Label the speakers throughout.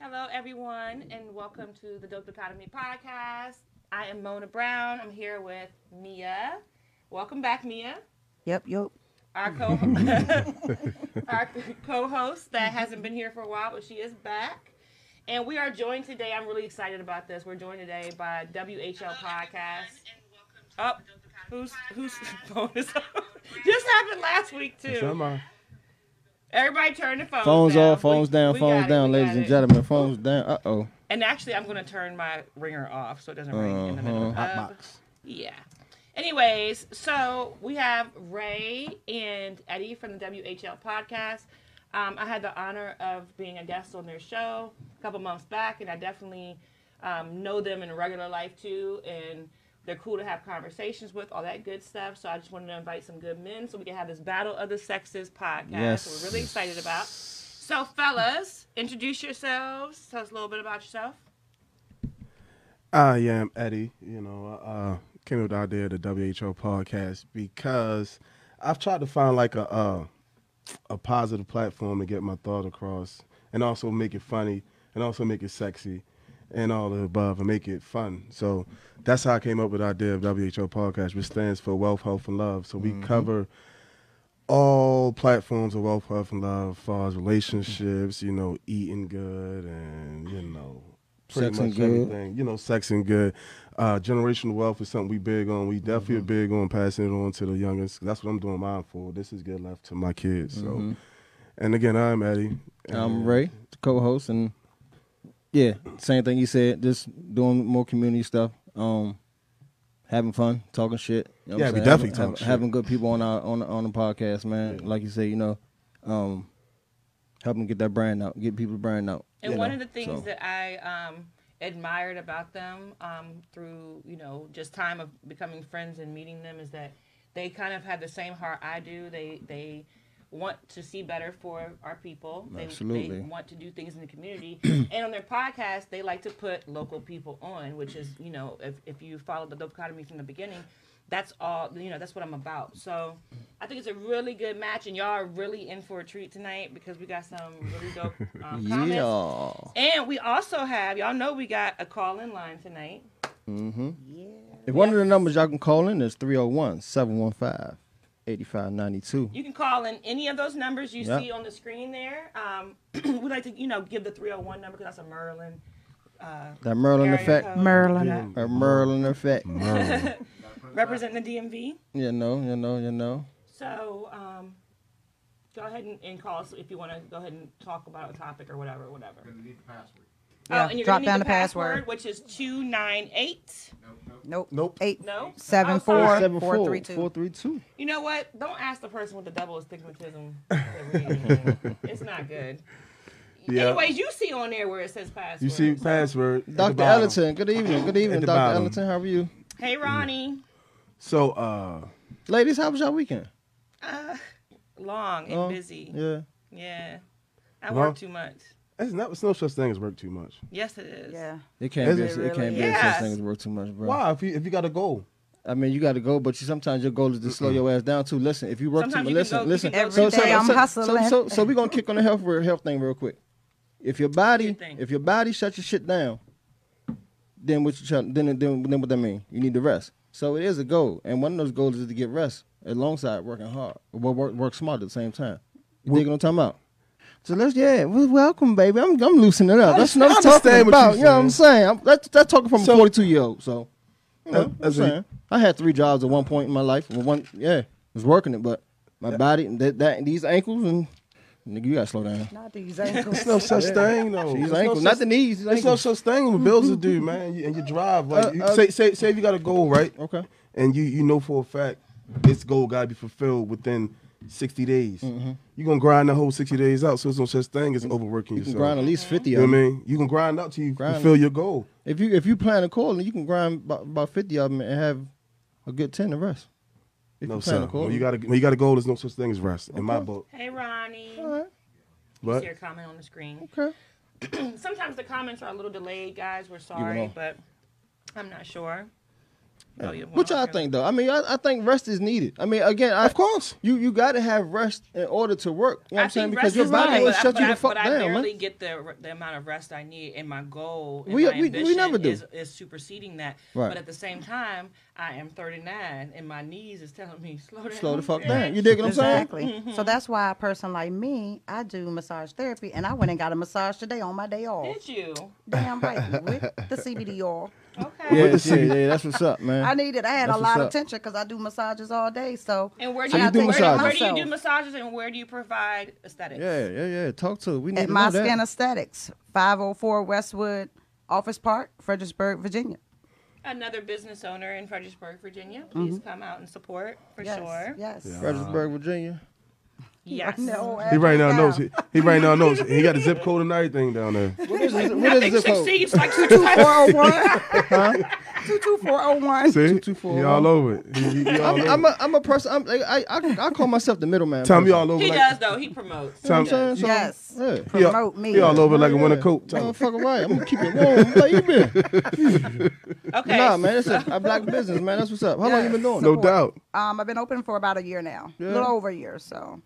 Speaker 1: Hello, everyone, and welcome to the Dope Dichotomy podcast. I am Mona Brown. I'm here with Mia. Welcome back, Mia.
Speaker 2: Yep, yep.
Speaker 1: Our co our co-host that hasn't been here for a while, but she is back. And we are joined today. I'm really excited about this. We're joined today by WHL Podcast. Up, who's who's phone is up? Just happened last week too.
Speaker 3: It's on my-
Speaker 1: Everybody turn the phones.
Speaker 4: Phones
Speaker 1: down.
Speaker 4: off, phones
Speaker 1: We-
Speaker 4: down,
Speaker 1: we got
Speaker 4: phones
Speaker 1: it,
Speaker 4: down,
Speaker 1: we got
Speaker 4: ladies and
Speaker 1: it.
Speaker 4: gentlemen. Phones down. Uh oh.
Speaker 1: And actually, I'm going to turn my ringer off so it doesn't ring in the middle of
Speaker 2: Hot box.
Speaker 1: Yeah. Anyways, so we have Ray and Eddie from the WHL podcast. Um, I had the honor of being a guest on their show a couple months back, and I definitely um, know them in regular life too. And they're cool to have conversations with, all that good stuff. So I just wanted to invite some good men so we can have this Battle of the Sexes podcast.
Speaker 4: Yes.
Speaker 1: We're really excited about. So, fellas, introduce yourselves. Tell us a little bit about yourself.
Speaker 3: Uh, yeah, I'm Eddie. You know, uh, came up with the idea of the WHO podcast because I've tried to find like a uh, a positive platform to get my thought across, and also make it funny, and also make it sexy, and all of the above, and make it fun. So that's how I came up with the idea of WHO podcast, which stands for Wealth, Health, and Love. So we cover all platforms of wealth, health, and love, as far as relationships, you know, eating good, and you know, pretty
Speaker 4: Sex and
Speaker 3: much
Speaker 4: good.
Speaker 3: everything. You know, sex and good. Uh, generational wealth is something we big on. We definitely are big on passing it on to the youngest. That's what I'm doing mine for. This is good left to my kids. So, and again, I'm Eddie.
Speaker 4: I'm
Speaker 3: and-
Speaker 4: Ray, the co-host, and yeah, same thing you said. Just doing more community stuff. Um, having fun, talking shit. you know what
Speaker 3: Yeah,
Speaker 4: I'm
Speaker 3: we
Speaker 4: saying?
Speaker 3: definitely
Speaker 4: having,
Speaker 3: talk shit.
Speaker 4: having good people on our on on the podcast, man. Like you say, you know, um, helping get that brand out, get people brand out.
Speaker 1: And
Speaker 4: you
Speaker 1: one
Speaker 4: know,
Speaker 1: of the things
Speaker 4: so.
Speaker 1: that I um, admired about them um, through, you know, just time of becoming friends and meeting them is that they kind of have the same heart I do. They they want to see better for our people. They,
Speaker 4: Absolutely.
Speaker 1: They want to do things in the community. and on their podcast, they like to put local people on, which is, you know, if, if you follow the Dope Academy from the beginning, that's all, you know, that's what I'm about. So I think it's a really good match, and y'all are really in for a treat tonight because we got some really dope um, comments.
Speaker 4: yeah.
Speaker 1: And we also have, y'all know we got a call in line tonight.
Speaker 4: If one of the numbers y'all can call in is 301-715-8592.
Speaker 1: You can call in any of those numbers you
Speaker 4: Yeah.
Speaker 1: see on the screen there. Um, we'd like to, you know, give the 301 number because that's a Merlin.
Speaker 4: That Merlin
Speaker 1: area
Speaker 4: effect.
Speaker 1: code.
Speaker 2: Merlin.
Speaker 4: That Merlin
Speaker 3: Mm-hmm.
Speaker 4: effect.
Speaker 1: Representing the DMV.
Speaker 4: You know, you know, you know.
Speaker 1: So um, go ahead and, and call us if you want to go ahead and talk about a topic or whatever, whatever.
Speaker 2: Yeah,
Speaker 1: oh, and you're
Speaker 2: drop
Speaker 1: gonna need
Speaker 2: down
Speaker 1: the
Speaker 2: the password.
Speaker 1: which is 298.
Speaker 2: Nope.
Speaker 3: Nope.
Speaker 2: Eight.
Speaker 1: No?
Speaker 2: Seven,
Speaker 1: Oh,
Speaker 2: four.
Speaker 1: sorry.
Speaker 4: Seven
Speaker 2: four,
Speaker 4: four
Speaker 2: three, two.
Speaker 4: four three two.
Speaker 1: You know what? Don't ask the person with the double astigmatism. to read anything. it's not good.
Speaker 3: Yeah.
Speaker 1: Anyways, you see on there where it says password.
Speaker 3: You see, password. at the
Speaker 4: Dr.
Speaker 3: bottom.
Speaker 4: Ellerton, good evening. Good evening,
Speaker 3: the
Speaker 4: Dr.
Speaker 3: bottom.
Speaker 4: Ellerton. How are you?
Speaker 1: Hey, Ronnie.
Speaker 3: So, uh,
Speaker 4: Ladies, how was your weekend?
Speaker 1: Long and
Speaker 4: Oh,
Speaker 1: busy. Yeah.
Speaker 4: Yeah.
Speaker 1: I
Speaker 3: Well-
Speaker 1: work too much.
Speaker 3: it's not. It's no such thing as work too much.
Speaker 1: Yes, it is.
Speaker 2: Yeah.
Speaker 4: It can't
Speaker 3: Is
Speaker 4: be
Speaker 3: it
Speaker 4: it,
Speaker 2: really?
Speaker 4: can't be
Speaker 1: Yes.
Speaker 4: such thing as work too much, bro.
Speaker 3: Why? If you if you got a goal,
Speaker 4: I mean you gotta go, but you sometimes your goal is to slow your ass down too. Listen, if you work
Speaker 1: Sometimes
Speaker 4: too
Speaker 1: you
Speaker 4: much
Speaker 1: can
Speaker 4: listen,
Speaker 1: go- you
Speaker 4: listen.
Speaker 1: can go
Speaker 4: so,
Speaker 2: Every
Speaker 4: so,
Speaker 2: day I'm
Speaker 4: so,
Speaker 2: hustling.
Speaker 4: so so so we gonna kick on the health health thing real quick. If your body
Speaker 1: Good thing.
Speaker 4: if your body shuts your shit down, then what you try, then then then what that mean? You need to rest. So it is a goal, and one of those goals is to get rest alongside working hard, but work work smart at the same time. You dig what I'm talking about? So let's yeah, well, welcome, baby. I'm I'm loosening up. That's what
Speaker 3: I
Speaker 4: I'm talking
Speaker 3: understand what
Speaker 4: about.
Speaker 3: you
Speaker 4: You know what I'm saying? I'm, that's that's talking from
Speaker 3: So-
Speaker 4: a 42 year old. So you know,
Speaker 3: That- that's
Speaker 4: I'm
Speaker 3: what-
Speaker 4: saying. I had three jobs at one point in my life. Well, One yeah, was working it, but my body that that these ankles and nigga, you gotta slow down.
Speaker 2: Not these ankles.
Speaker 3: it's no such thing though.
Speaker 4: These
Speaker 3: It's no
Speaker 4: ankles,
Speaker 3: such-
Speaker 4: not the knees. these
Speaker 3: There's no
Speaker 4: ankles.
Speaker 3: such thing with bills to do, man. You- And you drive like you-
Speaker 4: Uh, uh,
Speaker 3: say, say say if you got a goal, right?
Speaker 4: Okay.
Speaker 3: And you you know for a fact this goal got to be fulfilled within sixty days. You're gonna grind the whole sixty days out. So it's no such thing as overworking
Speaker 4: Mm-hmm. You can
Speaker 3: yourself.
Speaker 4: grind at least 50
Speaker 3: you
Speaker 4: of
Speaker 3: know
Speaker 4: them.
Speaker 3: what I mean? You can grind out till you
Speaker 4: Grind.
Speaker 3: fulfill your goal.
Speaker 4: If you if you plan accordingly, you can grind about, about fifty of them and have a good ten to rest. If
Speaker 3: no
Speaker 4: you plan
Speaker 3: sir. When
Speaker 4: accordingly,
Speaker 3: you got a when you got a goal, there's no such thing as rest in my book.
Speaker 1: Hey, Ronnie.
Speaker 4: all right.
Speaker 1: You see
Speaker 3: But
Speaker 1: your comment on the screen.
Speaker 4: Okay.
Speaker 1: Sometimes the comments are a little delayed, guys. We're
Speaker 4: went
Speaker 1: sorry,
Speaker 4: off.
Speaker 1: but I'm not sure. Oh, yeah, well,
Speaker 4: What y'all
Speaker 1: okay.
Speaker 4: think though? I mean, I, I think rest is needed. I mean, again, I,
Speaker 3: Of course.
Speaker 4: you you got to have rest in order to work. You know what
Speaker 1: I
Speaker 4: I'm saying?
Speaker 1: think
Speaker 4: Because
Speaker 1: rest
Speaker 4: your
Speaker 1: is
Speaker 4: body
Speaker 1: needed,
Speaker 4: will
Speaker 1: but I-
Speaker 4: shut
Speaker 1: but
Speaker 4: you
Speaker 1: I-
Speaker 4: the fuck
Speaker 1: but I
Speaker 4: down,
Speaker 1: barely
Speaker 4: man.
Speaker 1: get the the amount of rest I need, and my goal, and
Speaker 4: We-
Speaker 1: my
Speaker 4: we- we
Speaker 1: ambition
Speaker 4: never do.
Speaker 1: Is, is superseding that.
Speaker 4: Right.
Speaker 1: But at the same time, I am 39, and my knees is telling me slow down.
Speaker 4: Slow the fuck down. You dig what I'm saying?
Speaker 2: exactly.
Speaker 1: Mm-hmm.
Speaker 2: So that's why a person like me, I do massage therapy, and I went and got a massage today on my day off.
Speaker 1: Did you?
Speaker 2: Damn right, with the CBD oil.
Speaker 1: Okay.
Speaker 4: Yeah, yeah, yeah, that's what's up, man.
Speaker 2: I needed. I had
Speaker 4: That's
Speaker 2: a
Speaker 4: what's
Speaker 2: lot of
Speaker 4: up.
Speaker 2: attention because I do massages all day. So
Speaker 1: And where do
Speaker 4: So
Speaker 1: you,
Speaker 4: you do
Speaker 1: where,
Speaker 4: massages.
Speaker 1: where do you do
Speaker 2: Myself.
Speaker 1: massages, and where do you provide aesthetics?
Speaker 4: Yeah, yeah, yeah. Talk to her. We need
Speaker 2: at
Speaker 4: to
Speaker 2: My
Speaker 4: know that.
Speaker 2: Skin Aesthetics, 504 Westwood Office Park, Fredericksburg, Virginia.
Speaker 1: Another business owner in Fredericksburg, Virginia. Please come out and support for
Speaker 2: Mm-hmm. yes,
Speaker 1: sure.
Speaker 2: Yes.
Speaker 4: Fredericksburg, Virginia.
Speaker 1: Yes.
Speaker 2: No,
Speaker 3: He right now
Speaker 2: yeah.
Speaker 3: knows. He, he right now knows. He got the zip code and everything down there.
Speaker 4: What is it? What is
Speaker 1: Nothing
Speaker 4: the zip code?
Speaker 1: succeeds like success.
Speaker 2: 401. 22401.
Speaker 3: See,
Speaker 4: four,
Speaker 3: he
Speaker 4: one.
Speaker 3: all over it. He, he- he all
Speaker 4: I'm,
Speaker 3: over
Speaker 4: I'm
Speaker 3: it.
Speaker 4: a I'm a person. I'm, like, I, I I call myself the middleman.
Speaker 3: Tom, you
Speaker 4: person.
Speaker 3: all over.
Speaker 1: He
Speaker 3: like,
Speaker 1: does though. He promotes.
Speaker 4: You
Speaker 3: Tom,
Speaker 4: know what I'm saying? So,
Speaker 2: Yes.
Speaker 4: Yeah.
Speaker 3: he all-
Speaker 2: Promote me.
Speaker 3: He all over like a
Speaker 4: Yeah.
Speaker 3: winter coat. Tom.
Speaker 4: Motherfucker, right? I'm gonna keep it warm. Where you been?
Speaker 1: Okay.
Speaker 4: Nah, man, it's a, a black business, man. That's what's up. How long you been doing?
Speaker 3: No
Speaker 2: Support.
Speaker 3: doubt.
Speaker 2: Um, I've been open for about a year now, a little over a year. So,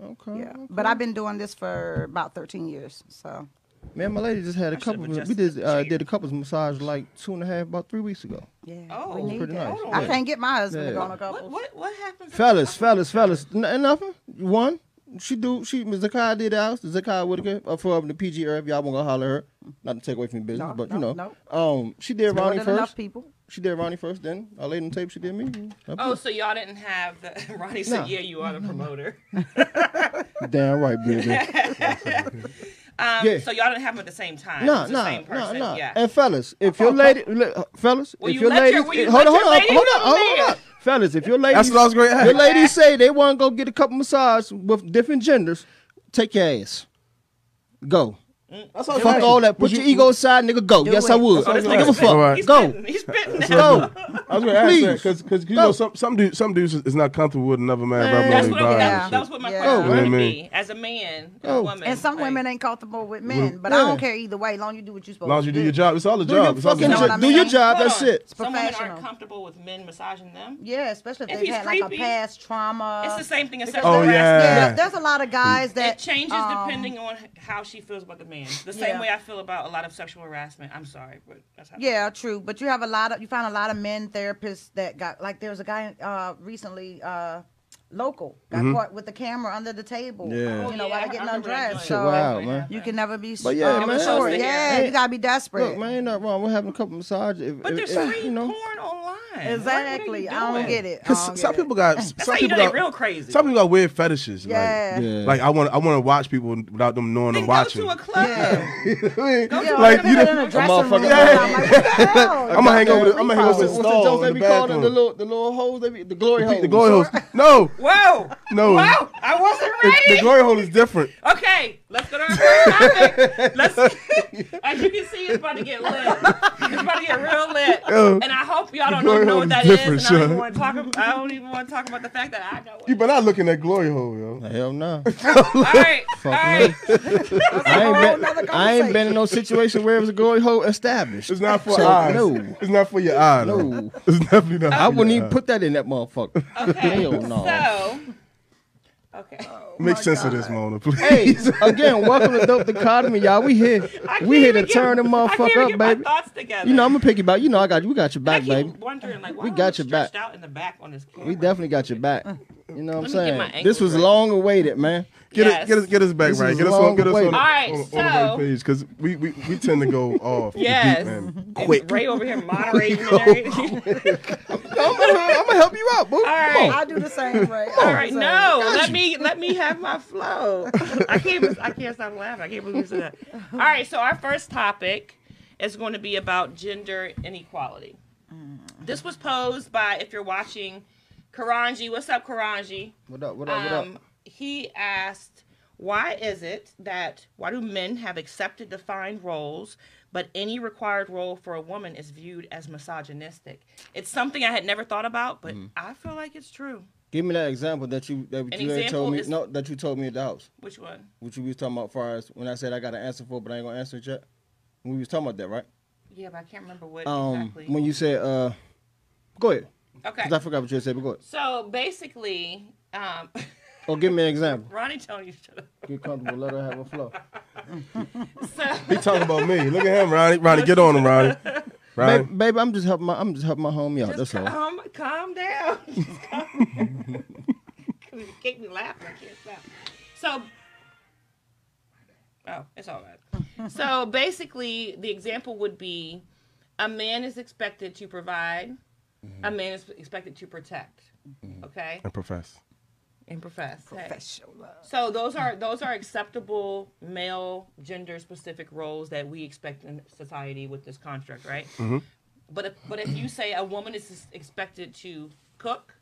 Speaker 4: Oh, Okay.
Speaker 2: yeah. But I've been doing this for about 13 years. So,
Speaker 4: Man, my lady just had a
Speaker 1: should've
Speaker 4: couple. We
Speaker 1: adjusted
Speaker 4: did
Speaker 1: the
Speaker 4: uh,
Speaker 1: shape.
Speaker 4: did a couples massage like two and a half, about three weeks ago.
Speaker 2: yeah.
Speaker 1: Oh,
Speaker 2: we need
Speaker 4: pretty
Speaker 2: that.
Speaker 4: nice.
Speaker 2: I
Speaker 4: Yeah.
Speaker 2: can't get my husband to
Speaker 4: Yeah.
Speaker 2: go on a
Speaker 1: What
Speaker 2: couple.
Speaker 1: what what happens?
Speaker 4: Fellas, fellas, fellas. N- ain't nothing. One, she do. She Zakai did ours. Zakai Whitaker uh, for the PG Earth. Y'all won't go holler her. Not to take away from your business,
Speaker 2: No,
Speaker 4: but
Speaker 2: no,
Speaker 4: you know.
Speaker 2: no.
Speaker 4: Um, she did
Speaker 2: More
Speaker 4: Ronnie
Speaker 2: than
Speaker 4: first.
Speaker 2: enough people.
Speaker 4: She did Ronnie first. Then I laid on tape. She did me.
Speaker 1: Oh, so y'all didn't have the Ronnie said,
Speaker 4: No.
Speaker 1: "Yeah, you are the promoter."
Speaker 4: Damn right, baby.
Speaker 1: Um,
Speaker 4: Yeah.
Speaker 1: So y'all didn't have them at the same time.
Speaker 4: No,
Speaker 1: It's the
Speaker 4: no,
Speaker 1: same
Speaker 4: no,
Speaker 1: person.
Speaker 4: no.
Speaker 1: Yeah.
Speaker 4: And fellas, if your
Speaker 1: Oh,
Speaker 4: lady, li- fellas,
Speaker 1: Will
Speaker 4: if
Speaker 1: you
Speaker 4: your
Speaker 1: let your-
Speaker 4: ladies,
Speaker 1: will you
Speaker 4: hold
Speaker 1: let
Speaker 4: on,
Speaker 1: your
Speaker 4: hold on,
Speaker 1: ladies
Speaker 4: hold on,
Speaker 1: come
Speaker 4: hold on,
Speaker 1: in?
Speaker 4: hold on. fellas, if your ladies,
Speaker 3: That's what I was going to ask.
Speaker 4: Your ladies say they want to go get a couple massages with different genders. Take your ass, go.
Speaker 3: That's all
Speaker 4: Fuck all that. Put your ego aside, nigga. Go.
Speaker 2: Do
Speaker 4: yes,
Speaker 2: it.
Speaker 4: I would.
Speaker 1: So this
Speaker 3: Alright.
Speaker 4: Give a
Speaker 1: nigga's
Speaker 4: fuck.
Speaker 3: Alright.
Speaker 1: Oh, He's
Speaker 4: Go,
Speaker 1: spitting- He's spitting.
Speaker 4: go.
Speaker 3: I was going to ask that
Speaker 4: Please.
Speaker 3: because because you
Speaker 4: No.
Speaker 3: know some some dudes some dudes is not comfortable with another man rubbing
Speaker 1: That's
Speaker 3: on
Speaker 1: what
Speaker 3: their
Speaker 1: I,
Speaker 3: body.
Speaker 1: that,
Speaker 3: and
Speaker 2: Yeah.
Speaker 1: that
Speaker 3: shit.
Speaker 1: was what my
Speaker 2: Yeah.
Speaker 1: question
Speaker 4: Oh,
Speaker 1: was
Speaker 3: I
Speaker 1: going to
Speaker 3: mean.
Speaker 1: be as a man, and a
Speaker 4: Oh.
Speaker 1: woman.
Speaker 2: And some
Speaker 1: like-
Speaker 2: women ain't comfortable with men, but I
Speaker 4: Yeah.
Speaker 2: don't care either way. Long you do what you're supposed
Speaker 3: As long as
Speaker 2: to
Speaker 3: you
Speaker 2: do.
Speaker 3: do your job, it's all the
Speaker 4: Do your
Speaker 3: job. It's all the
Speaker 4: fucking
Speaker 2: You know what
Speaker 3: job.
Speaker 2: I
Speaker 4: job. Do
Speaker 2: mean?
Speaker 4: your job.
Speaker 1: Hold
Speaker 4: That's
Speaker 1: on.
Speaker 4: it.
Speaker 1: Some women aren't
Speaker 2: professional.
Speaker 1: comfortable with men massaging them.
Speaker 2: Yeah, especially if
Speaker 1: If
Speaker 2: they've
Speaker 1: he's
Speaker 2: had like a
Speaker 1: creepy.
Speaker 2: past trauma.
Speaker 1: It's the same thing as
Speaker 2: Because
Speaker 1: sexual
Speaker 3: Oh,
Speaker 1: harassment.
Speaker 3: yeah.
Speaker 2: Yeah, there's a lot of guys that
Speaker 1: It changes
Speaker 2: um,
Speaker 1: depending on how she feels about the man. The same
Speaker 2: yeah.
Speaker 1: way I feel about a lot of sexual harassment. I'm sorry, but that's how.
Speaker 2: Yeah, true. But you have a lot of you find a lot of men therapists that got like there was a guy uh recently uh local got caught with the camera under the table.
Speaker 4: Mm-hmm. Yeah.
Speaker 1: Oh,
Speaker 2: You know,
Speaker 1: yeah,
Speaker 2: while
Speaker 1: I
Speaker 2: they're getting
Speaker 1: remember that
Speaker 2: undressed.
Speaker 1: joint.
Speaker 2: So
Speaker 4: Wow, man.
Speaker 2: you can never be
Speaker 4: But yeah,
Speaker 2: um,
Speaker 4: man.
Speaker 2: sure.
Speaker 1: Yeah.
Speaker 2: Yeah, you gotta be desperate.
Speaker 4: Look, man, ain't nothing wrong. We're having a couple massages. If-
Speaker 1: But
Speaker 4: if-
Speaker 1: there's
Speaker 4: if,
Speaker 1: free
Speaker 4: you know.
Speaker 1: porn online. What- what are you
Speaker 2: Exactly. I
Speaker 1: doing?
Speaker 2: don't get it. I don't
Speaker 3: Because some
Speaker 2: get it.
Speaker 3: people got
Speaker 1: That's
Speaker 3: some
Speaker 1: how you know
Speaker 3: people
Speaker 1: they're
Speaker 3: got
Speaker 1: real crazy.
Speaker 3: some people got weird fetishes. Like,
Speaker 2: Yeah.
Speaker 4: Yeah.
Speaker 3: Like I want, I want to watch people without them knowing
Speaker 1: Then
Speaker 3: I'm
Speaker 1: go
Speaker 3: watching.
Speaker 1: to a club.
Speaker 2: Yeah.
Speaker 3: I mean,
Speaker 1: to a
Speaker 3: like
Speaker 1: club. Put
Speaker 3: you, know,
Speaker 1: it in
Speaker 2: a
Speaker 1: a
Speaker 2: dressing
Speaker 4: motherfucker.
Speaker 2: room.
Speaker 4: Yeah.
Speaker 2: I'm like, hell,
Speaker 3: I'ma hang over the-
Speaker 2: goddamn
Speaker 3: I'ma hang over the
Speaker 2: creepos.
Speaker 4: What's the
Speaker 3: Stall
Speaker 4: jokes
Speaker 3: in
Speaker 4: they
Speaker 3: the
Speaker 4: be calling them? The
Speaker 3: bathroom.
Speaker 4: little, the little holes they be, the glory holes.
Speaker 3: the glory holes. No,
Speaker 1: Whoa!
Speaker 3: No.
Speaker 1: Whoa! I wasn't
Speaker 3: the,
Speaker 1: ready.
Speaker 3: the glory hole is different.
Speaker 1: Okay, let's go to our first topic. Let's, as you can see, it's about to get lit. It's about to get real lit.
Speaker 4: Oh.
Speaker 3: Yeah.
Speaker 1: and I hope y'all don't
Speaker 3: Glory
Speaker 1: even know
Speaker 3: hole
Speaker 1: what
Speaker 3: is
Speaker 1: that is. And
Speaker 3: different,
Speaker 1: I don't even
Speaker 3: son.
Speaker 1: want to talk. ab- I don't even want to talk about the fact that I know. What
Speaker 3: You
Speaker 1: it
Speaker 3: better not looking at glory hole, yo.
Speaker 4: Hell no.
Speaker 1: is. all right, all right.
Speaker 4: I ain't,
Speaker 2: Another
Speaker 4: been, I ain't
Speaker 2: conversation.
Speaker 4: been in no situation where it was a glory hole established.
Speaker 3: It's not for
Speaker 4: So,
Speaker 3: eyes.
Speaker 4: no.
Speaker 3: It's not for your eye. though.
Speaker 4: No.
Speaker 3: It's definitely not.
Speaker 4: I
Speaker 3: for your
Speaker 4: wouldn't even
Speaker 3: eye.
Speaker 4: put that in that motherfucker.
Speaker 1: Okay.
Speaker 4: Hell no.
Speaker 1: So, okay.
Speaker 3: Make sense of this, Mona, please.
Speaker 4: Hey, again, welcome to Dope Dichotomy, y'all. We here.
Speaker 1: I can't
Speaker 4: We here to
Speaker 1: even get-
Speaker 4: turn the
Speaker 1: I can't
Speaker 4: motherfucker
Speaker 1: even
Speaker 4: up,
Speaker 1: get my
Speaker 4: baby.
Speaker 1: thoughts together.
Speaker 4: You know, I'm gonna pick you back. You know, I got you. We got your
Speaker 1: I
Speaker 4: back,
Speaker 1: keep
Speaker 4: baby.
Speaker 1: wondering, like, why
Speaker 4: We
Speaker 1: am
Speaker 4: got
Speaker 1: I
Speaker 4: your back.
Speaker 1: stretched out in the back on this camera?
Speaker 4: We definitely got your back. You know what I'm
Speaker 1: Uh, Let me get my
Speaker 4: saying?
Speaker 1: ankles
Speaker 4: This was
Speaker 1: right.
Speaker 4: long awaited, man.
Speaker 3: Get
Speaker 1: Yes.
Speaker 3: us, get us, get us back
Speaker 4: This
Speaker 3: right.
Speaker 4: is
Speaker 3: Get us
Speaker 4: long
Speaker 3: on, get us on,
Speaker 4: away.
Speaker 3: the-
Speaker 1: All right,
Speaker 3: on, on the
Speaker 1: so-
Speaker 3: right page because we, we we tend to go off. the deep
Speaker 1: Yes.
Speaker 3: end.
Speaker 1: And
Speaker 3: quick.
Speaker 1: Ray over here moderating. and everything.
Speaker 4: I'm gonna, I'm gonna help you out, boo.
Speaker 1: All right.
Speaker 2: I do the same, Oh, right?
Speaker 1: All right, no, let me let me have my flow. I can't I can't stop laughing. I can't believe you said that. All right, so our first topic is going to be about gender inequality.
Speaker 3: Mm.
Speaker 1: This was posed by if you're watching Karanji. What's up, Karanji?
Speaker 4: What up? What up? What up?
Speaker 1: Um, he asked, "Why is it that why do men have accepted defined roles, but any required role for a woman is viewed as misogynistic?" It's something I had never thought about, but
Speaker 4: Mm.
Speaker 1: I feel like it's true.
Speaker 4: Give me that example that you that you had
Speaker 1: example
Speaker 4: told me.
Speaker 1: is-
Speaker 4: No, that you told me at the house.
Speaker 1: Which one?
Speaker 4: What you was talking about, far as when I said I got an answer for, it, but I ain't gonna answer it yet. We was talking about that, right?
Speaker 1: Yeah, but I can't remember what
Speaker 4: Um,
Speaker 1: exactly.
Speaker 4: when you said uh, Go ahead.
Speaker 1: Okay.
Speaker 4: 'Cause I forgot what you said, but go ahead.
Speaker 1: So basically, um,
Speaker 4: Or give me an example.
Speaker 1: Ronnie told you shut up.
Speaker 4: Get comfortable. Let her have a flow.
Speaker 1: So
Speaker 3: He talking about me. Look at him, Ronnie. Ronnie, get on him, Ronnie. Ronnie.
Speaker 4: Babe, babe, I'm just helping my I'm just helping my homie out.
Speaker 1: just
Speaker 4: That's all.
Speaker 1: calm, calm down. Just calm down. you make me laugh. I can't stop. So, oh, it's all right. so basically, the example would be: a man is expected to provide,
Speaker 4: Mm-hmm.
Speaker 1: a man is expected to protect. Okay,
Speaker 3: And profess.
Speaker 1: and profess. hey.
Speaker 2: Professional love.
Speaker 1: So those are those are acceptable male gender specific roles that we expect in society with this construct, right? But if, but if you say a woman is expected to cook,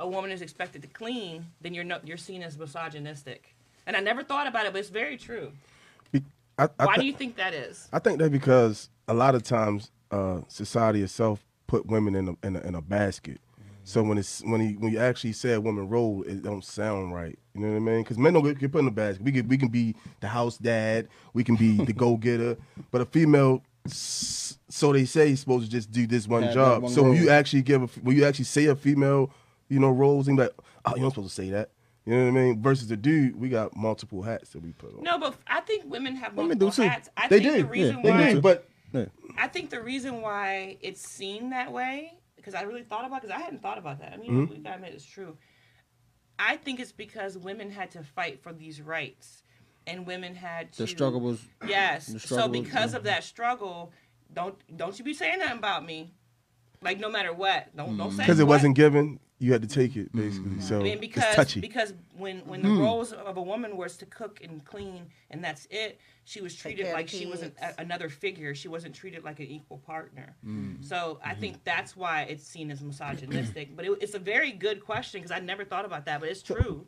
Speaker 1: a woman is expected to clean, then you're no, you're seen as misogynistic. And I never thought about it, but it's very true.
Speaker 3: Be- I, I
Speaker 1: Why
Speaker 3: thi-
Speaker 1: do you think that is?
Speaker 3: I think that because a lot of times uh, society itself put women in a, in a, in a basket. So when it's when he, when you actually say a woman role, it don't sound right. You know what I mean? Because men don't get, get put in a basket. We can we can be the house dad, we can be the go getter, but a female, s- so they say, is supposed to just do this one
Speaker 4: Have that
Speaker 3: job.
Speaker 4: one
Speaker 3: so when
Speaker 4: role.
Speaker 3: you actually give a, f- when you actually say a female, you know, roles, and be like, oh, you're not supposed to say that. You know what I mean? Versus a dude, we got multiple hats that we put on.
Speaker 1: No, but I think women have
Speaker 4: Women
Speaker 1: multiple
Speaker 4: do too.
Speaker 1: hats. I
Speaker 3: they
Speaker 1: think
Speaker 3: do.
Speaker 1: the reason
Speaker 4: they
Speaker 1: why
Speaker 3: they do. But
Speaker 4: Yeah.
Speaker 1: I think the reason why it's seen that way, because I really thought about, because I hadn't thought about that. I mean,
Speaker 4: Mm-hmm.
Speaker 1: we gotta admit it's true. I think it's because women had to fight for these rights, and women had to
Speaker 4: The struggle was
Speaker 1: Yes.
Speaker 4: the
Speaker 1: so
Speaker 4: struggle was-
Speaker 1: because of that struggle, don't don't you be saying nothing about me, like no matter what. Don't don't say
Speaker 4: Mm-hmm.
Speaker 3: because it
Speaker 1: what. Mm-hmm.
Speaker 3: wasn't given, you had to take it basically. So
Speaker 1: I mean, because
Speaker 3: it's touchy. Hmm.
Speaker 1: because when when the roles of a woman was to cook and clean and that's it, she was treated
Speaker 2: care of
Speaker 1: like she was an, a,
Speaker 2: kids.
Speaker 1: another figure. She wasn't treated like an equal partner.
Speaker 3: Hmm.
Speaker 1: So I think that's why it's seen as misogynistic. but it, it's a very good question because I never thought about that, but it's true.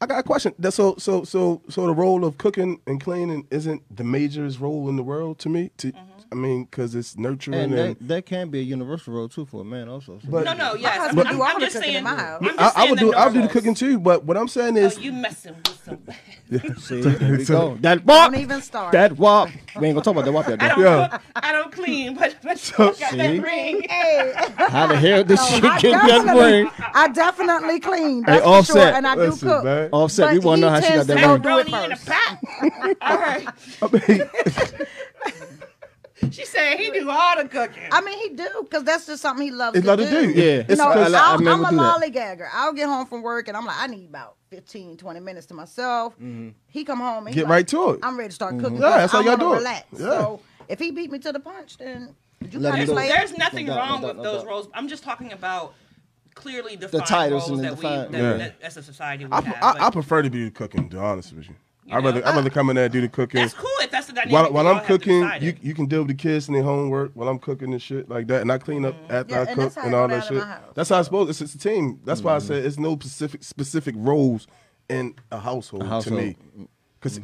Speaker 3: I got a question. That's so so so so the role of cooking and cleaning isn't the major's role in the world to me.
Speaker 1: Mm-hmm.
Speaker 3: To I mean, because it's nurturing and.
Speaker 4: And that, that can be a universal role too for a man also. So
Speaker 3: But-
Speaker 1: No, no, yes, I'm,
Speaker 2: husband
Speaker 1: I'm,
Speaker 2: do all
Speaker 1: I'm
Speaker 2: the
Speaker 1: just
Speaker 2: cooking in
Speaker 1: saying.
Speaker 2: my house.
Speaker 1: I'm just
Speaker 3: I, I
Speaker 1: saying
Speaker 3: would
Speaker 1: the
Speaker 3: do. I'll do the
Speaker 1: normals.
Speaker 3: cooking too, but what I'm saying
Speaker 1: Oh,
Speaker 3: is,
Speaker 1: you messing with some.
Speaker 4: see, there we go. That wop.
Speaker 2: Don't even start.
Speaker 4: That wop. We ain't gonna talk about that wop yet.
Speaker 1: I
Speaker 4: though.
Speaker 1: don't
Speaker 3: Yeah.
Speaker 1: cook. I don't clean, but but you
Speaker 3: So-
Speaker 1: got
Speaker 4: See?
Speaker 1: that ring.
Speaker 2: Hey,
Speaker 4: How the hell did she
Speaker 2: I
Speaker 4: get that
Speaker 2: definitely,
Speaker 4: ring?
Speaker 2: I definitely clean. That's for
Speaker 4: Offset.
Speaker 2: sure, and I do
Speaker 3: Listen,
Speaker 2: cook.
Speaker 3: man.
Speaker 4: Offset, we
Speaker 2: But
Speaker 4: wanna know
Speaker 2: he
Speaker 4: how she
Speaker 2: tends
Speaker 4: got that
Speaker 2: to
Speaker 1: Macaroni in
Speaker 2: go- do it
Speaker 4: ring.
Speaker 1: a
Speaker 2: first.
Speaker 1: pot. All right.
Speaker 3: I mean,
Speaker 1: She said he do all the cooking.
Speaker 2: I mean, he do because that's just something he loves
Speaker 3: He
Speaker 2: to
Speaker 3: love to
Speaker 2: do.
Speaker 3: do. Yeah.
Speaker 2: you
Speaker 3: It's
Speaker 2: know,
Speaker 3: a- I
Speaker 2: I'll,
Speaker 3: like-
Speaker 4: I mean,
Speaker 2: I'm a
Speaker 4: we'll do that.
Speaker 2: lollygagger. I'll get home from work and I'm like, I need about 15, 20 minutes to myself. He come home and he
Speaker 3: Mm-hmm. Get
Speaker 2: like,
Speaker 3: right to it. Mm-hmm.
Speaker 2: I'm ready to start cooking.
Speaker 3: Yeah, that's
Speaker 2: I
Speaker 3: how y'all
Speaker 2: wanna
Speaker 3: do it.
Speaker 2: Relax.
Speaker 3: Yeah.
Speaker 2: So if he beat me to the punch, then you
Speaker 4: Let him
Speaker 2: gotta
Speaker 1: there's,
Speaker 4: do it.
Speaker 2: play.
Speaker 1: there's nothing
Speaker 4: No doubt,
Speaker 1: wrong
Speaker 4: no
Speaker 1: with
Speaker 4: doubt, no
Speaker 1: those
Speaker 4: doubt.
Speaker 1: roles. I'm just talking about clearly defined
Speaker 4: titles
Speaker 1: roles
Speaker 4: and the
Speaker 1: that we
Speaker 4: defined-
Speaker 1: that,
Speaker 3: Yeah.
Speaker 1: that, as a society we
Speaker 3: I,
Speaker 1: have.
Speaker 3: I, I
Speaker 1: but
Speaker 3: prefer to be the cooking. To be honest with you, I
Speaker 1: know,
Speaker 3: rather I
Speaker 1: I-
Speaker 3: rather come in there and do the cooking.
Speaker 1: that's cool if that's the dynamic.
Speaker 3: While,
Speaker 1: we
Speaker 3: while
Speaker 1: all
Speaker 3: I'm
Speaker 1: have to
Speaker 3: cooking,
Speaker 1: decide
Speaker 3: you,
Speaker 1: it.
Speaker 3: you can deal with the kids and their homework while I'm cooking and shit like that. And I clean up
Speaker 1: Mm-hmm.
Speaker 3: after
Speaker 2: Yeah,
Speaker 3: I
Speaker 2: and
Speaker 3: cook
Speaker 2: that's how it
Speaker 3: and
Speaker 2: go
Speaker 3: all
Speaker 2: down
Speaker 3: that
Speaker 2: in
Speaker 3: shit.
Speaker 2: my house.
Speaker 3: That's how it's supposed. It's, it's a team. That's why I
Speaker 1: Mm-hmm.
Speaker 3: said it's no specific specific roles in a household,
Speaker 4: household. Mm.
Speaker 3: to
Speaker 4: Mm-hmm.
Speaker 3: me.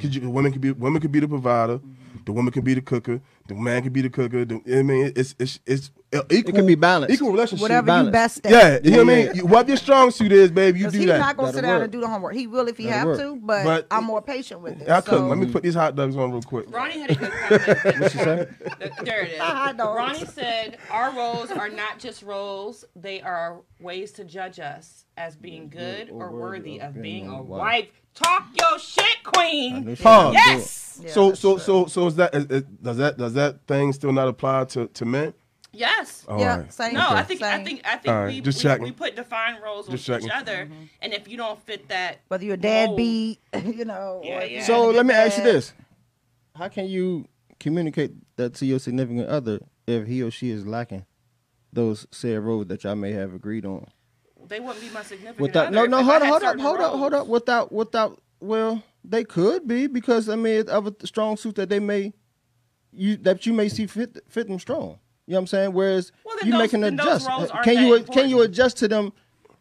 Speaker 3: Because women could be women could be the provider,
Speaker 1: Mm-hmm.
Speaker 3: the woman could be the cooker, the man could be the cooker. The, I mean, it's it's it's uh, equal.
Speaker 4: be balanced.
Speaker 3: Equal relationship.
Speaker 2: Whatever
Speaker 4: balance.
Speaker 2: you best at.
Speaker 3: Yeah, you know what I
Speaker 4: Yeah.
Speaker 3: mean. You, what your strong suit is, babe, you
Speaker 2: Because
Speaker 3: do
Speaker 2: he's
Speaker 3: that.
Speaker 2: not gonna
Speaker 4: That'll
Speaker 2: sit down
Speaker 4: work.
Speaker 2: and do the homework. He will if he
Speaker 4: That'll
Speaker 2: have
Speaker 4: work.
Speaker 2: to, but,
Speaker 3: But-
Speaker 2: I'm more patient with it.
Speaker 3: I cook.
Speaker 2: So-
Speaker 3: Let me put these hot dogs on real quick.
Speaker 1: Ronnie had a good comment.
Speaker 4: What she say?
Speaker 1: there it is.
Speaker 2: I don't.
Speaker 1: Ronnie said our roles are not just roles; they are ways to judge us as being good or worthy of being a wife. Talk your shit, queen.
Speaker 3: Pause.
Speaker 1: Yes.
Speaker 2: Yeah,
Speaker 3: so
Speaker 2: that's
Speaker 3: so so so is that is, is, does that does that thing still not apply to to men?
Speaker 1: Yes.
Speaker 3: Oh, All
Speaker 2: Yeah,
Speaker 3: right.
Speaker 2: same.
Speaker 1: No, I
Speaker 2: Okay.
Speaker 1: think I
Speaker 2: Same.
Speaker 1: think I think
Speaker 3: All right,
Speaker 1: we,
Speaker 3: just
Speaker 1: we,
Speaker 3: checking.
Speaker 1: we put defined roles
Speaker 3: Just
Speaker 1: on each
Speaker 3: checking.
Speaker 1: other, and if you don't fit that,
Speaker 2: Mm-hmm. whether you're a
Speaker 1: role-
Speaker 2: deadbeat, you know.
Speaker 1: Oh. Yeah,
Speaker 2: or if
Speaker 1: yeah.
Speaker 2: you're
Speaker 4: So
Speaker 2: trying to
Speaker 4: let
Speaker 2: get
Speaker 4: me ask you
Speaker 2: that.
Speaker 4: this: How can you communicate that to your significant other if he or she is lacking those said roles that y'all may have agreed on?
Speaker 1: they wouldn't be my significant
Speaker 4: Without
Speaker 1: other.
Speaker 4: no
Speaker 1: if
Speaker 4: no
Speaker 1: I had
Speaker 4: hold up hold up
Speaker 1: certain
Speaker 4: hold up hold up
Speaker 1: roles.
Speaker 4: without without well they could be because I mean it's other strong suit that they may you that you may see fit fit them strong. You know what I'm saying? Whereas
Speaker 1: Well, then
Speaker 4: you
Speaker 1: those-
Speaker 4: make an
Speaker 1: then those
Speaker 4: adjust.
Speaker 1: roles aren't
Speaker 4: Can
Speaker 1: that
Speaker 4: you can
Speaker 1: important.
Speaker 4: you adjust to them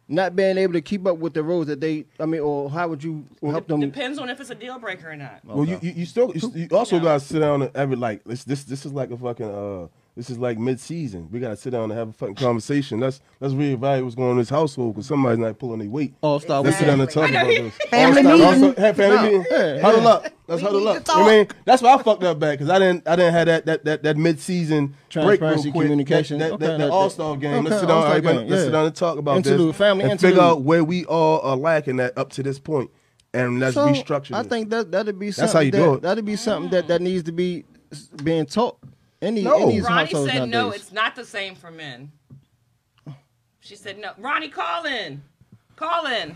Speaker 4: not being able to keep up with the roles that they I mean or how would you help them
Speaker 1: Depends on if it's a deal breaker or not.
Speaker 3: Well, you, you you still you, you also
Speaker 1: No.
Speaker 3: gotta sit down and every like this this this is like a fucking uh This is like mid-season. We gotta sit down and have a fucking conversation. Let's let's reevaluate what's going on in this household because somebody's not pulling their weight.
Speaker 4: All star
Speaker 3: Let's sit down and talk
Speaker 1: Exactly.
Speaker 3: about this.
Speaker 2: Family
Speaker 3: All-star-
Speaker 2: meeting.
Speaker 3: all-star- Hey, family
Speaker 4: No.
Speaker 3: meeting.
Speaker 4: Yeah,
Speaker 3: huddle up. Let's
Speaker 2: We
Speaker 3: huddle
Speaker 2: need
Speaker 3: up.
Speaker 2: to
Speaker 3: You know what I mean,
Speaker 2: talk.
Speaker 3: that's why I fucked up back because I didn't I didn't have that that that, that mid-season break real
Speaker 4: Transparency,
Speaker 3: quick.
Speaker 4: communication.
Speaker 3: That, that,
Speaker 4: Okay,
Speaker 3: that,
Speaker 4: that-
Speaker 3: all-star game.
Speaker 4: okay,
Speaker 3: let's sit down.
Speaker 4: all-star
Speaker 3: Everybody,
Speaker 4: game,
Speaker 3: Let's
Speaker 4: yeah.
Speaker 3: sit down and talk about
Speaker 4: Interlude,
Speaker 3: this
Speaker 4: family
Speaker 3: and
Speaker 4: interlude.
Speaker 3: figure out where we all are lacking at up to this point, and let's
Speaker 4: So,
Speaker 3: restructure.
Speaker 4: I
Speaker 3: this.
Speaker 4: think that that'd be something
Speaker 3: That's how you
Speaker 4: that,
Speaker 3: do it.
Speaker 4: That'd be something that, that needs to be s- being taught. Any,
Speaker 3: No.
Speaker 4: any
Speaker 1: Ronnie
Speaker 4: households
Speaker 1: said
Speaker 4: nowadays.
Speaker 1: no, it's not the same for men. She said no. Ronnie, call in. Call in.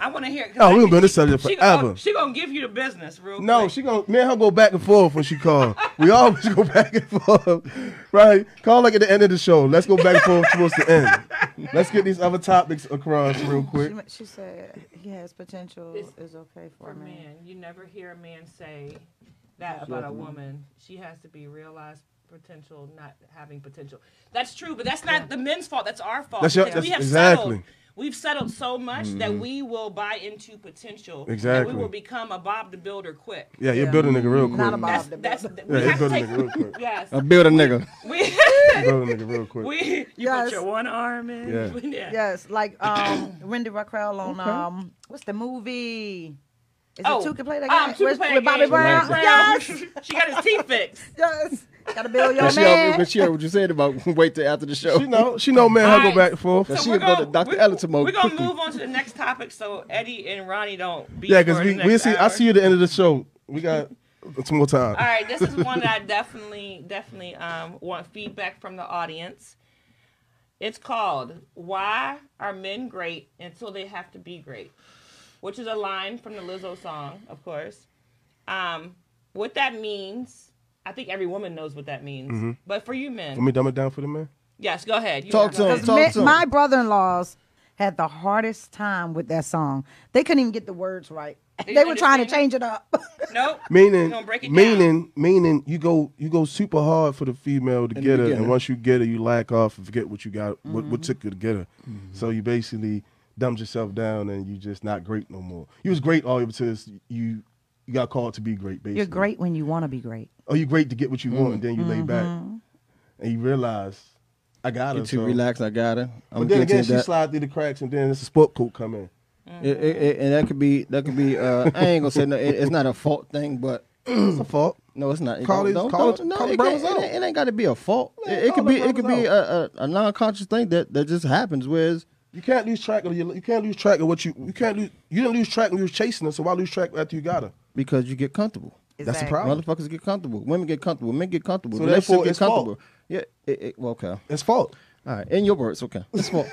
Speaker 1: I want to hear it. 'cause I
Speaker 3: Oh, we
Speaker 1: think
Speaker 3: been on this
Speaker 1: she-
Speaker 3: subject
Speaker 1: She gonna,
Speaker 3: forever.
Speaker 1: she gonna give you the business, real
Speaker 3: No,
Speaker 1: quick.
Speaker 3: she gonna me and her go back and forth when she call. we always go back and forth, right? Call like at the end of the show. Let's go back and forth towards the end. Let's get these other topics across real quick.
Speaker 2: She, she said he has potential.
Speaker 1: It's-
Speaker 2: Is okay for,
Speaker 1: For
Speaker 2: a
Speaker 1: a
Speaker 2: man.
Speaker 1: man, you never hear a man say that about a woman. She has to be realized potential, not having potential. That's true, but that's not the men's fault. That's our fault.
Speaker 3: That's your-
Speaker 1: because settled.
Speaker 3: that's- exactly. Mm-hmm.
Speaker 1: We've settled so much that we will buy into potential. That
Speaker 3: Exactly.
Speaker 1: we will become a Bob the Builder quick.
Speaker 3: Yeah, you're
Speaker 2: Yeah.
Speaker 3: building nigga
Speaker 1: um,
Speaker 3: real quick.
Speaker 2: Not about
Speaker 1: That's
Speaker 2: the
Speaker 1: that's
Speaker 3: yeah,
Speaker 1: we
Speaker 3: you're
Speaker 1: have to
Speaker 3: building
Speaker 1: take
Speaker 3: nigga real quick. Um,
Speaker 1: yes.
Speaker 4: I build a nigga.
Speaker 1: We
Speaker 3: You're building nigga real quick.
Speaker 1: we you
Speaker 2: Yes.
Speaker 1: put your one arm in.
Speaker 3: Yeah.
Speaker 1: yeah.
Speaker 2: Yes, like um, Wendy Raquel on um, what's the movie? Is
Speaker 1: Oh,
Speaker 2: it two can play that
Speaker 1: um,
Speaker 2: game
Speaker 1: Two
Speaker 2: with,
Speaker 1: Can Play
Speaker 2: with
Speaker 1: That
Speaker 2: Bobby
Speaker 1: Game.
Speaker 2: Brown?
Speaker 3: Brown.
Speaker 2: Yes,
Speaker 1: she got his teeth fixed.
Speaker 2: yes. Gotta build your
Speaker 4: But she, heard,
Speaker 2: man.
Speaker 4: but she heard what you said about wait till after the show.
Speaker 3: She know, she know, man. Her go
Speaker 1: Alright.
Speaker 3: back and forth.
Speaker 4: Now,
Speaker 1: So
Speaker 4: she
Speaker 1: we're
Speaker 4: about
Speaker 1: gonna-
Speaker 4: to Dr.
Speaker 1: we're-
Speaker 4: Ellison mode
Speaker 1: We're gonna
Speaker 4: quickly.
Speaker 1: move on to the next topic so Eddie and Ronnie don't be.
Speaker 3: Yeah,
Speaker 1: because
Speaker 3: because we we see. I see you at the end of the show. We got some more time.
Speaker 1: All right, this is one that I definitely definitely um, want feedback from the audience. It's called "Why Are Men Great Until They Have to Be Great," which is a line from the Lizzo song, of course. Um, what that means, I think every woman knows what that means. But for you men,
Speaker 3: Let me dumb it down Mm-hmm. for the man.
Speaker 1: yes, go ahead. You
Speaker 4: Talk
Speaker 1: have
Speaker 4: to
Speaker 1: it.
Speaker 4: 'em.
Speaker 2: Because
Speaker 4: Talk
Speaker 2: men-
Speaker 4: to 'em.
Speaker 2: my brother-in-laws had the hardest time with that song. They couldn't even get the words right. They, were trying to
Speaker 1: understand
Speaker 2: change it up.
Speaker 1: Nope. We're
Speaker 3: Meaning,
Speaker 1: gonna break it down.
Speaker 3: meaning, meaning, you go, you go super hard for the female to
Speaker 4: the
Speaker 3: get her, and
Speaker 4: beginning.
Speaker 3: once you get her, you lack off and forget what you got, what,
Speaker 1: Mm-hmm.
Speaker 3: what took you to get her.
Speaker 4: Mm-hmm.
Speaker 3: So you basically dumbed yourself down, and you just not great no more. You was great all until you you got called to be great. Basically,
Speaker 2: You're great when you want to be great.
Speaker 3: Oh, you great to get what you want, and then you lay back,
Speaker 1: Mm-hmm.
Speaker 3: and you realize I got her.
Speaker 4: Get too
Speaker 3: so-
Speaker 4: relaxed. I got her. I'm
Speaker 3: But then again,
Speaker 4: getting
Speaker 3: she
Speaker 4: to that.
Speaker 3: slide through the cracks, and then it's a sport coat come in.
Speaker 4: It- it- it- and that could be that could be. Uh, I ain't gonna say no. It, it's not a fault thing, but
Speaker 3: It's a fault.
Speaker 4: no, it's not. It
Speaker 3: Call
Speaker 4: don't-
Speaker 3: it-
Speaker 4: don't-
Speaker 3: call it-
Speaker 4: don't- no,
Speaker 3: call
Speaker 4: it
Speaker 3: the brothers
Speaker 4: can't- it
Speaker 3: out.
Speaker 4: ain't- it ain't got to be a fault.
Speaker 3: Man,
Speaker 4: It, it
Speaker 3: call
Speaker 4: could be
Speaker 3: the
Speaker 4: it could
Speaker 3: brothers
Speaker 4: be a, a, a non-conscious thing that that just happens. Whereas
Speaker 3: You can't lose track of your. You can't lose track of what you. You can't lose. You didn't lose track when you was chasing her, so why lose track after you got her?
Speaker 4: because you get comfortable.
Speaker 3: That's the
Speaker 2: Exactly.
Speaker 3: problem.
Speaker 4: Motherfuckers get comfortable. Women get comfortable. Men get comfortable.
Speaker 3: So
Speaker 4: Relationships
Speaker 3: therefore,
Speaker 4: get
Speaker 3: it's fault.
Speaker 4: comfortable. Yeah. It, it, well, okay. All
Speaker 3: It's fault.
Speaker 4: right. In your words, okay. It's fault.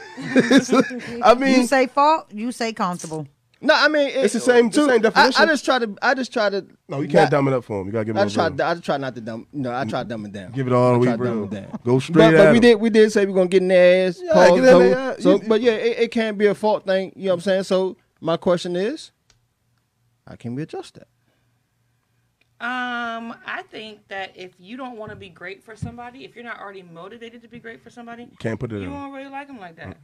Speaker 3: I
Speaker 2: You
Speaker 4: Mm.
Speaker 3: mean,
Speaker 2: say fault, you say comfortable.
Speaker 4: no, I mean it-
Speaker 3: It's the same-
Speaker 4: it's the
Speaker 3: same definition.
Speaker 4: I, I just try to. I just try to.
Speaker 3: no, you can't
Speaker 4: not-
Speaker 3: dumb it up for him. You gotta give
Speaker 4: I
Speaker 3: him.
Speaker 4: just
Speaker 3: a
Speaker 4: try.
Speaker 3: real.
Speaker 4: I just try not to dumb. No, I try to dumb it down.
Speaker 3: Give it all the
Speaker 4: I
Speaker 3: way,
Speaker 4: try to
Speaker 3: bro.
Speaker 4: dumb it down.
Speaker 3: Go
Speaker 4: But,
Speaker 3: straight
Speaker 4: but
Speaker 3: at
Speaker 4: we
Speaker 3: him.
Speaker 4: did. We did say we're gonna get in their ass.
Speaker 3: Yeah,
Speaker 4: cause
Speaker 3: get in
Speaker 4: trouble.
Speaker 3: their ass.
Speaker 4: So,
Speaker 3: You-
Speaker 4: but yeah, it, it can be a fault thing. You know what I'm saying? So my question is, how can we adjust that?
Speaker 1: Um, I think that if you don't want to be great for somebody, if you're not already motivated to be great for somebody,
Speaker 3: Can't put it
Speaker 1: you
Speaker 3: in
Speaker 1: won't really like them like that.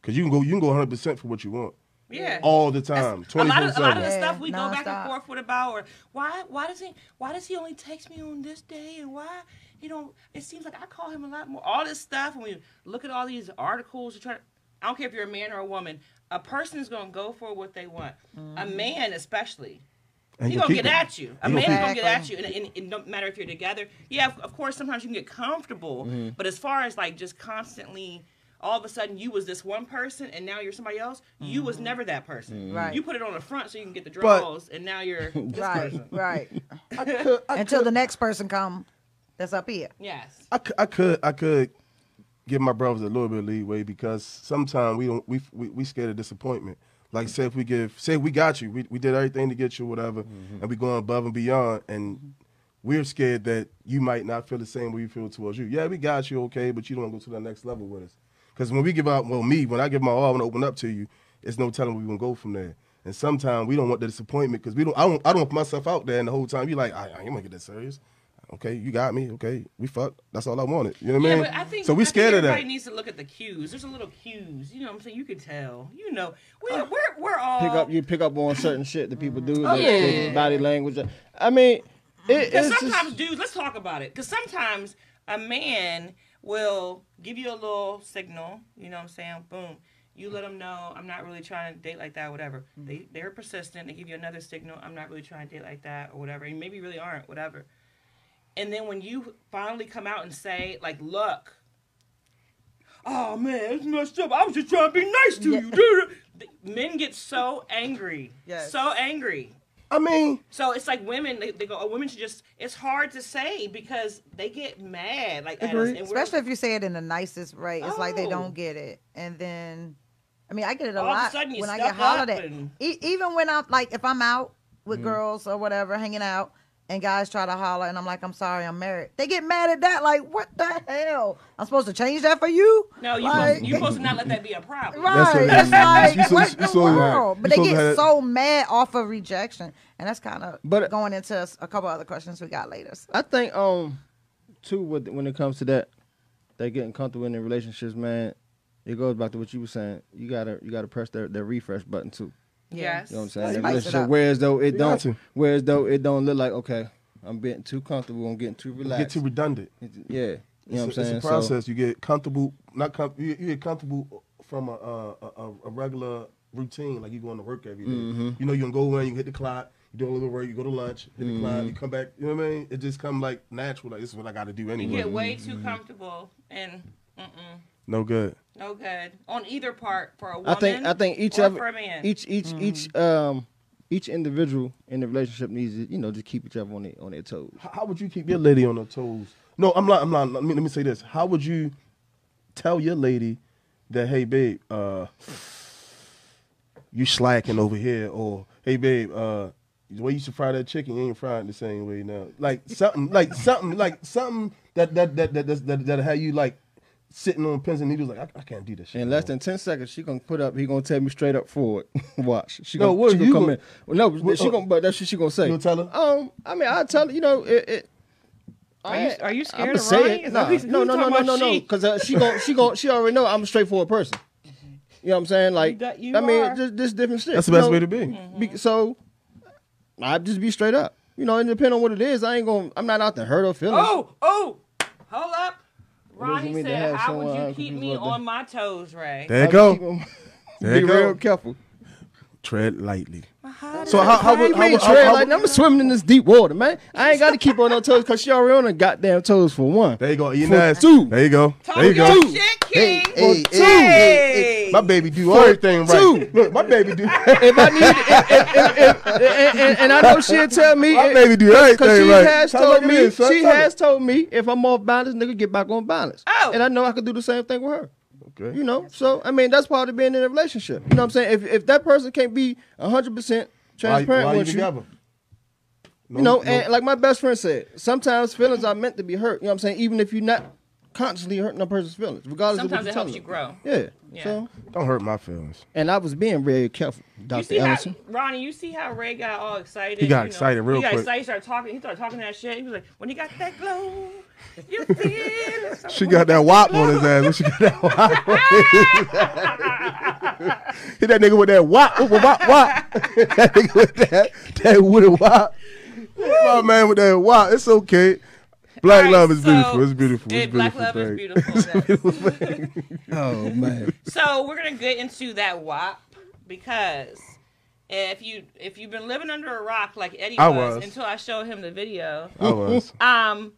Speaker 3: because you can go. You can go 100 percent for what you want
Speaker 1: Yeah.
Speaker 3: all the
Speaker 1: That's- a
Speaker 3: time, 24
Speaker 1: lot of a lot of the
Speaker 3: seven.
Speaker 2: Yeah,
Speaker 1: stuff we go back and
Speaker 2: nonstop.
Speaker 1: forth with about, or why why does he why does he only text me on this day, and why he don't? It seems like I call him a lot more. All this stuff, and we look at all these articles. You try. To, I don't care if you're a man or a woman. A person is gonna go for what they want. A
Speaker 2: Mm-hmm.
Speaker 1: man, especially.
Speaker 3: And
Speaker 1: He
Speaker 3: you
Speaker 1: gonna
Speaker 3: keep
Speaker 1: get
Speaker 3: it.
Speaker 1: at you. A
Speaker 3: gonna
Speaker 1: man's
Speaker 3: keep-
Speaker 1: gonna get at
Speaker 2: Exactly.
Speaker 1: you, and, and, and no matter if you're together. Yeah, of, of course. Sometimes you can get comfortable,
Speaker 3: Mm-hmm.
Speaker 1: but as far as like just constantly, all of a sudden you was this one person, and now you're somebody else. You was never that person.
Speaker 2: Right.
Speaker 1: You put it on the front so you can get the
Speaker 3: Mm-hmm. But-
Speaker 1: draws, and now you're this
Speaker 2: Right,
Speaker 1: person.
Speaker 2: right. Until the next person come that's up here.
Speaker 1: Yes.
Speaker 3: I, cou- I could I could give my brothers a little bit of leeway because sometimes we don't we we, we scared of disappointment. Like say if we give say we got you, we, we did everything to get you, whatever, and we going above and beyond, and we're scared that you might not feel the same way you feel towards you. Yeah, we got you, okay, but you don't go to the next level with us. Because when we give out, well, me when I give my all and open up to you, it's no telling where we gonna go from there. And sometimes we don't want the disappointment because we don't. I don't. I don't want myself out there, and the whole time you like, I, I ain't gonna get that serious. Okay, you got me. Okay, we fucked. That's all I wanted. You know what I
Speaker 1: Yeah,
Speaker 3: mean?
Speaker 1: but I think
Speaker 3: so we
Speaker 1: I think
Speaker 3: scared of that.
Speaker 1: Everybody needs to look at the cues. There's a little cues. You know what I'm saying? You could tell. You know,
Speaker 3: Uh,
Speaker 1: we're we're, we're all
Speaker 4: Pick up. You pick up on certain shit that people do. like,
Speaker 1: Oh, yeah.
Speaker 4: their body language. I mean, it,
Speaker 1: Because
Speaker 4: it's
Speaker 1: sometimes,
Speaker 4: just,
Speaker 1: dudes, let's talk about it. Because sometimes a man will give you a little signal, you know what I'm saying? Boom. You let them know I'm not really trying to date like that, whatever.
Speaker 4: Mm-hmm.
Speaker 1: They they're persistent. They give you another signal. I'm not really trying to date like that or whatever. And maybe you really aren't, whatever. And then when you finally come out and say like, look, oh man, it's messed up. I was just trying to be nice to you. Men get so angry,
Speaker 2: Yes.
Speaker 1: so angry.
Speaker 3: I mean,
Speaker 1: So it's like women, they, they go, oh, women should just, it's hard to say because they get mad. Like, at us,
Speaker 3: Agreed.
Speaker 1: and we're-
Speaker 2: Especially if you say it in the nicest way, it's like they
Speaker 1: Oh.
Speaker 2: don't get it. And then, I mean, I get it a
Speaker 1: All of a
Speaker 2: lot
Speaker 1: sudden you
Speaker 2: when I
Speaker 1: step
Speaker 2: get hollered
Speaker 1: up
Speaker 2: at.
Speaker 1: and- Mm.
Speaker 2: E- even when I'm like, if I'm out with girls or whatever, hanging out, and guys try to holler, and I'm like, I'm sorry, I'm married. They get mad at that. Like, what the hell? I'm supposed to change that for you?
Speaker 1: no, you're,
Speaker 2: Like-
Speaker 1: supposed, you're supposed to not let that be a problem.
Speaker 2: Right.
Speaker 3: That's what it
Speaker 2: That's
Speaker 3: is.
Speaker 2: like,
Speaker 3: You so-
Speaker 2: what
Speaker 3: you
Speaker 2: the
Speaker 3: so mad.
Speaker 2: world? But
Speaker 3: You
Speaker 2: they
Speaker 3: so
Speaker 2: get
Speaker 3: mad.
Speaker 2: so mad off of rejection. And that's kind of
Speaker 4: But-
Speaker 2: going into s- a couple other questions we got later. So.
Speaker 4: I think um too with when it comes to that that getting comfortable in their relationships, man, it goes back to what you were saying. You gotta you gotta press their, their refresh button too.
Speaker 1: Yes.
Speaker 4: You know what I'm saying? That
Speaker 2: Spice it
Speaker 4: relationship,
Speaker 2: up.
Speaker 4: whereas though it
Speaker 3: You got
Speaker 4: don't
Speaker 3: to.
Speaker 4: whereas though it don't look like okay, I'm getting too comfortable, I'm getting too
Speaker 3: get
Speaker 4: relaxed.
Speaker 3: too redundant.
Speaker 4: yeah. You know what I'm
Speaker 3: it's, a,
Speaker 4: saying?
Speaker 3: it's
Speaker 4: So-
Speaker 3: a process. you get comfortable, not com- you, you get comfortable from a, a, a, a regular routine, like you going to work every day.
Speaker 4: Mm-hmm.
Speaker 3: You know, you can go in, you hit the clock, you do a little work, you go to lunch, hit the
Speaker 4: Mm-hmm.
Speaker 3: clock, you come back. You know what I mean? It just come like natural. Like this is what I got to do
Speaker 1: You
Speaker 3: anyway.
Speaker 1: get way too comfortable and mm-mm,
Speaker 3: No good.
Speaker 1: no good on either part for a woman.
Speaker 4: I think I think each
Speaker 1: or
Speaker 4: of
Speaker 1: for a man.
Speaker 4: each each
Speaker 3: Mm-hmm.
Speaker 4: each um each individual in the relationship needs to you know just keep each other on their on their toes.
Speaker 3: How, how would you keep your lady on her toes? No, I'm not. I'm not. Let me, let me say this. How would you tell your lady that, hey, babe, uh, you slacking over here, or hey, babe, uh, the way you should fry that chicken, you ain't frying it the same way now. Like something, like something, like something that that that that that that, that had you like sitting on pins and needles. Like I, I can't do this. Shit
Speaker 4: In
Speaker 3: no
Speaker 4: less
Speaker 3: more.
Speaker 4: than ten seconds, she gonna put up. He gonna tell me straight up forward. Watch. She
Speaker 3: No,
Speaker 4: gonna,
Speaker 3: what
Speaker 4: she
Speaker 3: are
Speaker 4: gonna
Speaker 3: you
Speaker 4: come
Speaker 3: gonna-
Speaker 4: in. Well, no,
Speaker 3: what-
Speaker 4: she gonna. But that's what she gonna say.
Speaker 3: You'll tell her?
Speaker 4: Um, I mean, I tell her. You know, it. it
Speaker 1: Are you- are you scared
Speaker 4: I'ma
Speaker 1: of
Speaker 4: say
Speaker 1: Ronnie?
Speaker 4: it.
Speaker 1: Is
Speaker 4: Nah,
Speaker 1: that who's-
Speaker 4: no,
Speaker 1: who's
Speaker 4: no, no,
Speaker 1: talking
Speaker 4: no,
Speaker 1: about
Speaker 4: no, no.
Speaker 1: she?
Speaker 4: Because uh, she gonna, she gonna, she already know I'm a straightforward person. You know what I'm saying? Like,
Speaker 1: got- you
Speaker 4: I mean,
Speaker 1: are. Mm-hmm.
Speaker 4: just this different shit.
Speaker 3: That's the
Speaker 4: you
Speaker 3: best
Speaker 4: know?
Speaker 3: way to be.
Speaker 4: Be- so, I just be straight up. You know, and depending on what it is, I ain't gonna. I'm not out to hurt her feelings.
Speaker 1: Oh, oh, hold up. Ronnie
Speaker 4: mean to
Speaker 1: said,
Speaker 4: have
Speaker 1: how would
Speaker 4: someone
Speaker 1: you keep
Speaker 4: confused
Speaker 1: me
Speaker 4: about that?
Speaker 1: on my toes, Ray?
Speaker 3: There you
Speaker 4: I keep
Speaker 3: go.
Speaker 4: 'em-
Speaker 3: There
Speaker 4: be
Speaker 3: you go.
Speaker 4: real careful.
Speaker 3: Tread lightly. So how how
Speaker 4: What
Speaker 3: would
Speaker 4: do you
Speaker 3: how
Speaker 4: mean,
Speaker 3: would how-
Speaker 4: Trey?
Speaker 3: how
Speaker 4: Like,
Speaker 3: would-
Speaker 4: I'm swimming in this deep water, man. I ain't got to keep her on her toes because she already on her goddamn toes for one.
Speaker 3: There you go. You
Speaker 4: For
Speaker 3: nice.
Speaker 4: two.
Speaker 3: There you go.
Speaker 1: Talk
Speaker 3: There you
Speaker 1: your
Speaker 3: go.
Speaker 1: shit, King.
Speaker 4: hey,
Speaker 1: For
Speaker 4: hey, hey,
Speaker 1: two.
Speaker 3: My baby do
Speaker 4: For
Speaker 3: everything right.
Speaker 4: two.
Speaker 3: Look, my baby do.
Speaker 4: If I need, if, if, if, if, and, and, and I know she'll tell me.
Speaker 3: My baby do everything
Speaker 4: Cause she
Speaker 3: right.
Speaker 4: has
Speaker 3: Tell
Speaker 4: told
Speaker 3: her
Speaker 4: me,
Speaker 3: it is, son.
Speaker 4: she
Speaker 3: Tell her.
Speaker 4: has told me if I'm off balance, nigga, get back on balance.
Speaker 1: Oh.
Speaker 4: And I know I could do the same thing with her.
Speaker 3: Okay.
Speaker 4: You know, so I mean, that's part of being in a relationship. You know what I'm saying? If if that person can't be 100 percent transparent
Speaker 3: why, why
Speaker 4: with
Speaker 3: you
Speaker 4: you,
Speaker 3: together? No,
Speaker 4: You know,
Speaker 3: no-
Speaker 4: and like my best friend said, sometimes feelings are meant to be hurt. You know what I'm saying? Even if you're not consciously hurting a person's feelings, regardless
Speaker 1: Sometimes it
Speaker 4: of what
Speaker 1: helps you
Speaker 4: you're
Speaker 1: grow.
Speaker 4: telling them. Yeah.
Speaker 1: Yeah.
Speaker 4: So,
Speaker 3: don't hurt my feelings.
Speaker 4: and I was being very careful,
Speaker 1: You
Speaker 4: Dr.
Speaker 1: see how,
Speaker 4: Ellison.
Speaker 1: Ronnie, you see how Ray got all excited?
Speaker 3: He got
Speaker 1: you know?
Speaker 3: excited real
Speaker 1: He got
Speaker 3: quick.
Speaker 1: excited, he started talking. He started talking that shit. He was like, when he got that glow, you feel it. So-
Speaker 3: She got that wop on his ass. When she got that wop. on his- Hit that nigga with that wop, wop, wop, wop. that nigga with that that wooden wop. My man with that wop. It's okay. Black
Speaker 1: All right,
Speaker 3: love is
Speaker 1: so-
Speaker 3: beautiful. It's beautiful.
Speaker 1: Yeah,
Speaker 3: It's beautiful.
Speaker 1: Black love
Speaker 3: thing.
Speaker 1: is beautiful.
Speaker 4: Oh, man.
Speaker 1: so we're gonna get into that WAP because if you if you've been living under a rock like Eddie
Speaker 3: I
Speaker 1: was,
Speaker 3: was.
Speaker 1: until I showed him the video,
Speaker 3: I was.
Speaker 1: um,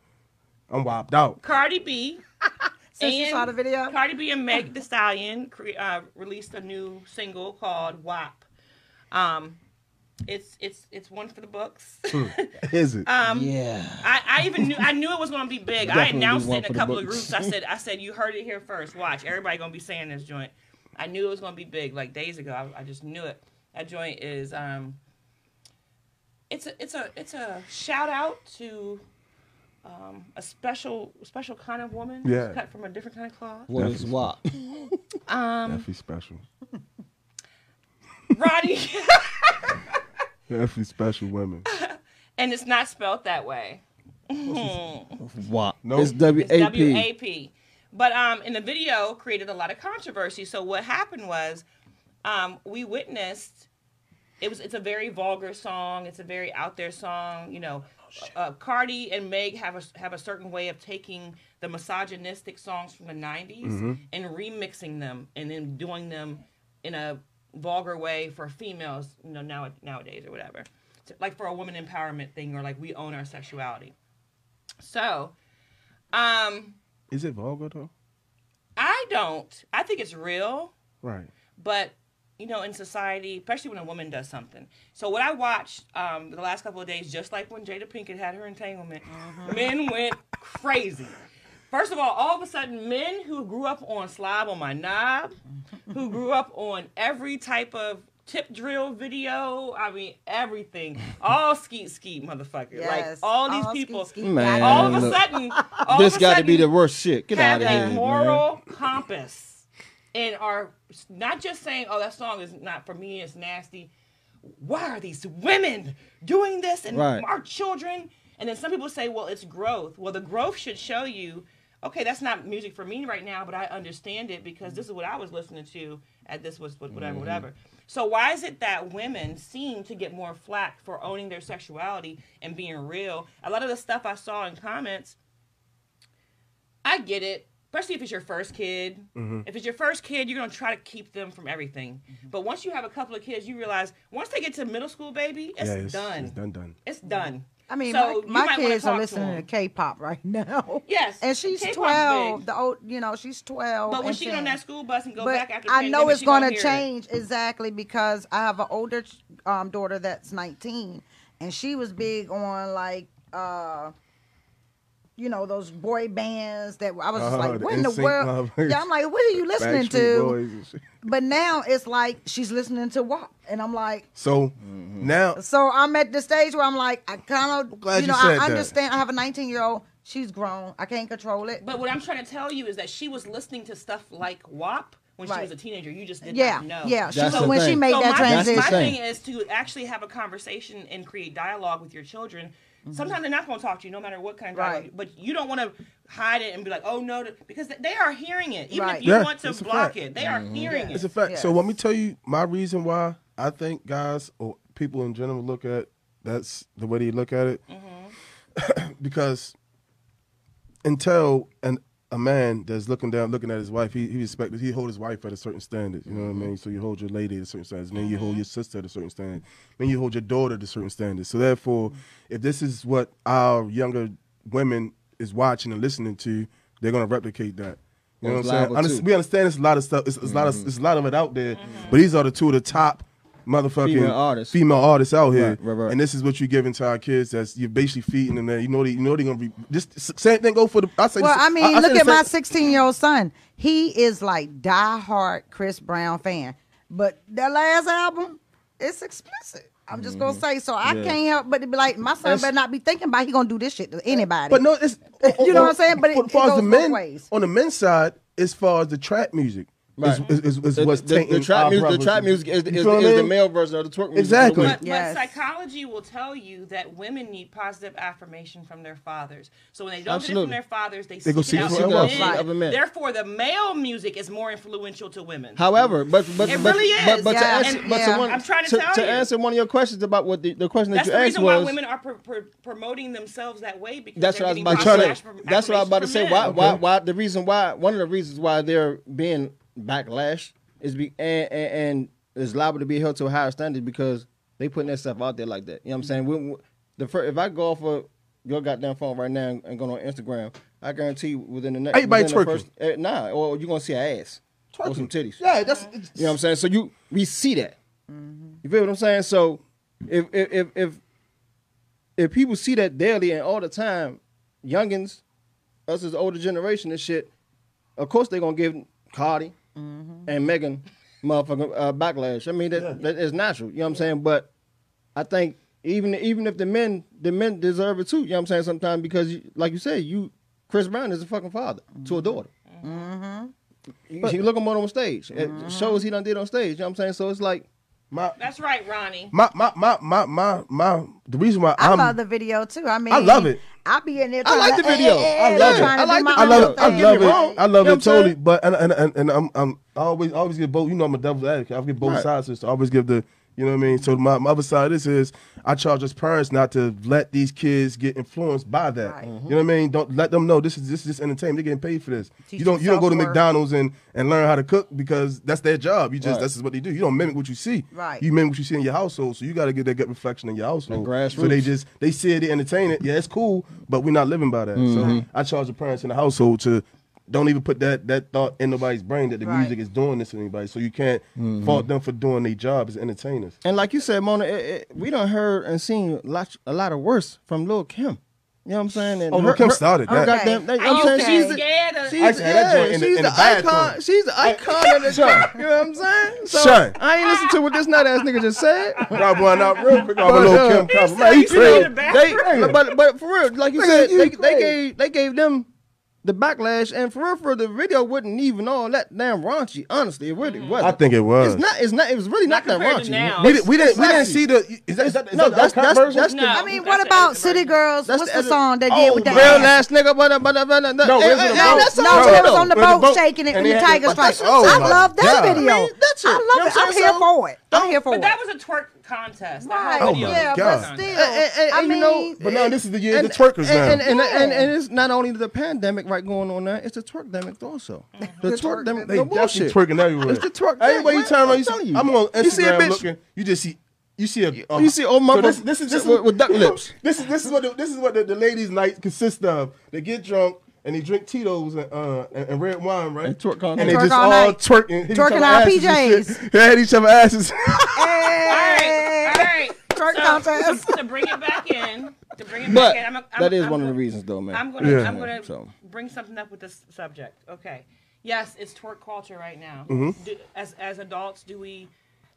Speaker 3: I'm whopped out.
Speaker 1: Cardi B
Speaker 2: Since you saw the video?
Speaker 1: Cardi B and Meg The Stallion cre- uh, released a new single called WAP. Um, it's it's it's one for the books.
Speaker 4: Hmm.
Speaker 3: Is it?
Speaker 1: um,
Speaker 4: Yeah.
Speaker 1: I, I even knew I knew it was gonna be big. I
Speaker 4: Definitely
Speaker 1: announced
Speaker 4: one
Speaker 1: it
Speaker 4: for
Speaker 1: in
Speaker 4: the
Speaker 1: a couple of
Speaker 4: books.
Speaker 1: groups. I said I said you heard it here first. Watch everybody gonna be saying this joint. I knew it was gonna be big like days ago. I, I just knew it. That joint is um. It's a it's a it's a shout out to. Um, a special special kind of woman who's
Speaker 3: Yeah.
Speaker 1: cut from a different kind of cloth.
Speaker 4: What is WAP? Um,
Speaker 3: Definitely special.
Speaker 1: Roddy,
Speaker 3: Definitely special women.
Speaker 1: and it's not spelled that way.
Speaker 4: WAP.
Speaker 3: Nope.
Speaker 4: It's W
Speaker 1: It's
Speaker 4: A
Speaker 1: WAP.
Speaker 4: P.
Speaker 1: But um, in the video, created a lot of controversy. So what happened was, um, we witnessed. It was. It's a very vulgar song. It's a very out there song. You know, uh, Cardi and Meg have a have a certain way of taking the misogynistic songs from the '90s
Speaker 4: Mm-hmm.
Speaker 1: and remixing them, and then doing them in a vulgar way for females, you know, now nowadays or whatever, So, like for a woman empowerment thing, or like we own our sexuality. So, um,
Speaker 3: Is it vulgar though?
Speaker 1: I don't. I think it's real
Speaker 3: Right.
Speaker 1: but you know in society especially when a woman does something so what i watched um, the last couple of days just like when jada pinkett had her entanglement
Speaker 2: Mm-hmm.
Speaker 1: men went crazy first of all all of a sudden men who grew up on slob on my knob who grew up on every type of tip drill video i mean everything all skeet skeet motherfucker like
Speaker 2: Yes.
Speaker 1: all these
Speaker 2: All skeet
Speaker 1: people
Speaker 2: skeet.
Speaker 4: Man,
Speaker 1: all of a
Speaker 4: look.
Speaker 1: sudden all
Speaker 4: this
Speaker 1: of a
Speaker 4: got to be
Speaker 1: sudden-
Speaker 4: the worst shit. Get
Speaker 1: have
Speaker 4: out of here,
Speaker 1: a
Speaker 4: man.
Speaker 1: moral compass and are not just saying, "Oh, that song is not for me; it's nasty." Why are these women doing this and
Speaker 4: Right.
Speaker 1: our children? And then some people say, "Well, it's growth." Well, the growth should show you, okay, that's not music for me right now, but I understand it because this is what I was listening to at this was what-
Speaker 4: Mm-hmm.
Speaker 1: whatever, whatever. So why is it that women seem to get more flack for owning their sexuality and being real? A lot of the stuff I saw in comments. I get it, especially if it's your first kid.
Speaker 3: Mm-hmm.
Speaker 1: If it's your first kid, you're gonna try to keep them from everything.
Speaker 2: Mm-hmm.
Speaker 1: But once you have a couple of kids, you realize once they get to middle school, baby, it's,
Speaker 3: yeah, it's
Speaker 1: done.
Speaker 3: It's done. Done.
Speaker 1: It's done.
Speaker 2: I mean,
Speaker 1: So you
Speaker 2: my, my
Speaker 1: might wanna
Speaker 2: kids are
Speaker 1: talk to
Speaker 2: listening to,
Speaker 1: them.
Speaker 2: K-pop right now.
Speaker 1: Yes,
Speaker 2: and she's
Speaker 1: K-pop's
Speaker 2: twelve.
Speaker 1: big.
Speaker 2: The old, you know, she's twelve.
Speaker 1: But when
Speaker 2: and
Speaker 1: she get on
Speaker 2: 10.
Speaker 1: that school bus and go
Speaker 2: but
Speaker 1: back after,
Speaker 2: I know
Speaker 1: pandemic,
Speaker 2: it's
Speaker 1: she gonna
Speaker 2: going to
Speaker 1: hear it.
Speaker 2: change exactly because I have an older um, daughter that's 19, and she was big on like, uh, you know, those boy bands that I was just
Speaker 3: Oh,
Speaker 2: like,
Speaker 3: the
Speaker 2: what in the
Speaker 3: NSYNC
Speaker 2: world?
Speaker 3: lovers.
Speaker 2: Yeah, I'm like, what are you listening
Speaker 3: Backstreet
Speaker 2: to?
Speaker 3: Boys and shit.
Speaker 2: But now it's like she's listening to WAP, and I'm like,
Speaker 3: So now,
Speaker 2: so I'm at the stage where I'm like, I kind
Speaker 3: glad
Speaker 2: of, you
Speaker 3: you
Speaker 2: know,
Speaker 3: said
Speaker 2: I
Speaker 3: that.
Speaker 2: understand. I have a 19 year old. She's grown. I can't control it.
Speaker 1: But what I'm trying to tell you is that she was listening to stuff like WAP when she
Speaker 2: Right.
Speaker 1: was a teenager. You just did
Speaker 2: yeah,
Speaker 1: not know.
Speaker 2: yeah. She,
Speaker 4: That's
Speaker 2: so
Speaker 4: the
Speaker 2: when she
Speaker 4: thing.
Speaker 2: made
Speaker 1: so
Speaker 2: that
Speaker 1: my,
Speaker 2: transition,
Speaker 1: My
Speaker 4: thing.
Speaker 1: thing is to actually have a conversation and create dialogue with your children. Sometimes they're not going to talk to you, no matter what kind of dialogue.
Speaker 2: Mm-hmm. Right.
Speaker 1: But you don't want to hide it and be like, "Oh no," th- because th- they are hearing it. Even
Speaker 2: Right.
Speaker 1: if you
Speaker 3: Yeah,
Speaker 1: want to
Speaker 3: it's a
Speaker 1: block
Speaker 3: fact. Mm-hmm.
Speaker 1: it, they are hearing
Speaker 3: it's
Speaker 1: it.
Speaker 3: a fact. So
Speaker 2: Yes.
Speaker 3: let me tell you my reason why I think guys or people in general look at that's the way they look at it,
Speaker 4: Mm-hmm.
Speaker 3: because until an a man that's looking down, looking at his wife, he he expected he hold his wife at a certain standard. You know what I mean?
Speaker 4: Mm-hmm.
Speaker 3: So you hold your lady at a certain standard, then you hold your sister at a certain standard, then you hold your daughter at a certain standard. So therefore,
Speaker 4: Mm-hmm.
Speaker 3: if this is what our younger women is watching and listening to, they're gonna replicate that. You know
Speaker 4: Well,
Speaker 3: what
Speaker 4: it's
Speaker 3: I'm saying?
Speaker 4: liable
Speaker 3: Unders-
Speaker 4: too.
Speaker 3: we understand it's a lot of stuff. It's, it's a lot
Speaker 4: Mm-hmm.
Speaker 3: of it's a lot of it out there, but these are the two of the top motherfucking
Speaker 4: Female artists.
Speaker 3: female artists out here.
Speaker 4: Right, right, right.
Speaker 3: And this is what you're giving to our kids. That's you're basically feeding them that. You know they you know they're gonna be just s- same thing. Go for the. I say.
Speaker 2: Well,
Speaker 3: the,
Speaker 2: I mean,
Speaker 3: I say
Speaker 2: look
Speaker 3: the
Speaker 2: at my
Speaker 3: same-
Speaker 2: 16 year old son. He is like diehard Chris Brown fan, but that last album, it's explicit. I'm just gonna say so. I
Speaker 4: Mm-hmm. Yeah.
Speaker 2: can't help but to be like, my son
Speaker 3: That's-
Speaker 2: better not be thinking about he gonna do this shit to anybody.
Speaker 3: But no, it's oh,
Speaker 2: You know what I'm saying? But it-
Speaker 3: as far
Speaker 2: it
Speaker 3: as the
Speaker 2: goes both
Speaker 3: men
Speaker 2: ways.
Speaker 3: on the men's side, as far as the trap music. Is,
Speaker 4: Right.
Speaker 3: is, is, is
Speaker 4: The,
Speaker 3: what's
Speaker 4: the,
Speaker 3: tainting
Speaker 4: the trap
Speaker 3: our
Speaker 4: music, the
Speaker 3: brothers.
Speaker 4: trap music is,
Speaker 3: You
Speaker 4: is, is,
Speaker 3: feel what I
Speaker 4: the
Speaker 3: mean?
Speaker 4: male version of the twerk music.
Speaker 3: Exactly.
Speaker 1: But,
Speaker 2: Yes.
Speaker 1: but psychology will tell you that women need positive affirmation from their fathers. So when they don't get it
Speaker 4: Absolutely.
Speaker 1: from their fathers, they,
Speaker 3: go
Speaker 1: seek
Speaker 3: seek
Speaker 1: it out
Speaker 3: it
Speaker 1: from
Speaker 3: elsewhere.
Speaker 1: men.
Speaker 4: Right. Other men.
Speaker 1: Therefore, the male music is more influential to women.
Speaker 4: However, but but
Speaker 1: It
Speaker 4: but,
Speaker 1: really
Speaker 4: but,
Speaker 1: is.
Speaker 4: but to
Speaker 2: Yeah.
Speaker 4: answer,
Speaker 2: And-
Speaker 4: but
Speaker 2: yeah.
Speaker 4: to one,
Speaker 1: I'm trying to tell you.
Speaker 4: answer one of your questions about what the, the question
Speaker 1: That's
Speaker 4: that
Speaker 1: the
Speaker 4: you asked
Speaker 1: reason
Speaker 4: was
Speaker 1: why women are pr- pr- promoting themselves that way because
Speaker 4: That's
Speaker 1: they're
Speaker 4: what I was
Speaker 1: getting
Speaker 4: about to
Speaker 1: positive
Speaker 4: say.
Speaker 1: affirm-
Speaker 4: That's what I was about to
Speaker 1: affirmation
Speaker 4: say.
Speaker 1: from
Speaker 4: Why,
Speaker 1: men.
Speaker 4: why, why? The reason why, one of the reasons why they're being backlash is be and, and, and is liable to be held to a higher standard because they putting that stuff out there like that. You know what I'm saying? We, we- the first, if I go off of your goddamn phone right now and, and go on Instagram, I guarantee you within the next
Speaker 3: Everybody
Speaker 4: within the
Speaker 3: twerking.
Speaker 4: first- eh, nah, or you're gonna see an ass or some titties.
Speaker 3: Yeah, that's it's-
Speaker 4: You know what I'm saying? So you we see that. You feel what I'm saying? So if if if if, if people see that daily and all the time, youngins, us as older generation and shit, of course they're gonna give Cardi and Megan motherfucking uh, backlash. I mean that that is natural. You know what I'm saying? But I think even even if the men the men deserve it too. You know what I'm saying? Sometimes because you, like you said, you Chris Brown is a fucking father to a daughter. You, you look him on on stage. It shows he done did on stage. You know what I'm saying? So it's like
Speaker 3: my,
Speaker 1: That's right, Ronnie.
Speaker 3: my my my my my my the reason why
Speaker 2: I
Speaker 3: I'm
Speaker 2: love the video too. I mean,
Speaker 3: love it.
Speaker 2: I be in there.
Speaker 4: I
Speaker 2: trying
Speaker 4: like the
Speaker 2: to- eh,
Speaker 4: video. I love it.
Speaker 2: trying to
Speaker 4: I
Speaker 2: do
Speaker 4: like
Speaker 2: my
Speaker 4: the
Speaker 3: I
Speaker 2: own
Speaker 3: love it. I
Speaker 2: thing.
Speaker 3: love
Speaker 4: Don't get me wrong.
Speaker 3: it. I
Speaker 4: You know
Speaker 3: love
Speaker 4: what I'm
Speaker 3: it totally.
Speaker 4: saying?
Speaker 3: But and and and, and I'm, I'm I always I always get both. You know I'm a devil's advocate. I always give both
Speaker 4: Right.
Speaker 3: sides. to this. I always give the You know what I mean? So my, my other side of this is I charge as parents not to let these kids get influenced by that.
Speaker 2: Right.
Speaker 3: You know what I mean? Don't let them know this is this is entertainment. They're getting paid for this.
Speaker 2: Teach
Speaker 3: you don't you don't go to
Speaker 2: yourself worth.
Speaker 3: McDonald's and, and learn how to cook because that's their job. You just
Speaker 4: Right.
Speaker 3: that's just what they do. You don't mimic what you see.
Speaker 2: Right.
Speaker 3: You mimic what you see in your household. So you gotta get that gut reflection in your household.
Speaker 4: That
Speaker 3: So they
Speaker 4: grassroots.
Speaker 3: just they see it, they entertain it. Yeah, it's cool, but we're not living by that. So I charge the parents in the household to don't even put that that thought in nobody's brain that the
Speaker 2: Right.
Speaker 3: music is doing this to anybody. So you can't fault them for doing their job as entertainers.
Speaker 4: And like you said, Mona, it, it, we done heard and seen lots, a lot of worse from Lil Kim. You know what I'm saying? And
Speaker 3: Oh, Lil Kim started that.
Speaker 4: goddamn-
Speaker 2: Okay.
Speaker 4: you know
Speaker 2: Are
Speaker 4: what I'm
Speaker 2: you
Speaker 4: saying? She's the-
Speaker 1: scared of-
Speaker 4: she's
Speaker 3: I said that
Speaker 4: yeah,
Speaker 3: joint in the-
Speaker 4: she's
Speaker 3: in
Speaker 4: the
Speaker 3: the bathroom.
Speaker 4: icon. She's the icon of the trap. You know what I'm saying? So
Speaker 3: Son.
Speaker 4: I ain't listen to what this nut ass nigga just said.
Speaker 3: Rob one out real quick. I'm a
Speaker 4: But,
Speaker 3: little
Speaker 4: uh,
Speaker 3: Kim
Speaker 4: he
Speaker 3: compliment. He
Speaker 1: said he
Speaker 3: crazy.
Speaker 1: said it back.
Speaker 4: They,
Speaker 3: Right.
Speaker 4: but but for real, like you
Speaker 3: Nigga,
Speaker 4: said,
Speaker 3: you
Speaker 4: they, they
Speaker 3: crazy.
Speaker 4: gave they gave them the backlash, and for real, for real, the video wasn't even all that damn raunchy. Honestly, it really wasn't.
Speaker 3: I think it was.
Speaker 4: It's not. It's not. It was really
Speaker 1: Mm. Not
Speaker 4: not, that
Speaker 1: compared
Speaker 4: raunchy.
Speaker 1: to now.
Speaker 3: we, did, we didn't. We didn't
Speaker 4: Sexy.
Speaker 3: see the. Is that, is that, is
Speaker 4: No,
Speaker 3: that
Speaker 4: that's-
Speaker 3: the uncut
Speaker 4: that's-
Speaker 3: version?
Speaker 4: that's the-
Speaker 1: No,
Speaker 4: I
Speaker 2: I mean,
Speaker 1: that's
Speaker 2: what
Speaker 1: the
Speaker 2: about
Speaker 1: other
Speaker 2: City
Speaker 1: version.
Speaker 2: Girls?
Speaker 4: That's
Speaker 2: What's the
Speaker 4: the other-
Speaker 2: song they
Speaker 3: Oh,
Speaker 2: did with that?
Speaker 4: Real
Speaker 3: Brown
Speaker 2: ass?
Speaker 4: ass nigga, but but but
Speaker 3: No,
Speaker 4: no,
Speaker 3: Wizard
Speaker 2: No, no,
Speaker 3: of Boat.
Speaker 2: that's
Speaker 3: Bro,
Speaker 2: no, it was
Speaker 3: bro,
Speaker 2: on the
Speaker 3: with the
Speaker 2: boat,
Speaker 3: boat.
Speaker 2: shaking it
Speaker 3: And
Speaker 2: when the
Speaker 3: it had
Speaker 2: tiger
Speaker 3: the-
Speaker 2: strikes.
Speaker 3: Oh,
Speaker 2: I
Speaker 3: my
Speaker 2: love that
Speaker 3: God.
Speaker 2: video.
Speaker 4: Man, that's it.
Speaker 2: I
Speaker 4: You know
Speaker 2: love
Speaker 4: what
Speaker 2: it.
Speaker 4: I'm
Speaker 2: I'm
Speaker 4: saying?
Speaker 2: here
Speaker 4: So-
Speaker 2: for it. I'm here for
Speaker 1: But
Speaker 2: it.
Speaker 1: that was a twerk contest.
Speaker 2: Right.
Speaker 3: Oh, my
Speaker 2: yeah, but
Speaker 3: God.
Speaker 2: still,
Speaker 4: And- and- and
Speaker 2: I
Speaker 4: you
Speaker 2: mean,
Speaker 4: know-
Speaker 3: But now this is the year of the twerkers now.
Speaker 4: and, and, and, and,
Speaker 2: Yeah.
Speaker 4: and it's not only the pandemic right going on now, it's the twerk demic also.
Speaker 1: Mm-hmm.
Speaker 4: The twerk demic,
Speaker 3: They definitely
Speaker 4: no bullshit.
Speaker 3: twerking everywhere.
Speaker 4: It's the twerk thing,
Speaker 3: Everywhere you
Speaker 4: man.
Speaker 3: turn
Speaker 4: I'm
Speaker 3: around, you
Speaker 4: telling
Speaker 3: see,
Speaker 4: you.
Speaker 3: I'm on Instagram
Speaker 4: You see a bitch-
Speaker 3: looking. You just see. You see a. uh,
Speaker 4: you see old mama
Speaker 3: this, this is this is
Speaker 4: with- with duck lips.
Speaker 3: This is this is what the, this is what the, the ladies' night consists of. They get drunk. And they drink Tito's and, uh, and, and red wine, right?
Speaker 4: And twerk all
Speaker 3: And they
Speaker 2: night.
Speaker 3: just
Speaker 2: Twerk all
Speaker 3: all
Speaker 2: night.
Speaker 3: twerking, hit each
Speaker 2: Twerking
Speaker 3: other
Speaker 2: our
Speaker 3: asses and
Speaker 2: PJs.
Speaker 3: shit. They had each other asses.
Speaker 1: All right, all
Speaker 2: Hey.
Speaker 1: right.
Speaker 2: Twerk contest.
Speaker 1: so, to bring it back in, to bring it
Speaker 4: But
Speaker 1: back in, I'm, a, I'm
Speaker 4: that is
Speaker 1: I'm
Speaker 4: one of
Speaker 1: gonna-
Speaker 4: the reasons, though, man.
Speaker 1: I'm gonna
Speaker 3: Yeah.
Speaker 1: I'm gonna
Speaker 4: So.
Speaker 1: bring something up with this subject. Okay. Yes, it's twerk culture right now. Do, as as adults, do we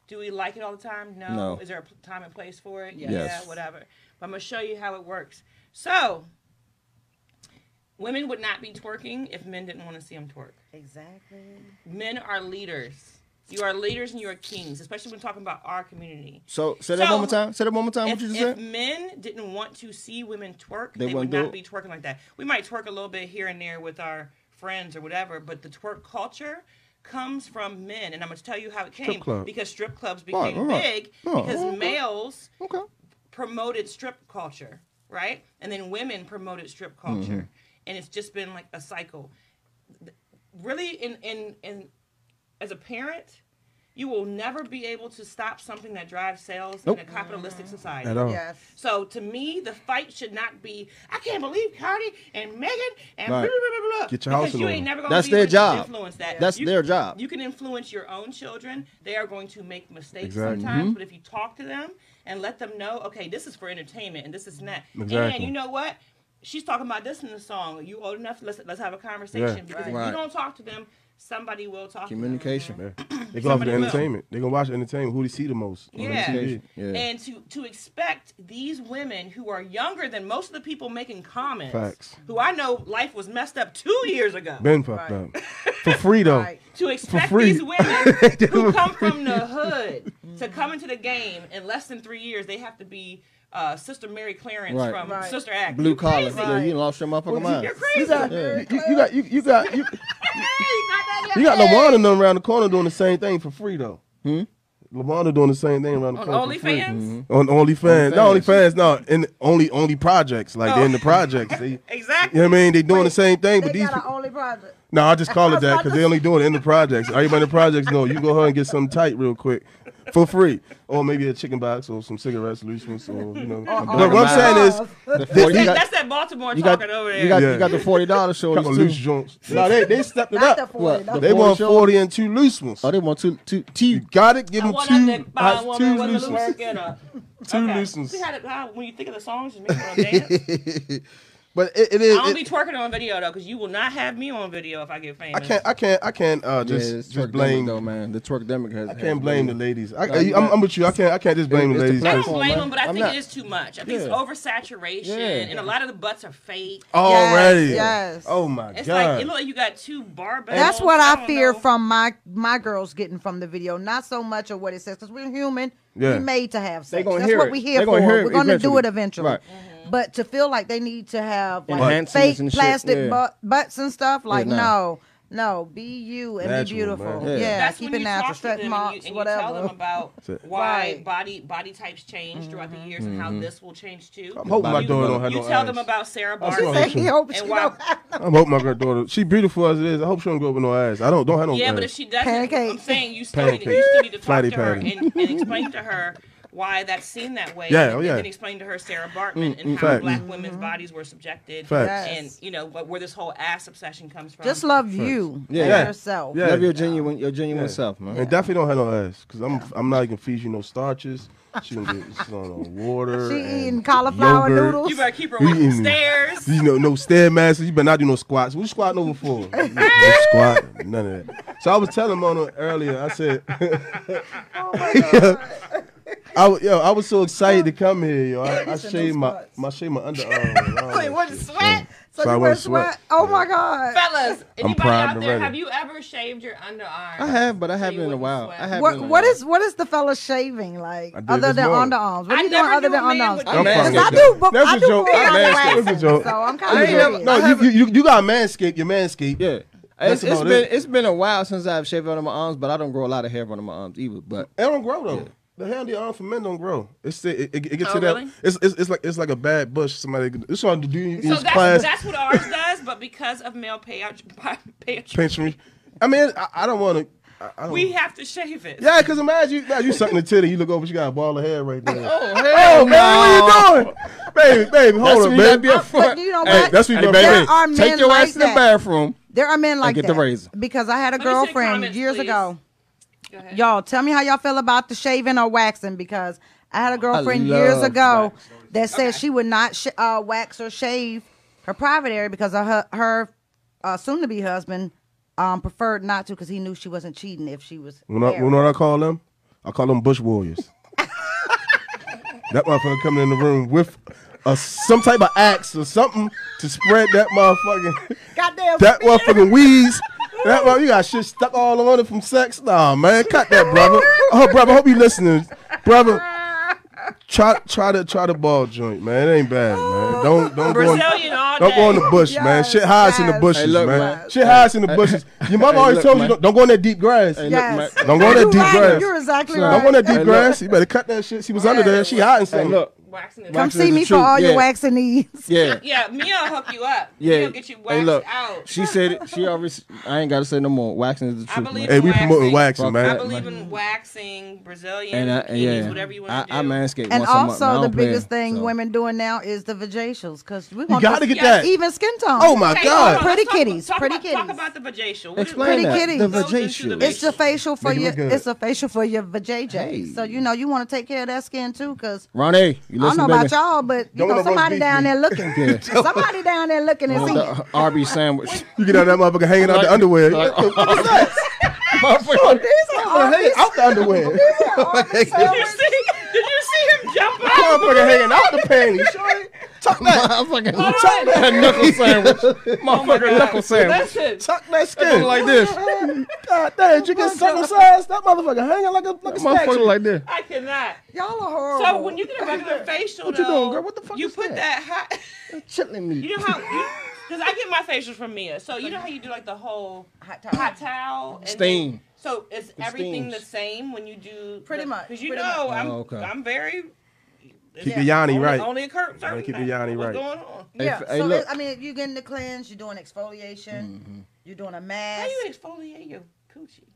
Speaker 1: do we like it all the time? No.
Speaker 4: No.
Speaker 1: Is there a pl- time and place for it? Yeah,
Speaker 4: Yes.
Speaker 1: Yeah, whatever. But I'm gonna show you how it works. So, women would not be twerking if men didn't want to see them twerk.
Speaker 2: Exactly.
Speaker 1: Men are leaders. You are leaders and you are kings, especially when talking about our community.
Speaker 4: so say that
Speaker 1: So-
Speaker 4: one more time. Say that one more time.
Speaker 1: If,
Speaker 4: Oh, What you just
Speaker 1: if
Speaker 4: said?
Speaker 1: men didn't want to see women twerk,
Speaker 4: They
Speaker 1: they,
Speaker 4: wouldn't
Speaker 1: would
Speaker 4: do
Speaker 1: not
Speaker 4: it.
Speaker 1: be twerking like that. We might twerk a little bit here and there with our friends or whatever, but the twerk culture comes from men, and I'm going to tell you how it came
Speaker 3: club.
Speaker 1: because strip clubs
Speaker 4: Right,
Speaker 1: became
Speaker 4: right.
Speaker 1: big
Speaker 4: Oh,
Speaker 1: because
Speaker 4: okay.
Speaker 1: males
Speaker 4: Okay.
Speaker 1: promoted strip culture, right? And then women promoted strip
Speaker 4: Mm-hmm.
Speaker 1: culture, and it's just been like a cycle. Th- Really, in in in as a parent, you will never be able to stop something that drives sales in a capitalistic society.
Speaker 3: At all.
Speaker 2: Yes.
Speaker 1: So to me, the fight should not be. I can't believe Cardi and Megan and blah, blah,
Speaker 4: Right.
Speaker 1: blah, blah, blah.
Speaker 3: Get your house
Speaker 1: because
Speaker 3: in
Speaker 1: you
Speaker 3: order.
Speaker 1: ain't never gonna
Speaker 4: That's
Speaker 1: be
Speaker 4: their
Speaker 1: able to
Speaker 4: job.
Speaker 1: Influence that.
Speaker 4: That's
Speaker 1: You-
Speaker 4: their job.
Speaker 1: You can influence your own children. They are going to make mistakes
Speaker 3: Exactly.
Speaker 1: sometimes, but if you talk to them and let them know, okay, this is for entertainment and this is not. And
Speaker 3: Exactly.
Speaker 1: you know what? She's talking about this in the song. You old enough? Let's let's have a conversation
Speaker 3: Yeah.
Speaker 1: because if
Speaker 4: Right.
Speaker 1: you don't talk to them, somebody will talk. To them.
Speaker 4: Communication.
Speaker 3: They go off the
Speaker 1: Somebody will.
Speaker 3: entertainment. They gonna watch entertainment. Who they see the most? on
Speaker 1: Yeah.
Speaker 3: TV.
Speaker 4: Yeah.
Speaker 1: And to to expect these women who are younger than most of the people making comments,
Speaker 3: Facts.
Speaker 1: who I know life was messed up two years ago,
Speaker 3: Ben popped
Speaker 2: Right.
Speaker 3: up for free though.
Speaker 2: Right.
Speaker 1: to expect
Speaker 3: free.
Speaker 1: these women who come from the hood to come into the game in less than three years, they have to be uh, Sister Mary Clarence
Speaker 4: Right.
Speaker 1: from
Speaker 2: Right.
Speaker 1: Sister Act.
Speaker 4: Blue
Speaker 1: You
Speaker 4: collar.
Speaker 1: crazy.
Speaker 4: Yeah, you lost your motherfucking mind.
Speaker 1: You're crazy.
Speaker 3: You got,
Speaker 4: Yeah.
Speaker 3: you, you got, you, you got, you, you got LeBron and them around the corner doing the same thing for free though. Hmm? LeBron doing the same thing around the
Speaker 1: On
Speaker 3: corner for free. Mm-hmm.
Speaker 1: OnlyFans?
Speaker 3: On OnlyFans, not
Speaker 4: OnlyFans. Oh.
Speaker 3: OnlyFans, no, in only only projects. Like they're in the projects. They, you
Speaker 1: Exactly.
Speaker 3: know what I mean? They doing the same thing,
Speaker 2: They
Speaker 3: but these.
Speaker 2: got our only project.
Speaker 3: No, I just call it that because they only do it in the projects. Everybody in the projects know you go ahead and get something tight real quick for free, or maybe a chicken box or some cigarettes, loose ones, or you know. but what I'm saying is,
Speaker 4: The 40
Speaker 1: That-
Speaker 4: you got-
Speaker 1: that's that Baltimore
Speaker 4: you got,
Speaker 1: talking over there.
Speaker 4: you got,
Speaker 3: Yeah.
Speaker 4: you got the forty dollars shorties
Speaker 3: couple loose
Speaker 4: too.
Speaker 3: joints. No, they they stepped it
Speaker 2: Not the
Speaker 3: up.
Speaker 2: forty.
Speaker 4: What?
Speaker 2: dollars.
Speaker 3: They
Speaker 4: Four
Speaker 3: want
Speaker 4: shorts?
Speaker 3: forty and two loose ones.
Speaker 4: Oh, they want two, two, two.
Speaker 3: You got it. Give
Speaker 1: I
Speaker 3: them
Speaker 1: want
Speaker 3: two,
Speaker 1: that fine
Speaker 3: uh,
Speaker 1: woman
Speaker 3: two
Speaker 1: with a
Speaker 3: loose
Speaker 1: loose
Speaker 3: ones.
Speaker 1: work and a
Speaker 3: Two
Speaker 1: okay.
Speaker 3: loose ones.
Speaker 1: See how that, how, uh, when you think of the songs, you make me wanna dance.
Speaker 3: But it, it is.
Speaker 1: I don't be
Speaker 3: it-
Speaker 1: twerking on video though, because you will not have me on video if I get famous.
Speaker 3: I can't. I can't. I can't. Uh,
Speaker 4: Yeah,
Speaker 3: just
Speaker 4: it's
Speaker 3: just
Speaker 4: twerkdemic
Speaker 3: blame.
Speaker 4: though, man. The twerk demic has.
Speaker 3: I can't blame the ladies. I,
Speaker 4: No,
Speaker 3: I,
Speaker 4: you
Speaker 3: am
Speaker 4: got-
Speaker 3: I'm with you. I can't. I can't just blame
Speaker 4: It-
Speaker 3: the
Speaker 4: it's
Speaker 3: ladies.
Speaker 4: the
Speaker 1: I
Speaker 4: platform.
Speaker 1: don't blame
Speaker 4: man.
Speaker 1: them, but I
Speaker 4: I'm
Speaker 1: think
Speaker 4: not-
Speaker 1: it is too much. I think it's
Speaker 4: Yeah.
Speaker 1: oversaturation,
Speaker 4: Yeah.
Speaker 1: and a lot of the butts are fake.
Speaker 3: Already.
Speaker 2: yes.
Speaker 3: Oh my
Speaker 1: It's like
Speaker 3: god.
Speaker 1: it look like you got two barbells.
Speaker 2: That's what I,
Speaker 1: don't
Speaker 2: fear
Speaker 1: know.
Speaker 2: from my my girls getting from the video. Not so much of what it says, because we're human.
Speaker 3: Yeah.
Speaker 2: We're made to have sex.
Speaker 4: gonna
Speaker 2: That's
Speaker 4: hear
Speaker 2: what
Speaker 4: it.
Speaker 2: we're here
Speaker 4: They
Speaker 2: for.
Speaker 4: gonna hear it
Speaker 2: we're going to do
Speaker 4: eventually.
Speaker 2: it eventually.
Speaker 4: Right.
Speaker 2: But to feel like they need to have like
Speaker 4: Enhancements
Speaker 2: fake
Speaker 4: and shit,
Speaker 2: plastic
Speaker 4: yeah.
Speaker 2: butt, butts and stuff, like
Speaker 4: no.
Speaker 2: no. No, be you and be
Speaker 3: Natural,
Speaker 2: beautiful.
Speaker 3: man.
Speaker 2: Yeah,
Speaker 4: Yeah.
Speaker 1: That's
Speaker 2: keep
Speaker 1: when
Speaker 2: it
Speaker 1: you
Speaker 2: natural.
Speaker 1: talk to them
Speaker 2: Stretch marks,
Speaker 1: and you, and you
Speaker 2: whatever.
Speaker 1: tell them about
Speaker 3: That's it. Mm-hmm.
Speaker 1: why
Speaker 2: Right.
Speaker 1: body body types change throughout the years and how this will change too.
Speaker 3: I'm hoping my
Speaker 1: you,
Speaker 3: daughter don't have
Speaker 1: You
Speaker 3: no
Speaker 1: tell
Speaker 3: ass.
Speaker 1: them about Sarah
Speaker 3: That's
Speaker 2: She
Speaker 3: what
Speaker 1: Barton.
Speaker 2: said he hopes
Speaker 1: And
Speaker 2: she
Speaker 1: why-
Speaker 2: don't have no.
Speaker 3: I hope my granddaughter. She beautiful as it is. I hope she don't grow up with no ass. I don't don't have no
Speaker 1: Yeah,
Speaker 3: ass.
Speaker 1: but if she doesn't, I'm
Speaker 2: Pancake.
Speaker 1: saying you still, need to, you
Speaker 3: Oh, uh, Pancake.
Speaker 1: still need to talk
Speaker 3: Flatty
Speaker 1: to her
Speaker 3: patty.
Speaker 1: and, and explain to her why that's seen that way.
Speaker 3: Yeah,
Speaker 1: and,
Speaker 3: oh, yeah. Mm,
Speaker 1: and then explain to her Sarah Bartman and how
Speaker 3: facts.
Speaker 2: Mm-hmm.
Speaker 1: black women's bodies were subjected.
Speaker 3: Facts.
Speaker 1: And, you know, what, where this whole ass obsession comes from.
Speaker 2: Just love you.
Speaker 4: Yeah.
Speaker 2: and
Speaker 4: Yeah.
Speaker 2: Yourself.
Speaker 3: Yeah.
Speaker 4: Love your genuine, your genuine
Speaker 3: Yeah.
Speaker 4: self, man.
Speaker 3: And definitely don't have no ass because I'm I'm not gonna feed you no starches. She gonna get she's on no water.
Speaker 2: She
Speaker 3: and
Speaker 2: eating cauliflower
Speaker 3: yogurt.
Speaker 2: noodles.
Speaker 1: you better keep her away from
Speaker 3: You-
Speaker 1: the stairs.
Speaker 3: You know, no stairmaster. You better not do no squats. What you squatting over for? no squat, none of that. So I was telling Mona earlier. I said, I was, yo, I was so excited to come here, yo. I, I
Speaker 2: said no
Speaker 3: shaved my,
Speaker 2: squats.
Speaker 3: my shaved my underarm.
Speaker 2: Wait, what, sweat? So,
Speaker 3: So I
Speaker 2: you wear
Speaker 3: wouldn't
Speaker 2: sweat?
Speaker 3: sweat.
Speaker 2: Oh my God.
Speaker 1: Fellas, anybody
Speaker 3: primed
Speaker 1: out there,
Speaker 3: already.
Speaker 1: have you ever shaved your underarm?
Speaker 4: I have, but I
Speaker 1: so
Speaker 4: haven't
Speaker 1: you
Speaker 4: in a
Speaker 1: wouldn't
Speaker 4: while.
Speaker 1: sweat?
Speaker 4: I haven't.
Speaker 2: What,
Speaker 4: in a
Speaker 2: what
Speaker 4: while.
Speaker 2: is what is the fella shaving like
Speaker 3: I did
Speaker 2: other
Speaker 3: this
Speaker 2: than
Speaker 3: morning.
Speaker 2: underarms? What
Speaker 1: I
Speaker 2: are you doing
Speaker 1: never
Speaker 2: other
Speaker 1: knew
Speaker 2: than
Speaker 1: a man
Speaker 2: underarms?
Speaker 1: would
Speaker 3: I'm
Speaker 1: do that.
Speaker 2: Because
Speaker 3: fucking
Speaker 2: I do, bo-
Speaker 3: That's
Speaker 2: I
Speaker 3: a
Speaker 2: do
Speaker 3: joke.
Speaker 2: both
Speaker 3: I'm
Speaker 2: eyes
Speaker 3: nasty.
Speaker 2: glasses,
Speaker 3: That's a joke.
Speaker 2: so I'm
Speaker 4: I
Speaker 2: kind
Speaker 4: ain't never-
Speaker 2: of
Speaker 3: No, you, you you you got manscaped. You're manscaped.
Speaker 4: Yeah.
Speaker 3: That's
Speaker 4: It's, it's
Speaker 3: about
Speaker 4: been
Speaker 3: it.
Speaker 4: it. has been a while since I've shaved under my arms, but I don't grow a lot of hair under my arms either. But
Speaker 3: It don't grow though. The hair on the arm for men don't grow. It's the, it, it, it gets
Speaker 1: Oh,
Speaker 3: to that.
Speaker 1: really?
Speaker 3: It's, it's it's like it's like a bad bush. Somebody it's trying to do in
Speaker 1: So
Speaker 3: his
Speaker 1: that's,
Speaker 3: class.
Speaker 1: that's what ours does, but because of male payout, payout
Speaker 3: pinch me. I mean, I, I don't want to. I, I don't,
Speaker 1: we have to shave it.
Speaker 3: yeah, because imagine you, you sucking a titty, you look over, she got a ball of hair right there.
Speaker 4: oh, hell
Speaker 3: Oh man, what you doing, baby? Baby,
Speaker 4: That's
Speaker 3: hold
Speaker 4: when
Speaker 3: up,
Speaker 4: you gotta
Speaker 3: baby.
Speaker 4: be a
Speaker 2: But
Speaker 4: front.
Speaker 2: you know
Speaker 3: Hey,
Speaker 2: what?
Speaker 3: that's what you
Speaker 4: Hey,
Speaker 3: gotta
Speaker 4: baby,
Speaker 2: There are
Speaker 4: take
Speaker 2: men
Speaker 4: your
Speaker 2: like
Speaker 4: ass in the
Speaker 2: that.
Speaker 4: bathroom.
Speaker 2: There are men like
Speaker 4: get the
Speaker 2: that
Speaker 4: razor.
Speaker 2: because I had a
Speaker 1: Let me see the
Speaker 2: girlfriend
Speaker 1: comments,
Speaker 2: years
Speaker 1: please.
Speaker 2: ago.
Speaker 1: Go ahead.
Speaker 2: Y'all, tell me how y'all feel about the shaving or waxing because I had a girlfriend
Speaker 4: love
Speaker 2: years ago
Speaker 4: wax.
Speaker 2: that said
Speaker 1: Okay.
Speaker 2: she would not sh- uh, wax or shave her private area because of her, her uh, soon-to-be husband um, preferred not to because he knew she wasn't cheating if she was.
Speaker 3: When I,
Speaker 2: there.
Speaker 3: when I call them, I call them bush warriors. that motherfucker coming in the room with a, some type of axe or something to spread that motherfucking
Speaker 2: Goddamn,
Speaker 3: that
Speaker 2: spear.
Speaker 3: motherfucking wheeze. That mother, you got shit stuck all on it from sex. Nah, man, cut that, brother. Oh, brother, I hope you listening, brother. Try try to try the ball joint, man. It ain't bad, man. Don't don't go. In,
Speaker 1: Brazilian all
Speaker 3: don't go in
Speaker 1: day.
Speaker 3: the bush, man.
Speaker 2: Yes,
Speaker 3: Shit hides in the
Speaker 2: yes.
Speaker 3: bushes,
Speaker 4: Hey, look,
Speaker 3: man.
Speaker 4: man.
Speaker 3: Shit hides in the bushes. Your mama
Speaker 4: Hey,
Speaker 3: always
Speaker 4: look,
Speaker 3: told
Speaker 4: man.
Speaker 3: you don't, don't go in that deep grass.
Speaker 4: Hey, look,
Speaker 2: Yes.
Speaker 4: man.
Speaker 3: Don't go in that
Speaker 2: You're
Speaker 3: deep
Speaker 2: right.
Speaker 3: grass.
Speaker 2: You're exactly
Speaker 4: Slow.
Speaker 3: Don't
Speaker 2: right.
Speaker 3: go in that
Speaker 4: Hey,
Speaker 3: deep
Speaker 4: look.
Speaker 3: grass. You better cut that shit. She was under there. She hiding
Speaker 4: Hey,
Speaker 3: something.
Speaker 4: look,
Speaker 1: Waxing it
Speaker 2: Come
Speaker 1: out.
Speaker 4: Wax is
Speaker 2: see
Speaker 4: the
Speaker 2: me for
Speaker 4: truth,
Speaker 2: all your
Speaker 4: yeah.
Speaker 2: waxing needs.
Speaker 4: yeah.
Speaker 1: Yeah, Mia will hook you up.
Speaker 4: Yeah,
Speaker 1: She'll get you waxed
Speaker 4: hey, look,
Speaker 1: out.
Speaker 4: She said it. She already. I ain't gotta say no more. Waxing is the
Speaker 1: I
Speaker 4: truth.
Speaker 1: believe
Speaker 3: Hey,
Speaker 4: man.
Speaker 3: we
Speaker 1: Waxing.
Speaker 3: promoting waxing,
Speaker 4: Fuck
Speaker 1: I
Speaker 4: that.
Speaker 3: man.
Speaker 1: believe in waxing, Brazilian,
Speaker 4: And I,
Speaker 1: bikinis,
Speaker 4: yeah,
Speaker 1: whatever you want
Speaker 4: I,
Speaker 1: to do.
Speaker 4: I manscape
Speaker 2: And
Speaker 4: once a month, man. I
Speaker 2: also, the
Speaker 4: don't play,
Speaker 2: biggest thing
Speaker 4: so.
Speaker 2: women doing now is the vajacials because we want
Speaker 3: gotta
Speaker 2: this
Speaker 3: get that.
Speaker 2: even skin tone.
Speaker 3: Oh my
Speaker 1: Okay, hold on,
Speaker 3: god.
Speaker 2: Pretty
Speaker 1: let's talk-
Speaker 2: kitties,
Speaker 1: Talk,
Speaker 2: pretty
Speaker 1: about, Talk
Speaker 2: kitties.
Speaker 1: about the vajayshul.
Speaker 4: Explain
Speaker 2: Pretty
Speaker 4: that.
Speaker 2: kitties.
Speaker 4: The
Speaker 1: Goes into the
Speaker 4: vajayshul.
Speaker 1: vajacial.
Speaker 2: It's the facial for
Speaker 3: Make it
Speaker 2: your.
Speaker 3: look good.
Speaker 2: It's a facial for your vajayjay.
Speaker 4: Hey.
Speaker 2: So you know you want to take care of that skin too, because
Speaker 4: Ronnie, you
Speaker 2: I don't
Speaker 4: listen,
Speaker 2: know about y'all, but you
Speaker 3: Don't
Speaker 2: know
Speaker 3: let no roast
Speaker 2: somebody
Speaker 3: beef
Speaker 2: down
Speaker 3: me.
Speaker 2: there looking.
Speaker 4: Yeah.
Speaker 2: somebody down there looking and
Speaker 4: baby.
Speaker 2: seeing. it.
Speaker 4: The Arby's sandwich.
Speaker 3: You get out of that motherfucker hanging out the underwear.
Speaker 4: Like-
Speaker 3: What is that?
Speaker 4: Motherfucker.
Speaker 2: "Oh, These are
Speaker 3: Motherfucker
Speaker 2: Arby's-
Speaker 3: hanging out the underwear.
Speaker 2: these are Arby's
Speaker 1: Did you
Speaker 2: sandwiches.
Speaker 1: see? Did you see him jump out?
Speaker 3: Motherfucker hanging out the panties. shorty. Tuck that,
Speaker 4: Motherfucking
Speaker 2: Oh
Speaker 4: knuckle sandwich. Motherfucker knuckle sandwich.
Speaker 1: Oh Listen,
Speaker 3: tuck that
Speaker 4: Look
Speaker 3: skin.
Speaker 4: Like this.
Speaker 3: God damn, you get circumcised? That motherfucker hanging like a like a statue.
Speaker 4: Motherfucker like this.
Speaker 1: I cannot.
Speaker 2: Y'all are horrible.
Speaker 1: So when you get a regular facial,
Speaker 4: you
Speaker 1: though,
Speaker 4: doing, girl? What the fuck
Speaker 1: you
Speaker 4: is
Speaker 1: put that,
Speaker 4: that?
Speaker 1: hot.
Speaker 4: Chilling
Speaker 1: You
Speaker 4: me.
Speaker 1: know how? Because I get my facials from Mia. So you know how you do like the whole
Speaker 2: Hot towel.
Speaker 1: hot towel and then-
Speaker 4: Steam.
Speaker 1: so is everything
Speaker 4: steams.
Speaker 1: the same when you do
Speaker 2: Pretty much,
Speaker 1: Because you
Speaker 2: pretty
Speaker 1: know
Speaker 4: much.
Speaker 1: I'm
Speaker 4: Oh, okay.
Speaker 1: I'm very
Speaker 3: Keep the yanni
Speaker 1: only,
Speaker 3: right.
Speaker 1: Only a curve.
Speaker 3: Gotta keep the yanni
Speaker 1: What's
Speaker 3: right.
Speaker 1: going on?
Speaker 4: Hey,
Speaker 2: yeah,
Speaker 4: f- hey,
Speaker 2: so
Speaker 4: look.
Speaker 2: it- I mean, you getting the cleanse, you're doing exfoliation,
Speaker 3: Mm-hmm.
Speaker 2: you're doing a
Speaker 1: How
Speaker 2: mask
Speaker 1: you exfoliate your coochie?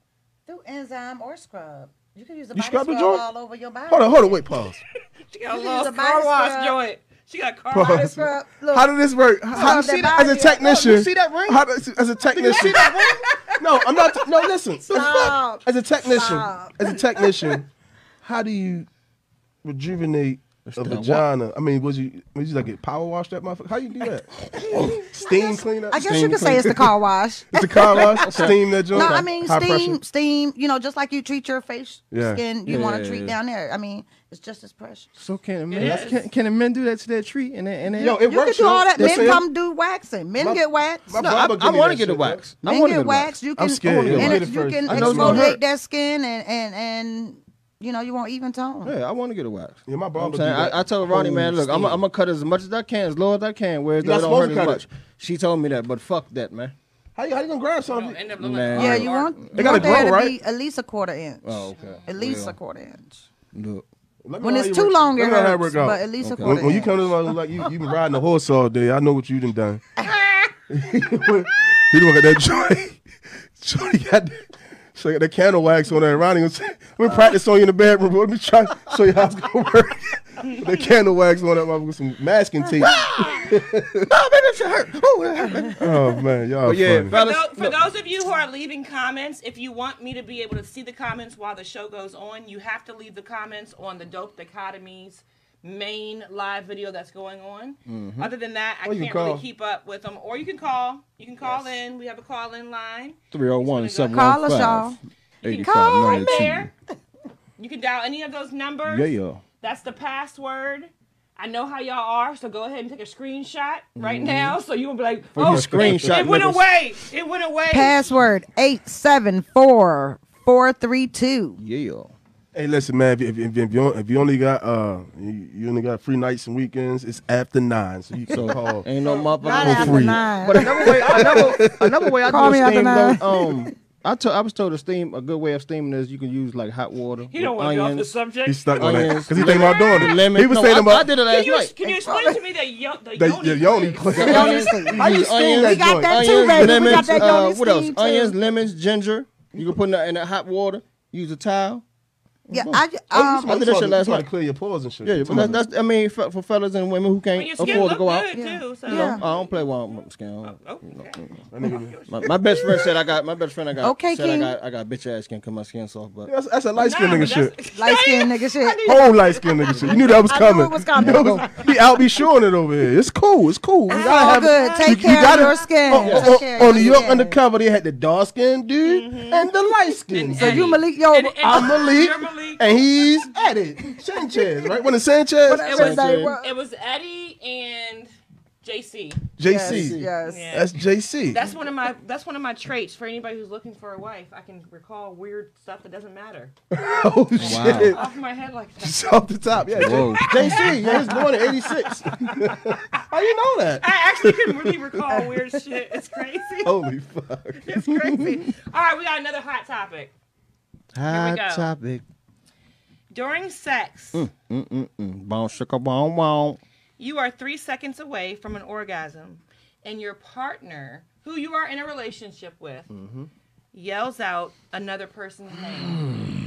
Speaker 2: through enzyme or scrub. You can use a
Speaker 3: You
Speaker 2: body
Speaker 3: scrub
Speaker 2: scrub
Speaker 3: the joint?
Speaker 2: all over your body.
Speaker 3: Hold on, hold on, wait, pause.
Speaker 1: She got a
Speaker 2: You can
Speaker 1: little
Speaker 2: use a
Speaker 1: car
Speaker 2: body
Speaker 1: wash
Speaker 2: scrub.
Speaker 1: joint. She got car
Speaker 3: Bro.
Speaker 2: Body
Speaker 1: wash.
Speaker 2: scrub. Look,
Speaker 3: How did this work? How,
Speaker 2: Look, that
Speaker 3: as a
Speaker 2: body-
Speaker 3: technician,
Speaker 4: Look, you see that ring?
Speaker 3: How does- as a technician, no, I'm not. no, listen. As,
Speaker 2: Stop.
Speaker 3: as a technician,
Speaker 2: Stop.
Speaker 3: as a technician, how do you rejuvenate a
Speaker 4: that
Speaker 3: vagina? I mean, was you was you like get power wash that motherfucker? How you do that? steam clean up.
Speaker 2: I guess you could say it's the car wash.
Speaker 3: It's a car wash. Steam that joint.
Speaker 2: No, I mean
Speaker 3: High
Speaker 2: steam,
Speaker 3: pressure.
Speaker 2: steam. You know, just like you treat your face
Speaker 3: Yeah.
Speaker 2: skin, you
Speaker 4: Yeah,
Speaker 2: want to
Speaker 4: yeah,
Speaker 2: treat
Speaker 4: yeah.
Speaker 2: down there. I mean, it's just as precious.
Speaker 4: So can a
Speaker 1: It
Speaker 4: man
Speaker 1: is.
Speaker 4: can, can a man do that to their tree and then, and then
Speaker 3: Yo, it
Speaker 2: You
Speaker 3: works.
Speaker 2: can do
Speaker 3: yo.
Speaker 2: all that.
Speaker 3: They
Speaker 2: Men
Speaker 3: say-
Speaker 2: come do waxing. Men
Speaker 3: My-
Speaker 2: get waxed.
Speaker 3: my
Speaker 4: no,
Speaker 3: barber
Speaker 4: I,
Speaker 3: give
Speaker 4: I
Speaker 3: me
Speaker 4: want
Speaker 3: that
Speaker 4: to get a
Speaker 3: shit,
Speaker 4: wax. I
Speaker 2: Men
Speaker 4: want to
Speaker 2: get
Speaker 4: get
Speaker 2: waxed.
Speaker 4: wax.
Speaker 2: You can
Speaker 3: I'm scared.
Speaker 4: I wanna get
Speaker 2: and
Speaker 4: waxed
Speaker 2: it- you
Speaker 3: first.
Speaker 2: can
Speaker 3: I know it's
Speaker 4: gonna
Speaker 2: exfoliate
Speaker 4: hurt.
Speaker 2: that skin and and and you know you want even tone.
Speaker 4: Yeah, I want to get a wax.
Speaker 3: Yeah, my
Speaker 4: I'm
Speaker 3: barber.
Speaker 4: saying,
Speaker 3: do that
Speaker 4: I, I told Ronnie,
Speaker 3: whole
Speaker 4: man, look, I'm
Speaker 3: steam.
Speaker 4: gonna cut as much as I can, as low as I can, where it
Speaker 3: You're not
Speaker 4: don't hurt
Speaker 3: supposed to
Speaker 4: as
Speaker 3: cut
Speaker 4: much. She told me that, but fuck that, man.
Speaker 3: How you, how you gonna grab
Speaker 1: You know,
Speaker 3: something?
Speaker 1: end up looking
Speaker 4: Man.
Speaker 1: like
Speaker 2: Yeah,
Speaker 1: a
Speaker 2: you
Speaker 1: bark.
Speaker 2: want,
Speaker 3: They
Speaker 2: you
Speaker 3: gotta
Speaker 2: want there
Speaker 3: grow,
Speaker 2: to
Speaker 3: right?
Speaker 2: be at least a quarter inch.
Speaker 4: Oh, okay.
Speaker 2: At least
Speaker 4: Yeah.
Speaker 2: a quarter inch.
Speaker 4: Look.
Speaker 3: Let me
Speaker 2: When
Speaker 3: know
Speaker 2: it's
Speaker 3: how
Speaker 2: too
Speaker 3: you work-
Speaker 2: long,
Speaker 3: let
Speaker 2: it
Speaker 3: me know how that
Speaker 2: hurts.
Speaker 3: work out.
Speaker 2: But at least a
Speaker 4: Okay.
Speaker 2: quarter
Speaker 3: when, when you
Speaker 2: inch.
Speaker 3: come to my like you, you been riding a horse all day. I know what you done done. you look at that Johnny. Johnny got the, so got the candle wax on there. Ronnie was saying, "Let me practice on you in the bedroom. Let me try show you how it's gonna work." Put the candle wax on that motherfucker with some masking tape.
Speaker 4: Oh, baby, it should hurt. Oh, it hurt.
Speaker 3: oh man, y'all
Speaker 4: But yeah,
Speaker 3: funny.
Speaker 1: For,
Speaker 4: fellas,
Speaker 1: tho- for
Speaker 4: look.
Speaker 1: those of you who are leaving comments, if you want me to be able to see the comments while the show goes on, you have to leave the comments on the Dope Dichotomy's main live video that's going on. Other than that, I
Speaker 3: Or you can
Speaker 1: can't really
Speaker 3: call.
Speaker 1: keep up with them. Or you can call. You can call in. We have a call in line.
Speaker 2: Call us, y'all.
Speaker 4: 301-715-8592.
Speaker 1: Call right there. You can dial any of those numbers.
Speaker 4: Yeah, y'all.
Speaker 1: That's the password. I know how y'all are, so go ahead and take a screenshot right now. So you will be like,
Speaker 4: you
Speaker 1: oh,
Speaker 4: screenshot
Speaker 1: It, it went
Speaker 4: niggas.
Speaker 1: away. It went away.
Speaker 2: Password eight seven four four three two.
Speaker 4: Yeah, y'all.
Speaker 3: Hey, listen, man. If you, if, you- if, you, if, you, only- if you only got uh, you, you only got free nights and weekends, it's after nine, so you can
Speaker 4: So
Speaker 3: call.
Speaker 4: ain't no
Speaker 2: Not
Speaker 4: motherfucker.
Speaker 2: after
Speaker 3: free.
Speaker 2: nine.
Speaker 4: But another way, another, another way I
Speaker 2: Call
Speaker 4: do
Speaker 2: me
Speaker 4: a
Speaker 2: after
Speaker 4: steam.
Speaker 2: nine.
Speaker 4: Though, um, I to- I was told a steam a good way of steaming is you can use like hot water.
Speaker 1: You don't
Speaker 4: with
Speaker 1: want to be off the
Speaker 4: onions.
Speaker 1: subject.
Speaker 3: He's stuck on that
Speaker 4: Onions,
Speaker 3: because he think about doing it.
Speaker 4: Lemon.
Speaker 3: He was
Speaker 4: no,
Speaker 3: saying
Speaker 4: I,
Speaker 3: about
Speaker 4: I did it
Speaker 1: Can
Speaker 4: last
Speaker 1: you,
Speaker 4: night.
Speaker 1: can you explain to me that yo, the,
Speaker 3: the,
Speaker 1: yoni
Speaker 3: the yoni
Speaker 1: place?
Speaker 3: clip.
Speaker 2: The yoni steam.
Speaker 3: How you
Speaker 4: Use
Speaker 3: steam
Speaker 4: onions.
Speaker 3: that
Speaker 2: We got
Speaker 3: joint?
Speaker 2: that too, baby. We got that
Speaker 4: uh,
Speaker 2: yoni
Speaker 4: what else?
Speaker 2: steam, too.
Speaker 4: Onions, lemons, ginger. You can put in the, in the hot water. Use a towel.
Speaker 2: Yeah, I, ju-
Speaker 4: Oh,
Speaker 2: um,
Speaker 4: I did that shit last
Speaker 3: You gotta
Speaker 4: night.
Speaker 3: Clear your pores and shit.
Speaker 4: Yeah, but that's, that's I mean for, for fellas and women who
Speaker 1: But
Speaker 4: can't
Speaker 1: your skin
Speaker 4: afford
Speaker 1: look
Speaker 4: to go out.
Speaker 1: good
Speaker 2: Yeah.
Speaker 1: too. So.
Speaker 2: Yeah.
Speaker 4: I don't play well with my skin. I don't-
Speaker 1: Oh, okay.
Speaker 3: That nigga-
Speaker 4: My, my best friend said I got my best friend I got
Speaker 2: Okay,
Speaker 4: said
Speaker 2: King.
Speaker 4: I got I got bitch ass skin cause my skin soft, but
Speaker 3: that's, that's a light skinned
Speaker 1: Nah,
Speaker 3: nigga
Speaker 1: but that's-
Speaker 3: shit.
Speaker 2: light skin nigga shit.
Speaker 3: Whole light skinned nigga shit. You knew that was
Speaker 2: I knew it
Speaker 3: coming.
Speaker 2: was coming.
Speaker 3: You know, he out be showing it over here. It's cool. It's cool. You
Speaker 2: It's
Speaker 3: gotta
Speaker 2: all
Speaker 3: have-
Speaker 2: good. Take care of your skin.
Speaker 3: On,
Speaker 2: Take
Speaker 3: on-
Speaker 2: care of
Speaker 3: oh,
Speaker 2: your
Speaker 3: on New York
Speaker 2: skin. Mm-hmm.
Speaker 3: Undercover, they had the dark skinned dude and the light skinned.
Speaker 2: So you Malik, yo,
Speaker 1: And- and-
Speaker 3: I'm Malik,
Speaker 1: You're Malik.
Speaker 3: and he's at it. Sanchez, right? When it's Sanchez,
Speaker 1: It
Speaker 2: Sanchez.
Speaker 1: was,
Speaker 4: Sanchez.
Speaker 1: it was Eddie and JC.
Speaker 2: yes,
Speaker 3: JC.
Speaker 2: yes.
Speaker 1: Yeah.
Speaker 3: That's JC.
Speaker 1: That's one of my that's one of my traits for anybody who's looking for a wife. I can recall weird stuff that doesn't matter
Speaker 3: oh
Speaker 4: Wow.
Speaker 3: shit.
Speaker 1: off my head like that.
Speaker 3: Just off the top, yeah.
Speaker 4: Whoa.
Speaker 3: J- JC, yeah, he's born in '86. How you know that?
Speaker 1: I actually can really recall weird shit. It's crazy.
Speaker 3: Holy fuck.
Speaker 1: It's crazy. All right, we got another hot topic.
Speaker 4: hot
Speaker 1: go.
Speaker 4: topic.
Speaker 1: During sex,
Speaker 4: Mm-mm-mm. Bounce, sugar, bounce, bounce.
Speaker 1: you are three seconds away from an orgasm, and your partner, who you are in a relationship with,
Speaker 2: Mm-hmm.
Speaker 1: yells out another person's name.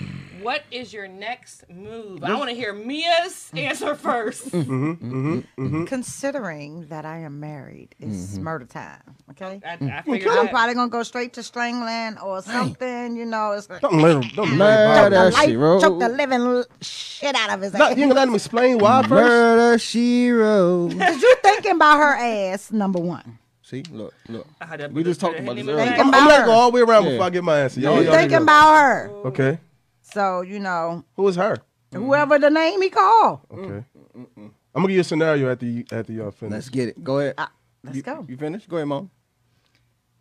Speaker 1: What is your next move? I want to hear Mia's answer first.
Speaker 2: Considering that I am married, it's murder time. Okay.
Speaker 1: I, I figured
Speaker 2: I'm
Speaker 1: that-
Speaker 2: probably gonna go straight to strangling or something. You know, it's like
Speaker 3: Don't let him. Don't let him.
Speaker 4: Murder,
Speaker 3: bother
Speaker 4: she
Speaker 2: light choke the
Speaker 4: wrote.
Speaker 2: living l- shit out of his
Speaker 3: you. Not,
Speaker 2: ass.
Speaker 3: you ain't gonna let him explain why first.
Speaker 4: Murder, she wrote.
Speaker 2: Cause you thinking about her ass, number one.
Speaker 4: See, look, look.
Speaker 1: I had that-
Speaker 4: We just talked about this earlier.
Speaker 2: Thinking
Speaker 3: I'm,
Speaker 2: about
Speaker 3: I'm gonna go
Speaker 2: her.
Speaker 3: all the way around
Speaker 4: Yeah.
Speaker 3: before I get my answer. Y'all,
Speaker 4: You
Speaker 2: You
Speaker 3: y'all
Speaker 2: thinking
Speaker 3: niggas-
Speaker 2: about her.
Speaker 3: Okay.
Speaker 2: So you know,
Speaker 3: Who is her?
Speaker 2: whoever the name he called.
Speaker 3: Okay. I'm gonna give you a scenario after you after y'all finish.
Speaker 4: Let's get it. Go ahead.
Speaker 2: Ah, Let's
Speaker 4: you,
Speaker 2: go.
Speaker 4: You finished? Go ahead, mom.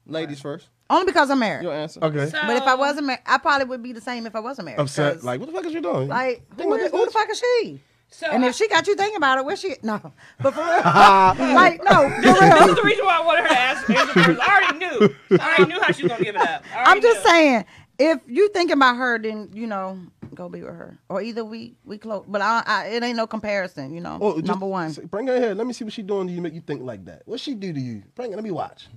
Speaker 4: Ladies first.
Speaker 2: Only because I'm married.
Speaker 4: Your answer.
Speaker 3: okay.
Speaker 1: So-
Speaker 2: But if I wasn't married, I probably would be the same if I wasn't married.
Speaker 3: Upset.
Speaker 2: 'cause,
Speaker 3: Like what the fuck is you doing?
Speaker 2: like
Speaker 3: Think
Speaker 2: who,
Speaker 3: about
Speaker 2: is,
Speaker 3: that.
Speaker 2: who the fuck is she?
Speaker 1: So
Speaker 2: And
Speaker 1: I-
Speaker 2: if she got you thinking about it, where she? No, but for real, like no, for
Speaker 1: This
Speaker 2: real.
Speaker 1: is the reason why I wanted her to ask me. I already knew. I already knew how she was gonna give it up. I already
Speaker 2: I'm just
Speaker 1: knew.
Speaker 2: saying, if you thinking about her, then you know, go be with her, or either we we close. But I, I it ain't no comparison, you know.
Speaker 3: Oh, just
Speaker 2: Number one,
Speaker 3: say- Bring her here. Let me see what she doing to you. Make you think like that. What she do to you? Bring her. Let me watch.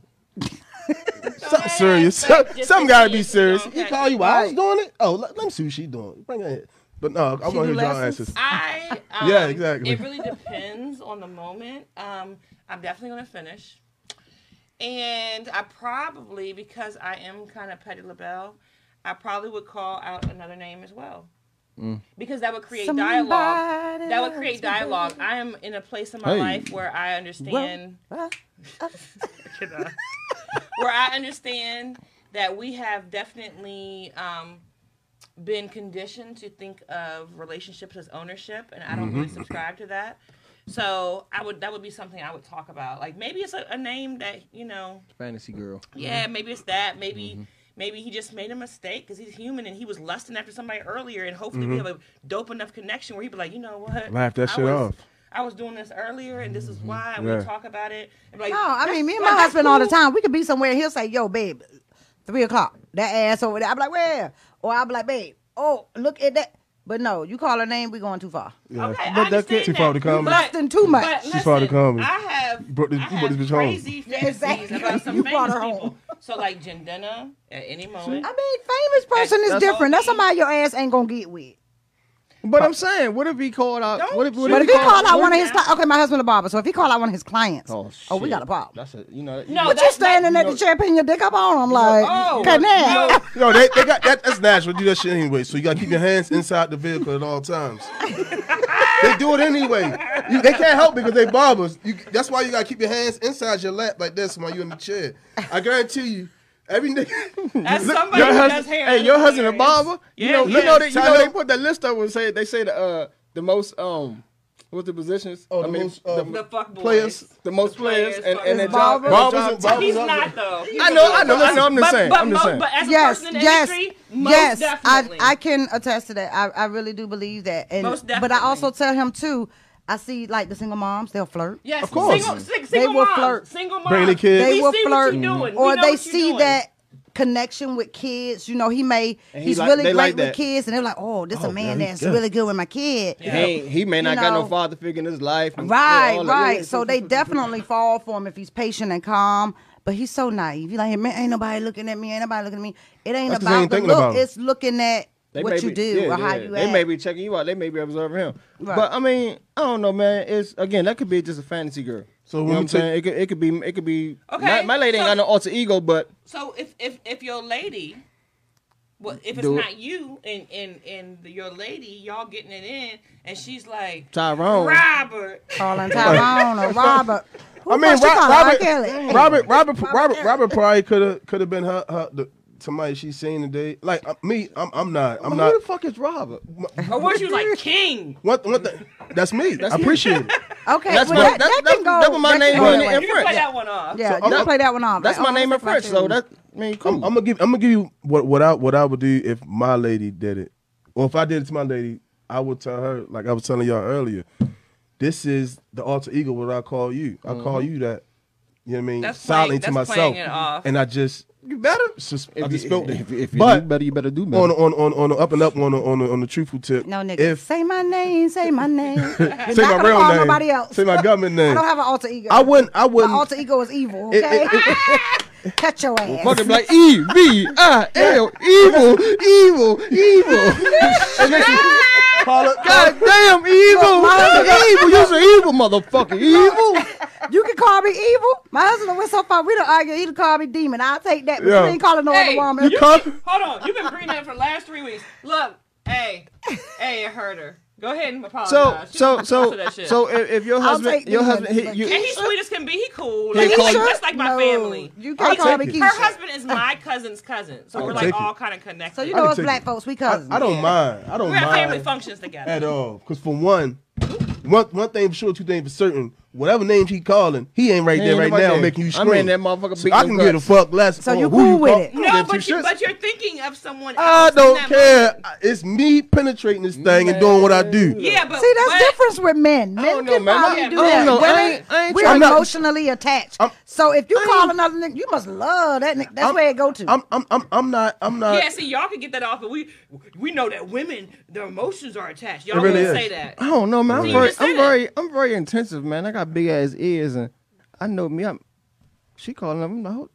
Speaker 3: Something serious. Some,
Speaker 1: Just
Speaker 3: some
Speaker 1: to
Speaker 3: gotta
Speaker 1: see
Speaker 3: be
Speaker 1: if she
Speaker 3: serious.
Speaker 1: don't
Speaker 3: He
Speaker 1: catch
Speaker 3: call
Speaker 1: it.
Speaker 3: you. while I was doing it. Oh, let, let me see what she doing. Bring her here. But no, I
Speaker 2: She
Speaker 3: want to
Speaker 2: do
Speaker 3: hear y'all
Speaker 2: lessons?
Speaker 3: answers.
Speaker 1: I um,
Speaker 3: Yeah, exactly.
Speaker 1: It really depends on the moment. Um, I'm definitely gonna finish, and I probably because I am kind of petty LaBelle, I probably would call out another name as well.
Speaker 3: Mm.
Speaker 1: Because that would create dialogue.
Speaker 2: Somebody
Speaker 1: That would
Speaker 2: loves
Speaker 1: create
Speaker 2: me,
Speaker 1: dialogue. I am in a place in my
Speaker 4: Hey.
Speaker 1: life where I understand.
Speaker 2: Well,
Speaker 1: where I understand that we have definitely um, been conditioned to think of relationships as ownership, and I don't
Speaker 3: Mm-hmm.
Speaker 1: really subscribe to that. So I would that would be something I would talk about. Like maybe it's a, a name that you know,
Speaker 4: Fantasy girl.
Speaker 3: Mm-hmm.
Speaker 1: yeah, maybe it's that. Maybe maybe he just made a mistake because he's human and he was lusting after somebody earlier, and hopefully we have a dope enough connection where he'd be like, you know what,
Speaker 3: Mm-hmm. Laugh that
Speaker 1: I
Speaker 3: shit
Speaker 1: was-
Speaker 3: off. Mm-hmm.
Speaker 1: I was doing this earlier, and this is why. And
Speaker 3: Yeah.
Speaker 1: we talk about it. And like,
Speaker 2: No, I mean, me and
Speaker 1: that's-
Speaker 2: my
Speaker 1: that's
Speaker 2: husband all the
Speaker 1: cool.
Speaker 2: time, we could be somewhere and he'll say, yo, babe, three o'clock, that ass over there. i be like, where? Or i be like, babe, oh, look at that. But no, you call her name, we going too far.
Speaker 3: Yeah.
Speaker 1: Okay,
Speaker 3: But
Speaker 1: I
Speaker 3: that
Speaker 1: understand
Speaker 3: kid- Too far to
Speaker 1: that,
Speaker 3: come.
Speaker 1: but-
Speaker 2: Than too much.
Speaker 1: But
Speaker 3: Too far to
Speaker 1: listen,
Speaker 3: come.
Speaker 1: I have,
Speaker 3: You brought this-
Speaker 1: I
Speaker 3: you brought
Speaker 1: have
Speaker 3: this bitch home.
Speaker 1: crazy fantasies
Speaker 2: exactly.
Speaker 1: about some
Speaker 2: You brought
Speaker 1: famous
Speaker 2: her
Speaker 1: people.
Speaker 2: home.
Speaker 1: So like Jandena at any moment.
Speaker 2: I mean, famous person is
Speaker 1: That's
Speaker 2: different. That's
Speaker 1: all we-
Speaker 2: somebody your ass ain't gonna get with.
Speaker 4: But I'm saying, what if he called out?
Speaker 1: Don't
Speaker 4: What if, what
Speaker 1: shoot.
Speaker 2: But if he
Speaker 1: call-
Speaker 2: called out
Speaker 1: what
Speaker 2: one of
Speaker 1: now?
Speaker 2: his clients, okay, my husband a barber, so if he called out one of his clients, oh,
Speaker 4: Oh, shit.
Speaker 2: we got a problem.
Speaker 4: That's a you
Speaker 1: No,
Speaker 4: know.
Speaker 2: But
Speaker 4: you,
Speaker 2: you're
Speaker 1: that-
Speaker 2: standing
Speaker 1: that-
Speaker 2: at the chair putting your dick up on him, like,
Speaker 1: Oh,
Speaker 2: okay, now.
Speaker 1: no.
Speaker 3: Yo, they, they got that, that's natural. Do that shit anyway. So you gotta keep your hands inside the vehicle at all times. they do it anyway. You, they can't help it because they barbers. You, that's why you gotta keep your hands inside your lap like this while you in the chair. I guarantee you, every nigga.
Speaker 1: As somebody
Speaker 4: your
Speaker 1: who does
Speaker 4: husband,
Speaker 1: hair,
Speaker 4: hey,
Speaker 1: is
Speaker 4: your husband a
Speaker 1: hilarious.
Speaker 4: barber.
Speaker 1: Yeah,
Speaker 4: you know,
Speaker 1: yeah.
Speaker 4: you know, they, you
Speaker 3: Time
Speaker 4: know they
Speaker 3: out.
Speaker 4: put that list up and say they say the uh the most um what's the um, positions?
Speaker 3: Oh,
Speaker 4: I
Speaker 3: the
Speaker 4: mean,
Speaker 3: most, uh,
Speaker 1: the fuck boys.
Speaker 3: Players.
Speaker 4: the most players,
Speaker 1: players,
Speaker 4: and, and their
Speaker 2: fuckers.
Speaker 4: job. and their
Speaker 3: Barbers
Speaker 4: job
Speaker 3: and
Speaker 4: titles.
Speaker 1: He's
Speaker 3: barbers.
Speaker 1: not though. He's
Speaker 4: I know,
Speaker 1: a
Speaker 4: I know. Listen, I'm just
Speaker 1: but,
Speaker 4: saying.
Speaker 1: But,
Speaker 4: I'm just
Speaker 1: mo-
Speaker 4: saying.
Speaker 1: but as a
Speaker 2: yes,
Speaker 1: person in the
Speaker 2: yes,
Speaker 1: industry, most
Speaker 2: yes.
Speaker 1: definitely.
Speaker 2: I I can attest to that. I, I really do believe that. And
Speaker 1: Most
Speaker 2: but I also
Speaker 1: definitely.
Speaker 2: tell him too. I see like the single moms, they'll flirt.
Speaker 1: yes,
Speaker 3: Of course.
Speaker 1: Single, sing,
Speaker 2: They
Speaker 1: single
Speaker 2: will
Speaker 1: moms,
Speaker 2: flirt.
Speaker 1: Single moms.
Speaker 3: Bring the kids.
Speaker 2: They
Speaker 1: we
Speaker 2: will
Speaker 1: see
Speaker 2: flirt, Mm.
Speaker 1: What you doing. We
Speaker 2: or
Speaker 1: know
Speaker 2: they
Speaker 1: what you
Speaker 2: see
Speaker 1: doing.
Speaker 2: that connection with kids. You know, he may
Speaker 4: And he
Speaker 2: he's
Speaker 4: like-
Speaker 2: really
Speaker 4: they
Speaker 2: great
Speaker 4: like
Speaker 2: with
Speaker 4: that.
Speaker 2: kids, and they're like, oh, this
Speaker 3: Oh,
Speaker 2: a man
Speaker 3: yeah, he
Speaker 2: that's
Speaker 3: good.
Speaker 2: really good with my kid.
Speaker 4: He, ain't- he may not
Speaker 2: You
Speaker 4: got no
Speaker 2: know.
Speaker 4: father figure in his life. and-
Speaker 2: Right,
Speaker 4: yeah, all that. Yeah,
Speaker 2: right.
Speaker 4: yeah,
Speaker 2: so they definitely fall for him if he's patient and calm. But he's so naive. He's like, man, ain't nobody looking at me. Ain't nobody looking at me. It ain't
Speaker 3: That's 'cause they
Speaker 2: about
Speaker 3: ain't
Speaker 2: the
Speaker 3: thinking
Speaker 2: look.
Speaker 3: about him.
Speaker 2: it's looking at
Speaker 4: They
Speaker 2: what
Speaker 4: may
Speaker 2: you
Speaker 4: be-
Speaker 2: do
Speaker 4: yeah,
Speaker 2: or how
Speaker 4: yeah.
Speaker 2: you
Speaker 4: They
Speaker 2: act.
Speaker 4: may be checking you out. They may be observing him.
Speaker 2: Right.
Speaker 4: But I mean, I don't know, man. It's again, that could be just a fantasy girl.
Speaker 3: So
Speaker 4: you
Speaker 3: when we
Speaker 4: know what I'm
Speaker 3: take-
Speaker 4: saying, it could, it could be, it could be.
Speaker 1: Okay,
Speaker 4: My, my lady ain't
Speaker 1: so-
Speaker 4: got no alter ego, but
Speaker 1: So if if if your lady, well, if it's
Speaker 4: Do it.
Speaker 1: not you and and and your lady, y'all getting it in, and she's like
Speaker 4: Tyrone.
Speaker 1: Robert.
Speaker 2: calling Tyrone or Robert. Who
Speaker 3: I mean,
Speaker 2: fuck she
Speaker 3: Rob,
Speaker 2: calling? R.
Speaker 3: Robert,
Speaker 2: Kelly.
Speaker 3: Robert, Robert, Robert, Robert, probably could have could have been her, her the, somebody she's seen today. Like uh, me, I'm, I'm not, I'm not.
Speaker 4: Who the fuck is Robert?
Speaker 1: Or was you like King?
Speaker 3: What, what the, that's me. I appreciate it.
Speaker 2: Okay,
Speaker 4: That's
Speaker 2: well,
Speaker 4: my-
Speaker 2: that, that
Speaker 4: that's- that's-
Speaker 2: can go.
Speaker 4: that's what my
Speaker 2: that can
Speaker 4: name
Speaker 2: go
Speaker 4: is
Speaker 2: that
Speaker 4: in
Speaker 2: way.
Speaker 1: You can play
Speaker 4: French.
Speaker 1: that one off.
Speaker 2: Yeah,
Speaker 3: So,
Speaker 2: you
Speaker 3: I'm-
Speaker 2: can play that one off.
Speaker 4: That's
Speaker 2: Like,
Speaker 4: my
Speaker 2: oh,
Speaker 4: name in
Speaker 2: that's my
Speaker 4: French. So
Speaker 2: dude.
Speaker 4: that I mean,
Speaker 3: I'm,
Speaker 4: cool.
Speaker 3: I'm gonna give. I'm gonna give you what what I what I would do if my lady did it, or if I did it to my lady. I would tell her like I was telling y'all earlier. This is the alter ego. What I call you,
Speaker 4: Mm-hmm.
Speaker 3: I call you that. You know what I mean?
Speaker 1: That's
Speaker 3: Silently
Speaker 1: playing- that's
Speaker 3: to
Speaker 1: playing
Speaker 3: myself,
Speaker 1: it off.
Speaker 3: and I just you better. Sus- I just spilled it.
Speaker 4: If, if you
Speaker 3: but
Speaker 4: do better, you better do better.
Speaker 3: on on on on the up and up on the, on the, on the truthful tip.
Speaker 2: No, nigga.
Speaker 3: If say
Speaker 2: say my name. Say my name. say
Speaker 3: my real name,
Speaker 2: Nobody else.
Speaker 3: say my government
Speaker 2: I
Speaker 3: name.
Speaker 2: don't have an alter ego.
Speaker 3: I wouldn't. I
Speaker 2: My
Speaker 3: wouldn't.
Speaker 2: alter ego is evil.
Speaker 3: it-
Speaker 2: Okay,
Speaker 3: it- it-
Speaker 2: cut your ass.
Speaker 4: Fucking be like E V I L evil, evil, evil.
Speaker 3: and listen, call it.
Speaker 4: God damn evil, evil. You're so evil, motherfucker, evil.
Speaker 2: You can call me evil. My husband went so far. We don't argue. He done called me demon. I'll take that. But
Speaker 3: Yeah.
Speaker 2: you ain't calling no
Speaker 1: Hey,
Speaker 2: other woman.
Speaker 1: you
Speaker 3: Call-
Speaker 1: keep- hold on. You've been breathing that for the last three weeks. Look, hey, hey, it hurt her. Go ahead and apologize.
Speaker 4: So,
Speaker 1: She
Speaker 4: so,
Speaker 1: was
Speaker 4: so,
Speaker 1: for that shit.
Speaker 4: so if, if your
Speaker 2: I'll
Speaker 4: husband,
Speaker 2: take
Speaker 4: your
Speaker 2: the
Speaker 4: husband,
Speaker 2: money,
Speaker 4: hit
Speaker 2: but-
Speaker 4: you,
Speaker 1: and he's sweet as can be. He cool.
Speaker 4: He
Speaker 1: Like,
Speaker 4: call
Speaker 1: he's
Speaker 4: you-
Speaker 1: just like my
Speaker 2: No,
Speaker 1: family.
Speaker 2: You
Speaker 3: I'll
Speaker 2: can't call
Speaker 3: take
Speaker 2: me
Speaker 3: it.
Speaker 2: Keisha.
Speaker 1: Her husband is my cousin's cousin, so
Speaker 3: I'll
Speaker 1: we're
Speaker 3: take
Speaker 1: like
Speaker 3: it.
Speaker 1: all kind of connected.
Speaker 2: so you
Speaker 3: I
Speaker 2: know
Speaker 3: can
Speaker 2: it's
Speaker 3: take
Speaker 2: black
Speaker 3: it.
Speaker 2: folks. We
Speaker 3: I,
Speaker 2: cousins.
Speaker 3: I don't mind. I don't
Speaker 1: we have
Speaker 3: mind.
Speaker 1: family functions together.
Speaker 3: at all. Because for one, one one thing for sure, two things for certain. Whatever name he calling, he ain't right
Speaker 4: He
Speaker 3: there
Speaker 4: ain't
Speaker 3: right
Speaker 4: nobody
Speaker 3: now
Speaker 4: there.
Speaker 3: making you
Speaker 4: I
Speaker 3: scream.
Speaker 4: mean, that motherfucker
Speaker 3: So
Speaker 4: beat
Speaker 3: I
Speaker 4: them
Speaker 3: can give a
Speaker 4: guts.
Speaker 3: fuck less.
Speaker 2: So
Speaker 3: on
Speaker 2: you
Speaker 3: who
Speaker 2: cool
Speaker 3: you
Speaker 2: with
Speaker 3: call-
Speaker 2: it?
Speaker 3: I don't
Speaker 1: No,
Speaker 3: give two
Speaker 1: but, you,
Speaker 3: shits.
Speaker 1: but you're thinking of someone.
Speaker 3: I
Speaker 1: else in
Speaker 3: don't
Speaker 1: that
Speaker 3: care.
Speaker 1: moment.
Speaker 3: I- It's me penetrating this thing and doing what I do.
Speaker 1: Yeah, but
Speaker 2: See, that's
Speaker 1: but,
Speaker 2: difference with men. Men
Speaker 4: don't know,
Speaker 2: can
Speaker 4: man. I-
Speaker 2: probably
Speaker 1: I
Speaker 2: do
Speaker 1: don't
Speaker 2: that.
Speaker 4: know. I
Speaker 2: Women,
Speaker 4: ain't- I ain't
Speaker 2: we're
Speaker 3: trying- I'm not-
Speaker 2: emotionally attached.
Speaker 3: I'm-
Speaker 2: so if you call another nigga, you must love that nigga. That's
Speaker 3: I'm-
Speaker 2: where it go to.
Speaker 3: I'm I'm I'm, I'm not I'm not.
Speaker 1: Yeah, see, y'all can get that off, but we we know that women, their emotions are attached. Y'all
Speaker 3: It really
Speaker 1: wouldn't say
Speaker 3: is.
Speaker 1: that.
Speaker 4: I don't know, man. I'm
Speaker 1: You
Speaker 4: very,
Speaker 1: just said
Speaker 4: I'm
Speaker 1: it.
Speaker 4: very, I'm very intensive, man. I got big ass ears, and I know me. I'm. She calling him. No,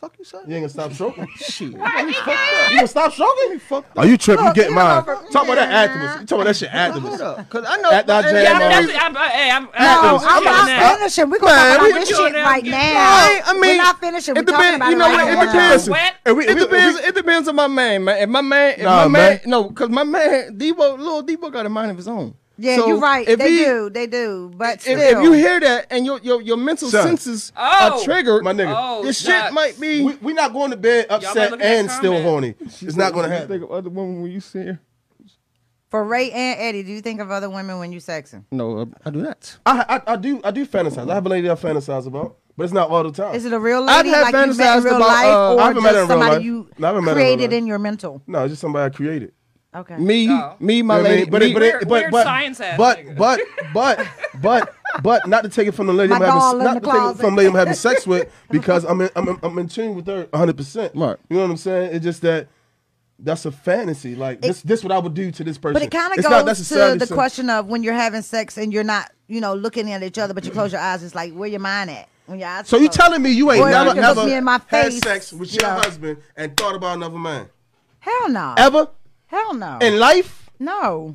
Speaker 4: fuck you, son.
Speaker 3: You ain't gonna stop stroking.
Speaker 4: Shit.
Speaker 3: you gonna stop stroking?
Speaker 4: Fuck
Speaker 3: Are you tripping?
Speaker 2: Look,
Speaker 3: you get
Speaker 2: you
Speaker 3: mine.
Speaker 2: over-
Speaker 3: Talk about that activist. You talk about that shit
Speaker 4: Now, Hold
Speaker 3: activist.
Speaker 4: up, cause I know.
Speaker 3: That- that
Speaker 4: and-
Speaker 3: jam
Speaker 1: Yeah, I'm
Speaker 3: man.
Speaker 1: definitely. I'm, uh, hey, I'm,
Speaker 2: No,
Speaker 1: I'm,
Speaker 2: I'm
Speaker 1: I'm,
Speaker 2: not
Speaker 1: that.
Speaker 2: finishing. We're gonna
Speaker 4: Man,
Speaker 2: talk
Speaker 4: we-
Speaker 2: about this
Speaker 1: you
Speaker 2: shit
Speaker 1: know,
Speaker 2: right
Speaker 1: get-
Speaker 2: now.
Speaker 4: I mean,
Speaker 2: we're not finishing. We're
Speaker 4: it depends-
Speaker 2: talking about
Speaker 4: you know
Speaker 2: it
Speaker 4: what,
Speaker 2: right
Speaker 4: it
Speaker 2: now.
Speaker 4: depends.
Speaker 1: Wet.
Speaker 3: And we,
Speaker 4: It
Speaker 3: we-
Speaker 4: depends.
Speaker 3: we-
Speaker 4: It depends on my man, man. If my man, if
Speaker 3: Nah,
Speaker 4: my man,
Speaker 3: man.
Speaker 4: no, because my man, Debo, little Debo got a mind of his own.
Speaker 2: Yeah,
Speaker 4: So
Speaker 2: you're right.
Speaker 4: if
Speaker 2: They
Speaker 4: he-
Speaker 2: do. They do. But
Speaker 4: If,
Speaker 2: still,
Speaker 4: if you hear that and your your, your mental
Speaker 3: Son.
Speaker 4: senses
Speaker 1: Oh.
Speaker 4: are triggered,
Speaker 3: My nigga.
Speaker 1: Oh,
Speaker 4: this shit
Speaker 1: nuts.
Speaker 4: might be.
Speaker 3: we, we not going to bed
Speaker 1: might
Speaker 3: upset
Speaker 1: look at
Speaker 3: and
Speaker 1: that
Speaker 3: still
Speaker 1: comment.
Speaker 3: horny. It's not gonna
Speaker 4: You
Speaker 3: happen.
Speaker 4: Think of other women when you see her.
Speaker 2: for Ray and Eddie, do you think of other women when you sexing?
Speaker 4: No, uh, I, I do not.
Speaker 3: I, I I do I do fantasize. I have a lady I fantasize about, but it's not all the time.
Speaker 2: Is it a real lady
Speaker 4: have
Speaker 2: like you met in
Speaker 4: fantasized
Speaker 2: real
Speaker 4: about,
Speaker 2: life,
Speaker 4: uh, I
Speaker 2: or
Speaker 3: haven't met her
Speaker 2: just
Speaker 3: in real
Speaker 2: somebody
Speaker 3: life.
Speaker 2: you
Speaker 3: No, I haven't met her in real
Speaker 2: created
Speaker 3: life.
Speaker 2: in your mental?
Speaker 3: No, it's just somebody I created.
Speaker 2: Okay.
Speaker 4: Me,
Speaker 1: Oh.
Speaker 4: me, my
Speaker 3: You know what I mean?
Speaker 4: lady,
Speaker 3: but
Speaker 4: me-
Speaker 3: it, but
Speaker 1: Weird-
Speaker 3: it,
Speaker 1: weird
Speaker 3: but but
Speaker 1: science ass
Speaker 3: but,
Speaker 1: nigga.
Speaker 3: but but but but not to take it from the lady
Speaker 2: My
Speaker 3: I'm having,
Speaker 2: doll in
Speaker 3: not
Speaker 2: the
Speaker 3: to take it
Speaker 2: closet.
Speaker 3: from lady I'm having sex with because I'm in, I'm in, I'm in tune with her 100. percent
Speaker 4: Right.
Speaker 3: You know what I'm saying? It's just that that's a fantasy. Like this this what I would do to this person.
Speaker 2: But it kind of
Speaker 3: It's not
Speaker 2: goes to
Speaker 3: necessarily
Speaker 2: the
Speaker 3: some-
Speaker 2: question of when you're having sex and you're not, you know, looking at each other, but you close your eyes. It's like where your mind at when your eyes.
Speaker 3: So you
Speaker 2: closed.
Speaker 3: telling me you ain't
Speaker 2: Boy,
Speaker 3: never
Speaker 2: you look me
Speaker 3: ever
Speaker 2: in my
Speaker 3: had
Speaker 2: face,
Speaker 3: sex with
Speaker 2: you
Speaker 3: your
Speaker 2: know.
Speaker 3: husband and thought about another man
Speaker 2: Hell no.
Speaker 3: ever
Speaker 2: Hell no.
Speaker 3: in life?
Speaker 2: no.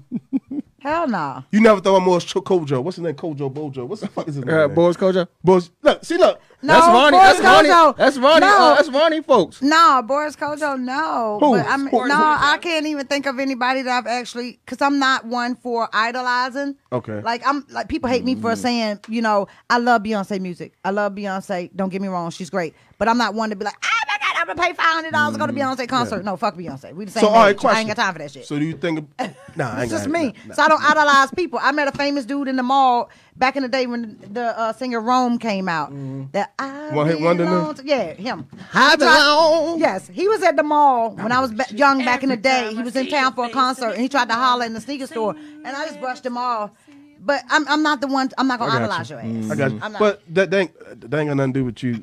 Speaker 2: Hell no.
Speaker 3: You never thought about Morris Cho- Kojo. What's his name? Kojo Bojo. What's the fuck is his name?
Speaker 4: uh, boys, Kojo.
Speaker 3: Boys, look, see, look.
Speaker 2: No,
Speaker 4: that's Ronnie.
Speaker 2: Boris
Speaker 4: That's Ronnie.
Speaker 2: Kojo.
Speaker 4: That's Ronnie.
Speaker 2: No.
Speaker 4: uh, that's Ronnie, folks.
Speaker 2: No, Boris Kojo, no.
Speaker 3: Who?
Speaker 2: But I mean,
Speaker 3: Boris
Speaker 2: no,
Speaker 3: Kojo.
Speaker 2: I can't even think of anybody that I've actually, because I'm not one for idolizing.
Speaker 3: Okay. Mm.
Speaker 2: Like I'm like people hate me for saying, you know, I love Beyonce music. I love Beyonce. Don't get me wrong, she's great. But I'm not one to be like, oh my god, I'm gonna pay five hundred dollars to go to Beyonce concert. No, fuck Beyonce. We the same.
Speaker 3: Mm, So, all right,
Speaker 2: age.
Speaker 3: question.
Speaker 2: I ain't got time for that shit.
Speaker 3: So do you think? Nah, I ain't
Speaker 2: It's just
Speaker 3: got it.
Speaker 2: me. So I don't idolize people. I met a famous dude in the mall back in the day when the uh, singer Rome came out. That I
Speaker 3: Mm-hmm. One hit wonder
Speaker 2: belong
Speaker 3: nigga?
Speaker 2: to- Yeah, him.
Speaker 4: I
Speaker 2: He tried-
Speaker 4: belong.
Speaker 2: Yes, he was at the mall when I was ba- young back in the
Speaker 1: Every
Speaker 2: day.
Speaker 1: time
Speaker 2: He
Speaker 1: I
Speaker 2: was in
Speaker 1: see
Speaker 2: town
Speaker 1: your
Speaker 2: for a
Speaker 1: face,
Speaker 2: concert
Speaker 1: it
Speaker 2: and he tried to holler in the sneaker store, and I just brushed him off. But I'm, I'm not the one. I'm not gonna
Speaker 3: I got
Speaker 2: idolize
Speaker 3: you.
Speaker 2: your ass.
Speaker 3: I got you.
Speaker 2: I'm not.
Speaker 3: But that dang, that ain't got nothing to do with you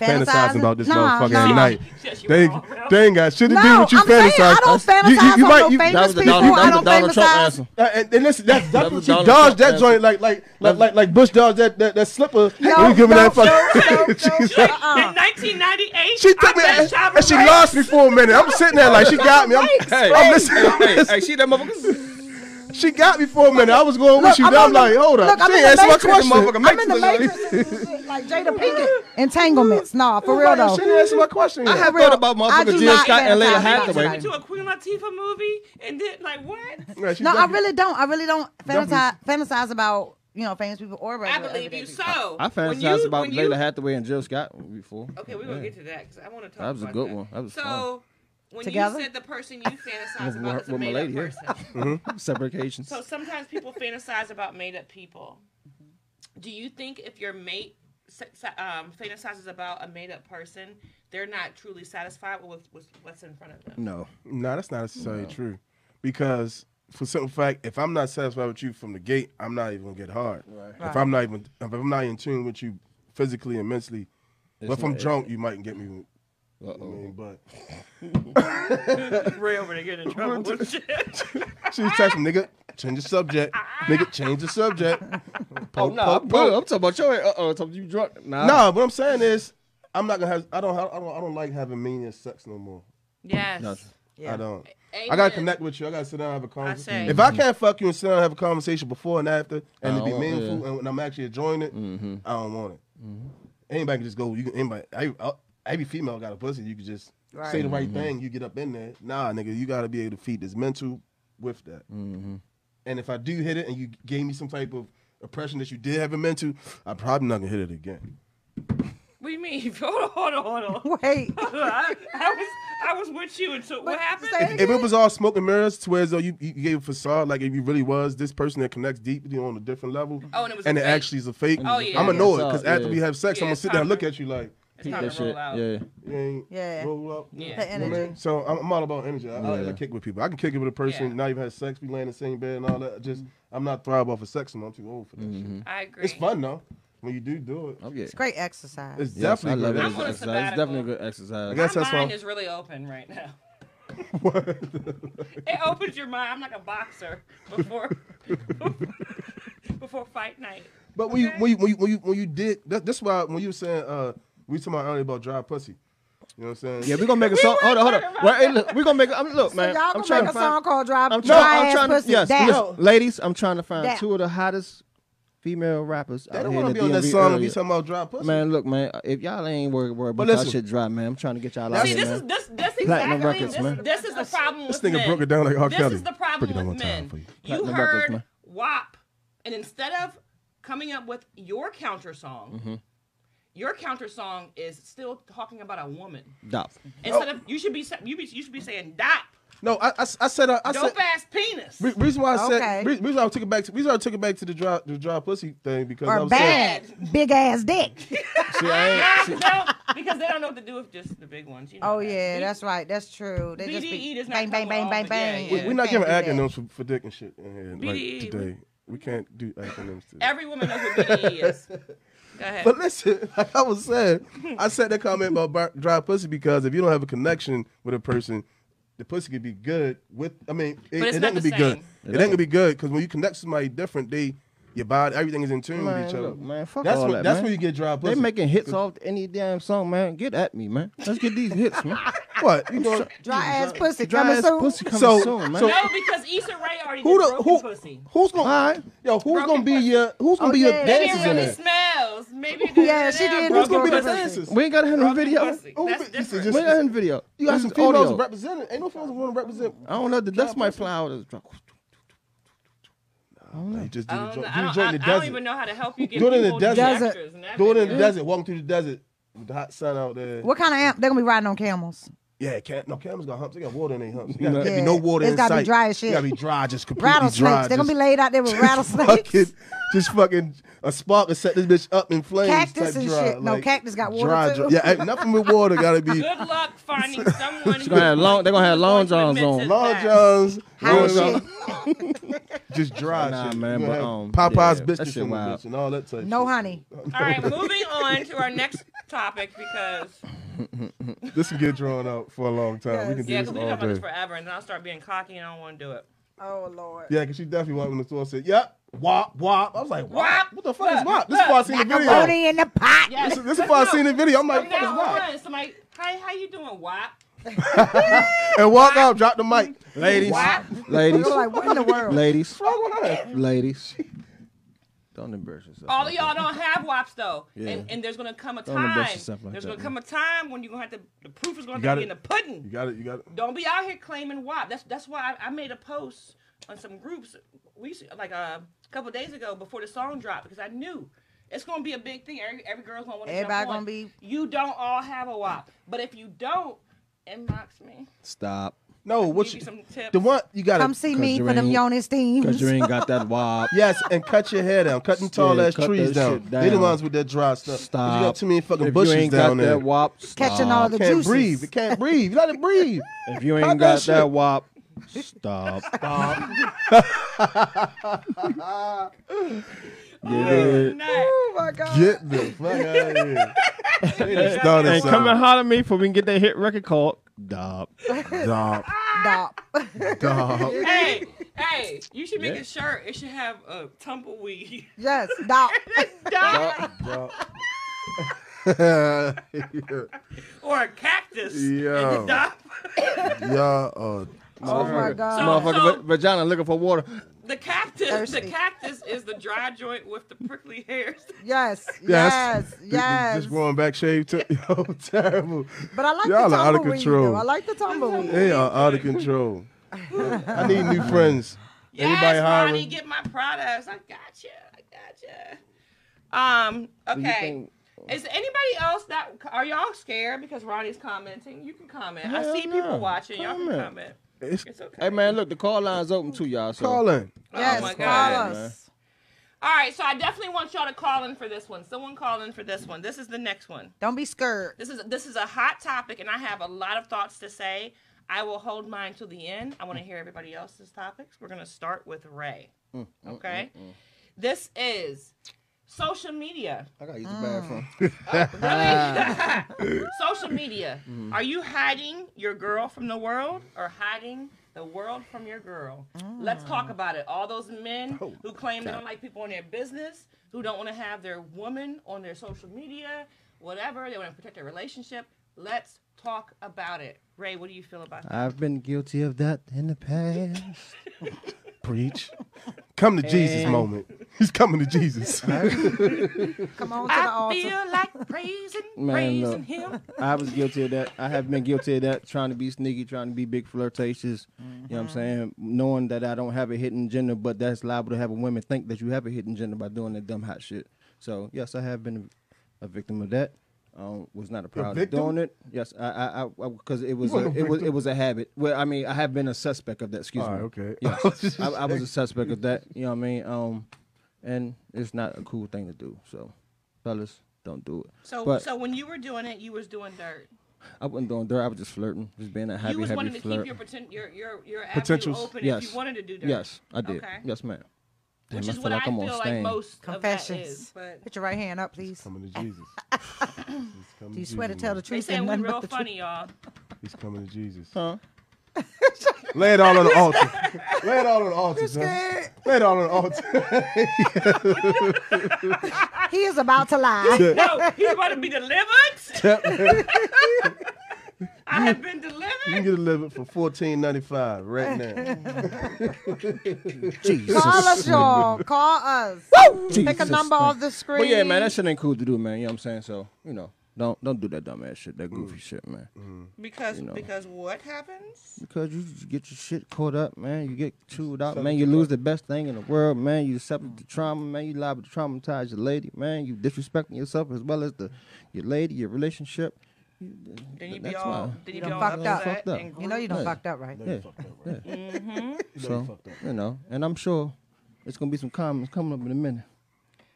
Speaker 3: fantasizing about this
Speaker 2: Fantasizing? Nah,
Speaker 3: motherfucker
Speaker 2: nah.
Speaker 3: at night.
Speaker 1: Yes, you
Speaker 3: They,
Speaker 1: wrong, bro.
Speaker 3: they ain't got shit to
Speaker 2: no,
Speaker 3: do with you
Speaker 2: I'm
Speaker 3: fantasizing.
Speaker 2: saying I don't
Speaker 3: That's-
Speaker 2: famous.
Speaker 3: you, you might,
Speaker 2: on
Speaker 3: you,
Speaker 2: no
Speaker 4: That
Speaker 2: famous
Speaker 4: was the
Speaker 2: people.
Speaker 4: Donald,
Speaker 2: I
Speaker 4: that was
Speaker 2: don't
Speaker 4: the Donald Trump answer.
Speaker 2: fantasize.
Speaker 3: uh, and, and listen, that's, that's
Speaker 4: That
Speaker 3: what
Speaker 4: was
Speaker 3: you
Speaker 4: Donald
Speaker 3: dodge that
Speaker 4: Trump
Speaker 3: joint like like like like like Bush dodged that that, that slipper.
Speaker 2: No,
Speaker 3: when he giving
Speaker 2: no,
Speaker 3: that fucking.
Speaker 2: no, no,
Speaker 3: She's
Speaker 2: no,
Speaker 3: like-
Speaker 2: uh-uh.
Speaker 1: In 1998,
Speaker 3: She took
Speaker 1: I
Speaker 3: me
Speaker 1: met
Speaker 3: and,
Speaker 1: Chava
Speaker 3: and she
Speaker 1: Ray.
Speaker 3: lost me for a minute. I'm sitting there like she got me. I'm,
Speaker 4: Hey,
Speaker 3: I'm listening. I'm
Speaker 4: Hey, hey,
Speaker 3: listening.
Speaker 4: hey, she that motherfucker.
Speaker 3: She got me for a minute. I was going
Speaker 2: uh-uh. Look,
Speaker 3: with you.
Speaker 2: I'm
Speaker 3: Now I'm
Speaker 2: on the-
Speaker 3: like, hold up.
Speaker 2: look, I'm
Speaker 3: She
Speaker 2: in the
Speaker 3: answered my
Speaker 2: Matrix.
Speaker 3: question.
Speaker 4: Motherfucker,
Speaker 2: I'm in the
Speaker 4: Matrix.
Speaker 2: matrix and shit, like Jada Pinkett entanglements. No, for real though.
Speaker 3: She didn't answer my question.
Speaker 4: I
Speaker 3: yet.
Speaker 4: have
Speaker 2: real,
Speaker 4: thought about
Speaker 2: I do
Speaker 4: motherfucker Jill
Speaker 2: not
Speaker 4: Scott and Layla
Speaker 2: fantasize about
Speaker 1: Took me
Speaker 4: Hathaway.
Speaker 1: to a Queen Latifah movie and then like what?
Speaker 3: Yeah, she
Speaker 2: No, I
Speaker 3: definitely-
Speaker 2: really don't. I really don't
Speaker 3: Definitely.
Speaker 2: fantasize, fantasize about you know famous people or
Speaker 1: I
Speaker 2: regular
Speaker 1: believe
Speaker 2: everyday
Speaker 1: you.
Speaker 2: people.
Speaker 1: So
Speaker 4: I
Speaker 1: when
Speaker 4: fantasized
Speaker 1: you-
Speaker 4: about
Speaker 1: when
Speaker 4: Layla
Speaker 1: you-
Speaker 4: Hathaway and Jill Scott before.
Speaker 1: Okay, we're gonna get to that because I want to talk.
Speaker 4: That was a
Speaker 1: about
Speaker 4: good one. That was
Speaker 1: so
Speaker 4: fun.
Speaker 1: when
Speaker 2: Together?
Speaker 1: you said the person you fantasize
Speaker 4: With my-
Speaker 1: about is a
Speaker 4: with my
Speaker 1: made
Speaker 4: lady,
Speaker 1: up
Speaker 4: yeah.
Speaker 1: person.
Speaker 4: Separate occasions.
Speaker 1: So sometimes people fantasize about made up people.
Speaker 3: Mm-hmm.
Speaker 1: Do you think if your mate sa- sa- um, fantasizes about a made up person, they're not truly satisfied with, with what's in front of them?
Speaker 4: no.
Speaker 3: No, that's not necessarily true. Because for simple fact, if I'm not satisfied with you from the gate, I'm not even gonna get hard. If I'm not even if I'm not in tune with you physically and mentally, but if I'm drunk, you might get me. I mean, but
Speaker 1: Ray over there getting in trouble with shit.
Speaker 3: she was texting, nigga, change the subject. Nigga, change the subject.
Speaker 4: Oh, no. I'm, good. I'm talking about your. Uh oh. Talking you drunk. Nah.
Speaker 3: No, what I'm saying is, I'm not gonna have. I don't. Have, I don't. I don't like having meaningless sex no more.
Speaker 1: Yes.
Speaker 3: I don't. I
Speaker 1: Amen.
Speaker 3: gotta connect with you. I gotta sit down and have a
Speaker 1: say.
Speaker 3: conversation. If I can't fuck you and sit down and have a conversation before and after, and
Speaker 4: I
Speaker 3: to be
Speaker 4: don't want- Mm-hmm.
Speaker 3: meaningful, and, I'm actually enjoying it, I don't want it. Anybody can just go. You can, anybody. I, I, every female got a pussy. You can just say the right
Speaker 4: Mm-hmm.
Speaker 3: thing. You get up in there. Nah, nigga, you gotta be able to feed this mental with that.
Speaker 4: Mm-hmm.
Speaker 3: And if I do hit it, and you gave me some type of oppression that you did have it mental, I'm probably not gonna hit it again.
Speaker 1: What do you mean? Hold on, hold on, hold on.
Speaker 2: Wait,
Speaker 1: I, I was I was with you until what happened?
Speaker 2: say
Speaker 3: If it was all smoke and mirrors, to where as though you, you gave a facade, like if you really was this person that connects deeply on a different level,
Speaker 1: Oh, and it was a
Speaker 3: it
Speaker 1: fake.
Speaker 3: actually is a fake,
Speaker 1: Oh, yeah.
Speaker 3: I'm gonna know it
Speaker 4: Yeah.
Speaker 3: because after we have sex,
Speaker 1: Yeah,
Speaker 3: I'm gonna
Speaker 1: it's
Speaker 3: sit down and
Speaker 1: time
Speaker 3: look
Speaker 1: for-
Speaker 3: at you like,
Speaker 1: it's time
Speaker 4: That
Speaker 1: to roll
Speaker 4: shit.
Speaker 1: out.
Speaker 4: Yeah.
Speaker 3: you ain't
Speaker 2: Yeah.
Speaker 3: roll up.
Speaker 1: Yeah.
Speaker 2: the
Speaker 1: The
Speaker 3: You know what I
Speaker 2: energy.
Speaker 3: mean? So I'm, I'm all about energy. I, I like
Speaker 4: Yeah.
Speaker 3: to kick with people. I can kick it with a person,
Speaker 1: Yeah. Mm-hmm.
Speaker 3: not even have sex, be laying in the same bed and all that. Just I'm not thrive off of sex, and I'm too old for that.
Speaker 4: Mm-hmm.
Speaker 3: Shit.
Speaker 1: I agree.
Speaker 3: It's fun though when you do do it.
Speaker 4: I'm getting.
Speaker 2: It's great exercise.
Speaker 3: It's
Speaker 4: Yes, I
Speaker 3: definitely
Speaker 4: love it.
Speaker 3: great.
Speaker 4: as
Speaker 1: I'm on
Speaker 4: an
Speaker 1: a sabbatical.
Speaker 4: exercise. It's definitely a good exercise.
Speaker 3: I guess
Speaker 1: My
Speaker 3: that's
Speaker 1: mind
Speaker 3: why-
Speaker 1: is really open right now. it opens your mind. I'm like a boxer before before fight night.
Speaker 3: But when you when you when you when you, when you did that, that's why when you were saying uh we were talking about earlier about dry pussy, you know what I'm saying?
Speaker 4: Yeah, we're gonna make a song. Hold on, hold on.
Speaker 1: talking
Speaker 4: Well,
Speaker 1: about
Speaker 4: hey, look, we're gonna make. I mean, look,
Speaker 2: so
Speaker 4: man.
Speaker 2: y'all
Speaker 4: I'm
Speaker 2: gonna
Speaker 4: trying
Speaker 2: make
Speaker 4: to
Speaker 2: a
Speaker 4: find.
Speaker 2: song called "Dry, dry
Speaker 4: I'm trying. I'm
Speaker 2: Ass
Speaker 4: trying
Speaker 2: Pussy"?
Speaker 4: to. Yes,
Speaker 2: That.
Speaker 4: listen, ladies, I'm trying to find
Speaker 2: That.
Speaker 4: two of the hottest female rappers
Speaker 3: They
Speaker 4: out
Speaker 3: don't
Speaker 4: here
Speaker 3: want to
Speaker 4: in the
Speaker 3: be on that
Speaker 4: DMV
Speaker 3: song and
Speaker 4: area.
Speaker 3: be talking about dry pussy.
Speaker 4: Man, look, man. uh, If y'all ain't worried, worried
Speaker 3: But
Speaker 4: about y'all
Speaker 3: listen.
Speaker 4: shit dry, man. I'm trying to get y'all out
Speaker 3: That's-
Speaker 1: See,
Speaker 4: here,
Speaker 1: this
Speaker 4: man.
Speaker 1: is this this
Speaker 4: Platinum
Speaker 1: exactly
Speaker 4: records,
Speaker 1: this,
Speaker 4: man.
Speaker 1: this is the problem
Speaker 3: This
Speaker 1: with
Speaker 3: nigga
Speaker 1: men.
Speaker 3: broke it down like R.
Speaker 1: This
Speaker 3: Kelly.
Speaker 1: is the
Speaker 3: Break it
Speaker 1: problem
Speaker 3: down one
Speaker 1: with
Speaker 3: time
Speaker 1: men.
Speaker 3: for you.
Speaker 1: You
Speaker 4: Platinum records,
Speaker 1: heard
Speaker 4: man.
Speaker 1: WAP, and instead of coming up with your counter song, your counter song is still talking about a woman.
Speaker 4: Dop.
Speaker 1: Instead of you should be sa- you be you should be saying dop.
Speaker 3: No, I, I, I said I, I said
Speaker 1: Dope ass penis.
Speaker 3: Re- reason why I said
Speaker 2: Okay.
Speaker 3: re- reason why I took it back to reason why I took it back to the dry the dry pussy thing because I
Speaker 2: Or
Speaker 3: was
Speaker 2: bad, big ass dick.
Speaker 3: saying see, I ain't, see,
Speaker 1: no, because they don't know what to do with just the big ones. You know
Speaker 2: Oh
Speaker 1: that.
Speaker 2: yeah,
Speaker 1: We-
Speaker 2: that's right. That's true. They just
Speaker 1: BDE
Speaker 2: be
Speaker 1: does not
Speaker 2: bang, bang,
Speaker 1: cover
Speaker 2: bang,
Speaker 1: all
Speaker 2: bang,
Speaker 1: the- yeah,
Speaker 2: bang.
Speaker 1: yeah.
Speaker 3: we,
Speaker 1: We
Speaker 3: we're not
Speaker 2: Can't
Speaker 3: giving
Speaker 2: do that. E.
Speaker 3: acronyms for, for dick and shit in here,
Speaker 1: BDE.
Speaker 3: like today. We can't do acronyms today.
Speaker 1: every woman knows what BDE is. Go ahead.
Speaker 3: But listen, like I was saying, I said that comment about bar- dry pussy because if you don't have a connection with a person, the pussy could be good with. I mean, it,
Speaker 1: But it's
Speaker 3: it ain't
Speaker 1: not
Speaker 3: gonna
Speaker 1: the
Speaker 3: be good.
Speaker 1: same.
Speaker 3: It ain't gonna be good because when you connect to somebody different, they your body, everything is in tune
Speaker 4: Man,
Speaker 3: with each other.
Speaker 4: look, man, fuck
Speaker 3: that's
Speaker 4: all
Speaker 3: when,
Speaker 4: that,
Speaker 3: That's
Speaker 4: man.
Speaker 3: when you get dry pussy.
Speaker 4: They making hits off any damn song, man. Get at me, man. Let's get these hits, man.
Speaker 3: what you know.
Speaker 2: Dry ass pussy
Speaker 4: Dry
Speaker 2: coming
Speaker 4: ass
Speaker 2: soon.
Speaker 4: pussy coming
Speaker 3: So-
Speaker 4: soon, man.
Speaker 3: so-
Speaker 1: no, because Issa Rae already
Speaker 3: Who
Speaker 1: did
Speaker 3: the
Speaker 1: broken
Speaker 3: who?
Speaker 1: pussy.
Speaker 3: Who's gonna?
Speaker 4: All right.
Speaker 3: Yo, who's
Speaker 1: Broken
Speaker 3: gonna be
Speaker 1: pussy.
Speaker 3: your? Who's gonna
Speaker 2: Oh,
Speaker 3: be
Speaker 2: yeah,
Speaker 3: your
Speaker 2: that
Speaker 1: Maybe
Speaker 3: dancers
Speaker 1: it
Speaker 3: in
Speaker 1: really
Speaker 3: there?
Speaker 1: smells. Maybe it
Speaker 2: Yeah,
Speaker 1: does.
Speaker 2: she did
Speaker 1: Broken
Speaker 3: Who's gonna be the
Speaker 2: Broken pussy.
Speaker 3: dancers?
Speaker 4: we ain't got to have no
Speaker 1: Broken
Speaker 4: video.
Speaker 1: pussy.
Speaker 3: Oh,
Speaker 1: That's
Speaker 3: but you see,
Speaker 1: different.
Speaker 4: We ain't got to have no video.
Speaker 3: You got
Speaker 4: This
Speaker 3: some
Speaker 4: is
Speaker 3: females
Speaker 4: audio.
Speaker 3: represented. Ain't no females want to represent.
Speaker 4: I don't know. The dust might fly out of the
Speaker 3: They just do
Speaker 1: I
Speaker 3: the
Speaker 1: don't,
Speaker 3: joint-
Speaker 1: know.
Speaker 3: do
Speaker 1: I,
Speaker 3: the
Speaker 1: don't,
Speaker 3: joint
Speaker 1: I-
Speaker 3: in the
Speaker 1: I don't
Speaker 3: desert.
Speaker 1: even know how to help you get
Speaker 3: Do it in the
Speaker 1: people to
Speaker 3: desert.
Speaker 1: extras and that
Speaker 3: Do it in
Speaker 1: video.
Speaker 3: the desert. Walking through the desert with the hot sun out there.
Speaker 2: What kind of amp? They're gonna be riding on camels.
Speaker 3: Yeah, can't, no camels got humps. They got water in their humps. There gotta,
Speaker 4: Yeah.
Speaker 3: can't be no water
Speaker 2: It's
Speaker 3: in
Speaker 2: gotta be
Speaker 3: sight.
Speaker 2: dry as shit.
Speaker 3: It gotta be dry, just completely dry.
Speaker 2: Rattlesnakes. They're gonna be
Speaker 3: just-
Speaker 2: laid out there with
Speaker 3: Fucking,
Speaker 2: rattlesnakes.
Speaker 3: just fucking a spark and set this bitch up in flames.
Speaker 2: Cactus
Speaker 3: type
Speaker 2: and
Speaker 3: dry,
Speaker 2: shit. No,
Speaker 3: like,
Speaker 2: cactus got water
Speaker 3: dry,
Speaker 2: too.
Speaker 3: Dry. Yeah, ain't nothing with water. Gotta be
Speaker 1: Good luck finding someone.
Speaker 4: gonna have
Speaker 1: who-
Speaker 4: long- they're gonna have long johns
Speaker 1: admits
Speaker 4: on.
Speaker 1: his
Speaker 3: long
Speaker 1: back.
Speaker 3: johns.
Speaker 2: How
Speaker 3: long
Speaker 2: shit.
Speaker 3: johns, just dry
Speaker 4: Nah,
Speaker 3: shit.
Speaker 4: man,
Speaker 3: You
Speaker 4: but,
Speaker 3: have
Speaker 4: um, yeah,
Speaker 3: Popeye's
Speaker 4: that
Speaker 3: biscuits
Speaker 4: shit
Speaker 3: in the
Speaker 4: wild.
Speaker 3: bitch and all that type.
Speaker 2: No
Speaker 3: shit.
Speaker 2: honey.
Speaker 1: All right, moving on to our next topic because
Speaker 3: This will get drawn out for a long time. We can
Speaker 2: Yes.
Speaker 3: do
Speaker 1: yeah, because
Speaker 3: this
Speaker 1: we talk
Speaker 3: all
Speaker 1: about this
Speaker 3: day.
Speaker 1: forever, and then I'll start being cocky and I don't want to do it.
Speaker 2: Oh lord.
Speaker 3: Yeah, because she definitely walked in the store and said, "Yep, wop wop." I was like, "Wop?
Speaker 1: Wop.
Speaker 3: What the fuck is
Speaker 1: Look,
Speaker 3: wop?" This is
Speaker 1: look,
Speaker 3: why I seen the video.
Speaker 2: Macaroni in the pot.
Speaker 1: Yes.
Speaker 3: This is why I seen the video. I'm
Speaker 1: From
Speaker 3: like, "Fuck is
Speaker 1: now
Speaker 3: wop?"
Speaker 1: on, somebody, hi, how you doing, Wop?
Speaker 3: and walk out, drop the mic. Ladies.
Speaker 1: Wop.
Speaker 4: Ladies,
Speaker 2: You're like, what in the world?
Speaker 4: ladies,
Speaker 3: What's wrong with her?
Speaker 4: ladies. Don't embarrass yourself.
Speaker 1: All of y'all don't have WAPs though,
Speaker 4: Yeah.
Speaker 1: and, and there's gonna come a
Speaker 4: Don't embarrass
Speaker 1: time.
Speaker 4: yourself like
Speaker 1: there's
Speaker 4: that,
Speaker 1: gonna
Speaker 4: man.
Speaker 1: come a time when you're gonna have to. The proof is gonna
Speaker 3: You
Speaker 1: have to be in
Speaker 3: gotta-
Speaker 1: the pudding.
Speaker 3: You got it. You got it.
Speaker 1: Don't be out here claiming WAP. That's that's why I, I made a post on some groups we used to- like uh, a couple days ago before the song dropped because I knew it's gonna be a big thing. Every, every girl's gonna want to.
Speaker 2: Everybody
Speaker 1: on.
Speaker 2: gonna be-
Speaker 1: You don't all have a WAP, but if you don't, inbox me.
Speaker 4: Stop.
Speaker 3: No, what
Speaker 1: Give
Speaker 3: you,
Speaker 1: you some tips.
Speaker 3: the one you got
Speaker 2: Come
Speaker 3: to
Speaker 2: see
Speaker 4: 'Cause
Speaker 2: me
Speaker 4: you
Speaker 2: for them
Speaker 4: ain't-
Speaker 2: yoni
Speaker 4: Cause
Speaker 2: steams.
Speaker 4: you ain't got that wop.
Speaker 3: Yes, and cut your hair down. Cutting tall ass
Speaker 4: cut
Speaker 3: trees
Speaker 4: that
Speaker 3: down.
Speaker 4: shit
Speaker 3: They the
Speaker 4: down.
Speaker 3: ones with that dry stuff. 'Cause
Speaker 4: Stop.
Speaker 3: You got too many fucking
Speaker 4: if
Speaker 3: bushes
Speaker 4: you ain't
Speaker 3: down
Speaker 4: got
Speaker 3: there.
Speaker 4: that wop, stop.
Speaker 2: Catching all the
Speaker 3: can't
Speaker 2: juices.
Speaker 3: breathe. It can't breathe. Let it breathe.
Speaker 4: If you
Speaker 3: Cut
Speaker 4: ain't
Speaker 3: that
Speaker 4: got
Speaker 3: shit.
Speaker 4: that wop, stop. yeah.
Speaker 1: No.
Speaker 2: Oh my god.
Speaker 3: Get the fuck out of here. They done started
Speaker 4: And come
Speaker 3: something.
Speaker 4: and holler at me for we can get that hit record called Dop.
Speaker 3: Dog,
Speaker 2: Dop.
Speaker 3: dog.
Speaker 1: Hey, hey! You should make
Speaker 4: Yeah.
Speaker 1: a shirt. It should have a uh, tumbleweed.
Speaker 2: yes. Dop.
Speaker 1: Dog.
Speaker 3: Dog.
Speaker 1: or a cactus.
Speaker 3: Yeah.
Speaker 1: And the dog-
Speaker 3: Yeah, uh,
Speaker 2: Oh my
Speaker 1: So-
Speaker 2: god.
Speaker 4: Motherfucker,
Speaker 1: so-
Speaker 4: va- vagina looking for water.
Speaker 1: The cactus. The
Speaker 2: Thirsty.
Speaker 1: cactus is the dry joint with the prickly hairs.
Speaker 2: Yes.
Speaker 3: Yes.
Speaker 2: Yes.
Speaker 3: Th- th-
Speaker 2: Yes.
Speaker 3: Just growing back shave. T- yo, terrible.
Speaker 2: But I like
Speaker 3: Y'all
Speaker 2: the
Speaker 3: are out of
Speaker 2: tumbleweed.
Speaker 3: control.
Speaker 2: Though. I like the tumbleweed.
Speaker 1: Oh
Speaker 3: They are out of control. I need new friends. Everybody
Speaker 1: yes,
Speaker 3: hiring.
Speaker 1: Ronnie, get my products. I got you. I got you. Um. Okay.
Speaker 4: think-
Speaker 1: Is anybody else that are y'all scared because Ronnie's commenting? You can comment.
Speaker 4: Hell
Speaker 1: I see people
Speaker 4: no.
Speaker 1: watching. Y'all
Speaker 4: Comment.
Speaker 1: can comment.
Speaker 3: It's
Speaker 1: It's okay.
Speaker 4: Hey man, look, the call line's open too, y'all. So
Speaker 3: calling.
Speaker 2: Yes.
Speaker 1: Oh my
Speaker 2: call
Speaker 1: God.
Speaker 2: us.
Speaker 1: All right. So I definitely want y'all to call in for this one. Someone call in for this one. This is the next one.
Speaker 2: Don't be scared.
Speaker 1: This is this is a hot topic, and I have a lot of thoughts to say. I will hold mine till the end. I want to hear everybody else's topics. We're gonna start with Ray. Okay. This is social media.
Speaker 4: I gotta use the bathroom.
Speaker 2: Mm.
Speaker 1: Really? social media. Are you hiding your girl from the world or hiding the world from your girl?
Speaker 4: Ah.
Speaker 1: Let's talk about it. All those men
Speaker 4: Oh,
Speaker 1: who claim they don't like people in their business, who don't want to have their woman on their social media, whatever, they want to protect their relationship. Let's talk about it. Ray, what do you feel about that?
Speaker 4: I've been guilty of that in the past.
Speaker 3: Preach. Come to Jesus
Speaker 4: And-
Speaker 3: moment. He's coming to Jesus.
Speaker 2: Come on to the
Speaker 1: I
Speaker 2: altar.
Speaker 1: feel like praising,
Speaker 4: Man,
Speaker 1: praising
Speaker 4: look.
Speaker 1: him.
Speaker 4: I was guilty of that. I have been guilty of that, trying to be sneaky, trying to be big flirtatious. You
Speaker 1: Mm-hmm.
Speaker 4: know what I'm saying? Knowing that I don't have a hidden gender, but that's liable to have women think that you have a hidden gender by doing that dumb hot shit. So yes, I have been a victim of that. Um, was not a proud of
Speaker 3: victim?
Speaker 4: doing it. Yes, I, I, because it was,
Speaker 3: You
Speaker 4: a,
Speaker 3: weren't a
Speaker 4: it was,
Speaker 3: victim.
Speaker 4: it was a habit. Well, I mean, I have been a suspect of that. Excuse
Speaker 3: All
Speaker 4: me.
Speaker 3: right, okay.
Speaker 4: Yes, I, I was a suspect of that. You know what I mean? Um, and it's not a cool thing to do. So, fellas, don't do it.
Speaker 1: So
Speaker 4: But-
Speaker 1: so when you were doing it, you was doing dirt.
Speaker 4: I wasn't doing dirt. I was just flirting, just being a happy,
Speaker 1: you was
Speaker 4: happy
Speaker 1: wanting to
Speaker 4: flirt.
Speaker 1: keep your pretend, your your your avenue
Speaker 3: Potentials.
Speaker 1: open
Speaker 4: yes.
Speaker 1: if you wanted to do dirt.
Speaker 4: Yes, I did.
Speaker 1: Okay.
Speaker 4: Yes, ma'am. Damn,
Speaker 1: Which
Speaker 4: I
Speaker 1: is
Speaker 4: feel
Speaker 1: what
Speaker 4: like
Speaker 1: I
Speaker 4: I'm
Speaker 1: feel
Speaker 4: on
Speaker 1: like
Speaker 4: stain.
Speaker 1: most
Speaker 2: Confessions.
Speaker 1: of that is. But
Speaker 2: Put your right hand up, please.
Speaker 3: Coming to Jesus. He's coming
Speaker 2: Do you
Speaker 3: to
Speaker 2: swear to
Speaker 3: Jesus,
Speaker 2: tell the
Speaker 3: man.
Speaker 1: they
Speaker 2: truth
Speaker 1: saying we
Speaker 2: and nothing
Speaker 1: real
Speaker 2: but the truth?
Speaker 1: funny, y'all.
Speaker 3: He's coming to Jesus.
Speaker 4: Huh?
Speaker 3: Lay it all on the altar. Lay it all on the altar, son.
Speaker 2: Scared.
Speaker 3: Lay it all on the altar.
Speaker 2: He is about to lie.
Speaker 1: no, he's about to be delivered. I have been
Speaker 3: You can
Speaker 1: delivered.
Speaker 3: get delivered for fourteen ninety five right now.
Speaker 4: Jesus.
Speaker 2: Call us, y'all. Call us. Pick a
Speaker 4: Jesus,
Speaker 2: number
Speaker 4: thank-
Speaker 2: off the screen.
Speaker 4: But yeah, man, that shit ain't cool to do, man. You know what I'm saying? So, you know, don't don't do that dumb ass shit, that goofy
Speaker 2: Mm.
Speaker 4: shit, man.
Speaker 1: Because
Speaker 4: know.
Speaker 1: because what happens?
Speaker 4: Because you just get your shit caught up, man. You get chewed out, man. You lose the best thing in the world, man. You suffer
Speaker 2: Mm.
Speaker 4: the trauma, man. You liable to traumatize your lady, man. You disrespecting yourself as well as the your lady, your relationship.
Speaker 1: Then you be
Speaker 4: That's
Speaker 1: all
Speaker 4: why.
Speaker 1: then you
Speaker 2: You
Speaker 1: be
Speaker 2: done
Speaker 1: all
Speaker 2: fucked up.
Speaker 1: upset
Speaker 4: Fucked up.
Speaker 1: and
Speaker 2: You know you
Speaker 1: don't.
Speaker 2: done
Speaker 4: Yeah.
Speaker 2: fucked up, right?
Speaker 3: You fucked up, right? You know you
Speaker 4: So
Speaker 3: fucked up.
Speaker 4: you know, and I'm sure it's gonna be some comments coming up in a minute.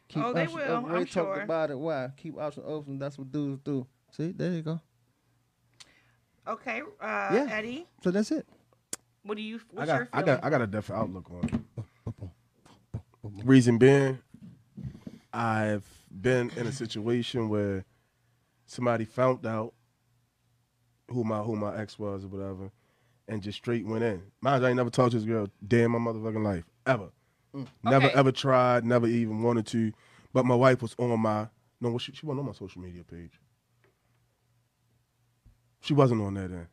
Speaker 4: Keep
Speaker 1: Oh, they
Speaker 4: options
Speaker 1: will,
Speaker 4: open.
Speaker 1: I'm
Speaker 4: We talked
Speaker 1: sure.
Speaker 4: about it. Why keep options open? That's what dudes do. See, there you go.
Speaker 1: Okay, uh,
Speaker 4: Yeah.
Speaker 1: Eddie,
Speaker 4: So that's it.
Speaker 1: what do you? What's
Speaker 3: I
Speaker 1: your
Speaker 3: got, I
Speaker 1: feeling?
Speaker 3: got, I got a different outlook on it. Reason being, I've been in a situation where somebody found out who my who my ex was or whatever, and just straight went in. Mind you, I ain't never talked to this girl day in my motherfucking life ever. Never
Speaker 1: Mm. Okay.
Speaker 3: ever tried. Never even wanted to. But my wife was on my no, she, she wasn't on my social media page. She wasn't on there then.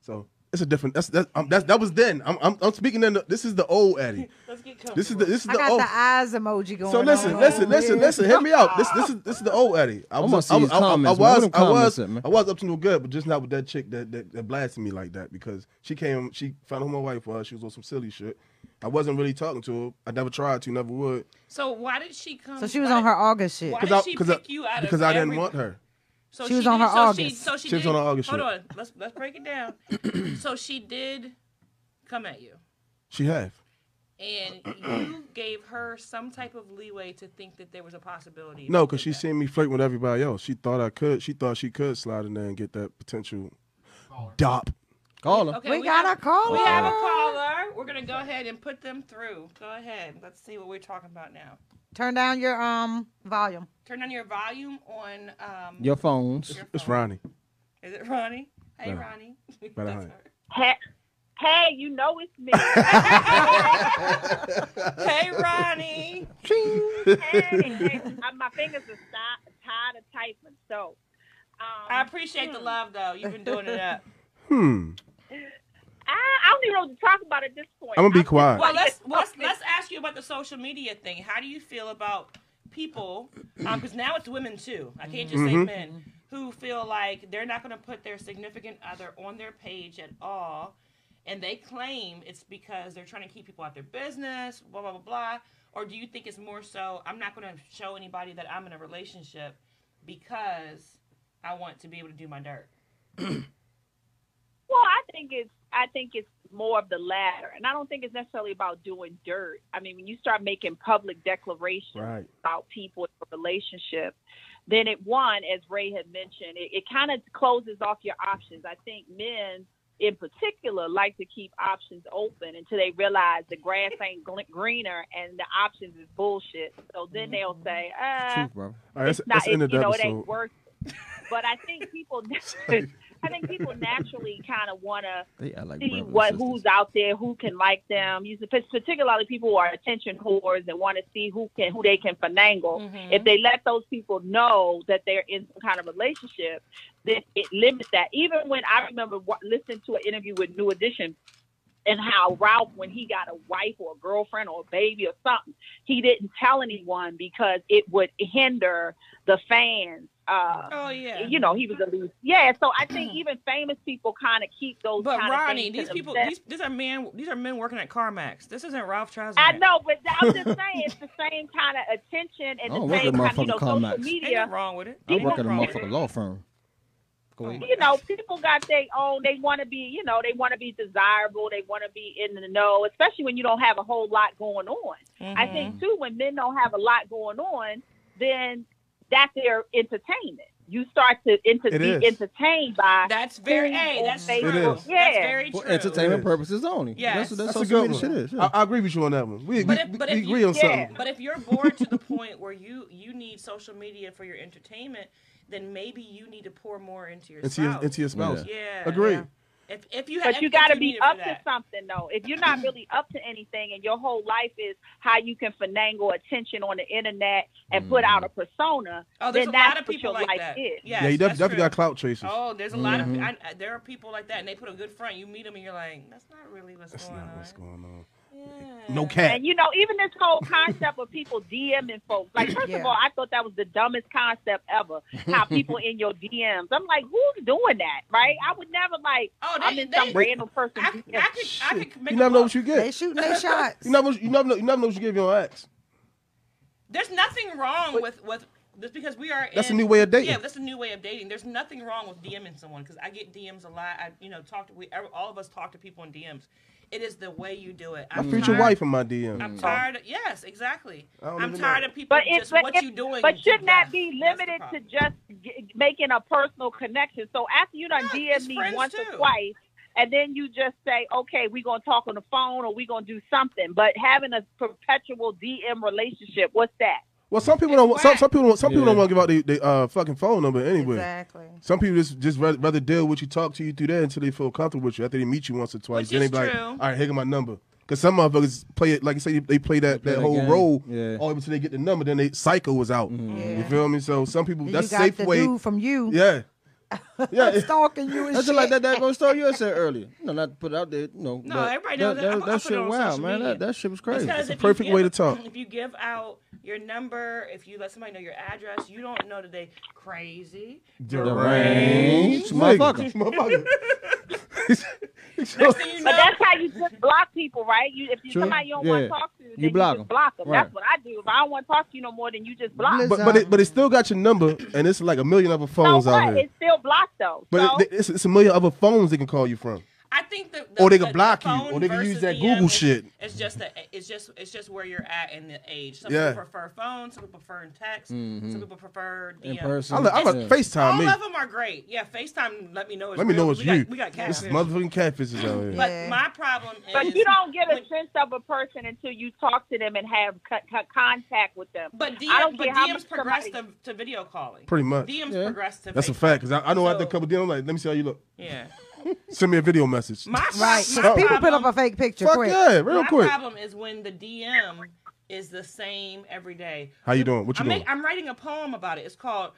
Speaker 3: So it's a different. That's that. Um, that's that was then. I'm I'm, I'm speaking. In the, this is the old Eddie.
Speaker 1: Let's get comfortable.
Speaker 3: This is the this is
Speaker 2: I
Speaker 3: the
Speaker 2: got
Speaker 3: old.
Speaker 2: the eyes emoji going
Speaker 3: Oh. so listen,
Speaker 2: on.
Speaker 3: listen, listen, listen. Hear me out. This this is this is the old Eddie. I
Speaker 4: I'm gonna see
Speaker 3: I
Speaker 4: these
Speaker 3: I, I, I
Speaker 4: comments, man. Where
Speaker 3: was
Speaker 4: them
Speaker 3: I was
Speaker 4: comments at, man?
Speaker 3: I was up to no good, but just not with that chick that, that that blasted me like that because she came. She found out who my wife was. She was on some silly shit. I wasn't really talking to her. I never tried to. Never would.
Speaker 1: So why did she come?
Speaker 2: So she was
Speaker 1: why
Speaker 2: on
Speaker 1: did-
Speaker 2: her August shit.
Speaker 1: Why
Speaker 3: Because
Speaker 1: did
Speaker 3: I
Speaker 1: she
Speaker 3: because I,
Speaker 1: pick you out of
Speaker 3: because I didn't
Speaker 1: every-
Speaker 3: want her.
Speaker 1: So
Speaker 2: She was
Speaker 1: did,
Speaker 2: on her
Speaker 1: so She,
Speaker 2: August.
Speaker 1: so she,
Speaker 3: She was
Speaker 1: did,
Speaker 3: on her August
Speaker 1: Hold
Speaker 3: shit.
Speaker 1: on, let's let's break it down. so she did come at you,
Speaker 3: She have.
Speaker 1: and you gave her some type of leeway to think that there was a possibility.
Speaker 3: No,
Speaker 1: that
Speaker 3: because she
Speaker 1: did
Speaker 3: seen me flirting with everybody else. She thought I could. She thought she could slide in there and get that potential dop.
Speaker 4: Call
Speaker 1: that.
Speaker 4: her.
Speaker 1: Okay,
Speaker 2: We got
Speaker 1: have-
Speaker 2: a caller.
Speaker 1: We have a caller. We're gonna go ahead and put them through. Go ahead. Let's see what we're talking about now.
Speaker 2: Turn down your um volume.
Speaker 1: Turn on your volume on. Um,
Speaker 4: Your phones.
Speaker 1: your
Speaker 3: It's
Speaker 1: phone.
Speaker 3: Ronnie.
Speaker 1: Is it Ronnie? Hey,
Speaker 3: No.
Speaker 1: Ronnie.
Speaker 3: Better
Speaker 1: That's
Speaker 3: hide.
Speaker 1: her.
Speaker 5: Hey, hey, you know it's me.
Speaker 1: Hey, Ronnie.
Speaker 5: hey, hey, I- my fingers are sti- tired of typing. So,
Speaker 1: I
Speaker 5: um,
Speaker 1: appreciate
Speaker 2: Hmm.
Speaker 1: the love though. You've been doing it up.
Speaker 3: Hmm.
Speaker 5: I, I don't even know what to talk about at this point.
Speaker 3: I'm gonna be
Speaker 5: just
Speaker 3: quiet.
Speaker 1: Well, let's
Speaker 5: fucking-
Speaker 1: let's let's ask you about the social media thing. How do you feel about people? Because now it's women too. I can't just say men who feel like they're not going to put their significant other on their page at all, and they claim it's because they're trying to keep people out their business. Blah blah blah blah. Or do you think it's more so I'm not going to show anybody that I'm in a relationship because I want to be able to do my dirt?
Speaker 5: Well, I think it's I think it's more of the latter, and I don't think it's necessarily about doing dirt. I mean, when you start making public declarations
Speaker 3: Right.
Speaker 5: about people in a relationship, then it one, as Ray had mentioned, it, it kind of closes off your options. I think men in particular like to keep options open until they realize the grass ain't gl- greener and the options is bullshit. So then they'll say, uh,
Speaker 4: Truth, brother.
Speaker 3: All right, that's,
Speaker 5: it's not,
Speaker 3: that's the end
Speaker 5: it,
Speaker 3: of
Speaker 5: you
Speaker 3: the
Speaker 5: know, it ain't
Speaker 3: episode.
Speaker 5: worth it. But I think people, I think people naturally kind of want to
Speaker 4: They are like
Speaker 5: see
Speaker 4: brothers
Speaker 5: what
Speaker 4: and
Speaker 5: who's
Speaker 4: sisters.
Speaker 5: out there, who can like them. You sup- particularly people who are attention whores and want to see who can who they can finagle.
Speaker 1: Mhm.
Speaker 5: If they let those people know that they're in some kind of relationship, then it limits that. Even when I remember wa- listening to an interview with New Edition. And how Ralph, when he got a wife or a girlfriend or a baby or something, he didn't tell anyone because it would hinder the fans Uh,
Speaker 1: Oh yeah. Mm-hmm.
Speaker 5: You know, he was a lead. Yeah, so I think even famous people kind of keep those.
Speaker 1: but
Speaker 5: kind
Speaker 1: Ronnie,
Speaker 5: of things
Speaker 1: these
Speaker 5: to
Speaker 1: people,
Speaker 5: themselves.
Speaker 1: these these are men. These are men working at CarMax. This isn't Ralph Tresvant.
Speaker 5: I know, but I'm just saying it's the same kind of attention and
Speaker 4: I don't
Speaker 5: the
Speaker 4: work
Speaker 5: same
Speaker 4: at
Speaker 5: kind of you know
Speaker 4: motherfucking
Speaker 5: social
Speaker 4: CarMax.
Speaker 1: Ain't nothing
Speaker 5: media.
Speaker 1: wrong with it.
Speaker 4: I
Speaker 1: Ain't
Speaker 4: work at a
Speaker 1: nothing wrong with it.
Speaker 4: motherfucking law firm. Go ahead.
Speaker 5: You know, people got their own. They want to be, you know, they want to be desirable. They want to be in the know, especially when you don't have a whole lot going on. I
Speaker 1: Mm-hmm.
Speaker 5: think too, when men don't have a lot going on, then that's their entertainment. You start to enter-
Speaker 3: It
Speaker 5: be
Speaker 3: is.
Speaker 5: entertained by
Speaker 1: That's very.
Speaker 5: It
Speaker 1: Hey, that's
Speaker 5: is.
Speaker 1: true. That's
Speaker 5: Yeah.
Speaker 1: very true.
Speaker 4: For entertainment
Speaker 3: Yes.
Speaker 4: purposes only. Yeah,
Speaker 1: Yes.
Speaker 4: That's what that's,
Speaker 3: That's
Speaker 4: social
Speaker 3: a good
Speaker 4: media
Speaker 3: one.
Speaker 4: shit is. Yeah.
Speaker 3: I, I agree with you on that one. We,
Speaker 1: But
Speaker 3: we,
Speaker 1: if- but
Speaker 3: we
Speaker 1: if you-
Speaker 3: agree on
Speaker 5: yeah.
Speaker 3: something.
Speaker 1: But if you're bored to the point where you you need social media for your entertainment, then maybe you need to pour more into your
Speaker 3: Into your,
Speaker 1: spouse.
Speaker 3: into your spouse.
Speaker 1: yeah.
Speaker 3: Agree.
Speaker 1: Yeah. If if you have,
Speaker 5: But you got to be up to something, though. If you're
Speaker 1: Mm-hmm.
Speaker 5: not really up to anything, and your whole life is how you can finagle attention on the internet and put out a persona,
Speaker 1: Oh, there's
Speaker 5: then
Speaker 1: a
Speaker 5: that's
Speaker 1: lot of
Speaker 5: what
Speaker 1: people
Speaker 5: your
Speaker 1: like
Speaker 5: life
Speaker 1: that.
Speaker 5: is.
Speaker 1: Yes,
Speaker 3: yeah, you def-
Speaker 1: that's
Speaker 3: definitely
Speaker 1: true.
Speaker 3: got clout chasers.
Speaker 1: Oh, there's a lot
Speaker 3: Mm-hmm.
Speaker 1: of I, I- there are people like that, and they put a good front. You meet them, and you're like, that's not really what's
Speaker 3: That's
Speaker 1: going
Speaker 3: not
Speaker 1: on.
Speaker 3: what's going on.
Speaker 1: Yeah.
Speaker 3: No cat.
Speaker 5: And you know, even this whole concept of people DMing folks. Like, first
Speaker 2: Yeah.
Speaker 5: of all, I thought that was the dumbest concept ever. How people in your DMs. I'm like, who's doing that? Right? I would never like.
Speaker 1: Oh, they-
Speaker 5: I'm in
Speaker 1: they-
Speaker 5: some random person.
Speaker 1: I, I could, I
Speaker 3: Shit.
Speaker 1: could make
Speaker 3: You
Speaker 1: a
Speaker 3: never know
Speaker 1: book.
Speaker 3: what you
Speaker 2: They
Speaker 3: get.
Speaker 2: shooting their shots.
Speaker 3: You never, you never, know, you never know what you give your ex.
Speaker 1: There's nothing wrong with with just because we are.
Speaker 3: That's a
Speaker 1: in-
Speaker 3: new way of dating.
Speaker 1: Yeah, that's a new way of dating. There's nothing wrong with DMing someone because I get DMs a lot. I, you know, talk to we every- all of us talk to people in DMs. It is the way you do it.
Speaker 3: My
Speaker 1: I'm
Speaker 3: future
Speaker 1: tired-
Speaker 3: wife in my DM.
Speaker 1: I'm tired. Of, yes, exactly.
Speaker 3: I don't
Speaker 1: I'm
Speaker 3: even
Speaker 1: tired
Speaker 3: know.
Speaker 1: of people
Speaker 5: But it's
Speaker 1: just
Speaker 5: but
Speaker 1: what
Speaker 5: it-
Speaker 1: you doing.
Speaker 5: But
Speaker 1: is
Speaker 5: should
Speaker 1: your
Speaker 5: not
Speaker 1: best.
Speaker 5: be
Speaker 1: That's the
Speaker 5: limited to
Speaker 1: problem.
Speaker 5: just g- making a personal connection. So after you done
Speaker 1: Yeah, it's
Speaker 5: DM me
Speaker 1: friends
Speaker 5: once
Speaker 1: too.
Speaker 5: or twice, and then you just say, okay, we're gonna talk on the phone or we're gonna do something. But having a perpetual DM relationship, what's that?
Speaker 3: Well, some people
Speaker 1: It's
Speaker 3: don't. want- Some,
Speaker 1: whack.
Speaker 3: some people. don't- Some people
Speaker 4: Yeah.
Speaker 3: don't want to give out their uh, fucking phone number anyway.
Speaker 2: Exactly.
Speaker 3: Some people just just rather, rather deal with you, talk to you through there until they feel comfortable with you. After they meet you once or twice,
Speaker 1: Which
Speaker 3: then
Speaker 1: is
Speaker 3: they be
Speaker 1: true.
Speaker 3: like, "All right, here go my number." Because some motherfuckers play it like you say, they play that,
Speaker 4: play
Speaker 3: that,
Speaker 4: that
Speaker 3: whole
Speaker 4: game.
Speaker 3: role
Speaker 4: Yeah. Mm-hmm.
Speaker 3: all the way until they get the number. Then they cycle was out. You
Speaker 2: Yeah.
Speaker 3: feel me? So some people
Speaker 2: You
Speaker 3: that's
Speaker 2: got
Speaker 3: safe
Speaker 2: the
Speaker 3: way.
Speaker 2: dude from you
Speaker 3: Yeah, yeah. it-
Speaker 2: stalking you and
Speaker 4: That's
Speaker 2: shit.
Speaker 4: just like that that ghost story you said earlier. No, not to put it out there. You know,
Speaker 1: No,
Speaker 4: but
Speaker 1: everybody knows that. I'm- I put it
Speaker 4: shit,
Speaker 1: on
Speaker 4: wow,
Speaker 1: social
Speaker 4: man. That,
Speaker 1: media.
Speaker 4: that shit was crazy.
Speaker 1: Because
Speaker 3: the
Speaker 1: if you
Speaker 3: perfect
Speaker 1: give-
Speaker 3: way to talk.
Speaker 1: If you give out your number, if you let somebody know your address, you don't know that they crazy.
Speaker 4: Deranged motherfucker.
Speaker 3: motherfucker.
Speaker 1: Next thing you
Speaker 5: But
Speaker 1: know,
Speaker 5: that's how you just block people, right? You if you,
Speaker 4: True.
Speaker 5: somebody you don't
Speaker 4: Yeah.
Speaker 5: want to talk to, then you,
Speaker 4: block
Speaker 5: just
Speaker 4: 'em.
Speaker 5: block them.
Speaker 4: Right.
Speaker 5: That's what I do. If I don't want to talk to you no more, then you just block.
Speaker 2: Listen,
Speaker 3: but but it, but it still got your number, and it's like a million other
Speaker 5: so
Speaker 3: phones out
Speaker 5: what?
Speaker 3: here.
Speaker 5: It's still blocked though. so,
Speaker 3: But it, it's, it's a million other phones they can call you from.
Speaker 1: I think the, the
Speaker 3: Or they
Speaker 1: the-
Speaker 3: could block
Speaker 1: the
Speaker 3: you,
Speaker 1: phone
Speaker 3: or they could
Speaker 1: versus
Speaker 3: use that
Speaker 1: DM
Speaker 3: Google
Speaker 1: is-
Speaker 3: shit.
Speaker 1: It's just that it's just it's just where you're at in the age. Some
Speaker 3: Yeah.
Speaker 1: people prefer phone, some people prefer text, some people prefer DM.
Speaker 4: In person.
Speaker 3: I'm, a- I'm a
Speaker 4: Yeah.
Speaker 3: FaceTime
Speaker 1: All
Speaker 3: me.
Speaker 1: of them are great. Yeah, FaceTime. Let me know. It's
Speaker 3: Let me
Speaker 1: real.
Speaker 3: know it's
Speaker 1: we
Speaker 3: you.
Speaker 1: Got, we got
Speaker 3: This
Speaker 1: catfish.
Speaker 3: motherfucking catfish is out here.
Speaker 1: But
Speaker 2: Yeah.
Speaker 1: my problem is.
Speaker 5: But you don't get a
Speaker 1: when-
Speaker 5: sense of a person until you talk to them and have co- co- contact with them.
Speaker 1: But, DM,
Speaker 5: I don't
Speaker 1: but
Speaker 5: care how much
Speaker 1: DMs progressed
Speaker 5: somebody-
Speaker 1: to, to video calling.
Speaker 3: Pretty much.
Speaker 1: DMs
Speaker 4: Yeah.
Speaker 1: progressed to.
Speaker 3: That's a
Speaker 1: face-
Speaker 3: fact. Cause I, I know after a
Speaker 1: So-
Speaker 3: couple of days, I'm like, let me see how you look.
Speaker 1: Yeah.
Speaker 3: Send me a video message.
Speaker 1: My
Speaker 2: right.
Speaker 1: my
Speaker 2: 'cause people put
Speaker 1: problem-
Speaker 2: up a fake picture
Speaker 3: Fuck
Speaker 2: quick.
Speaker 3: yeah, real
Speaker 1: my
Speaker 3: quick.
Speaker 1: problem is when the DM is the same every day.
Speaker 3: How you doing? What you
Speaker 1: I'm,
Speaker 3: doing?
Speaker 1: make- I'm writing a poem about it. It's called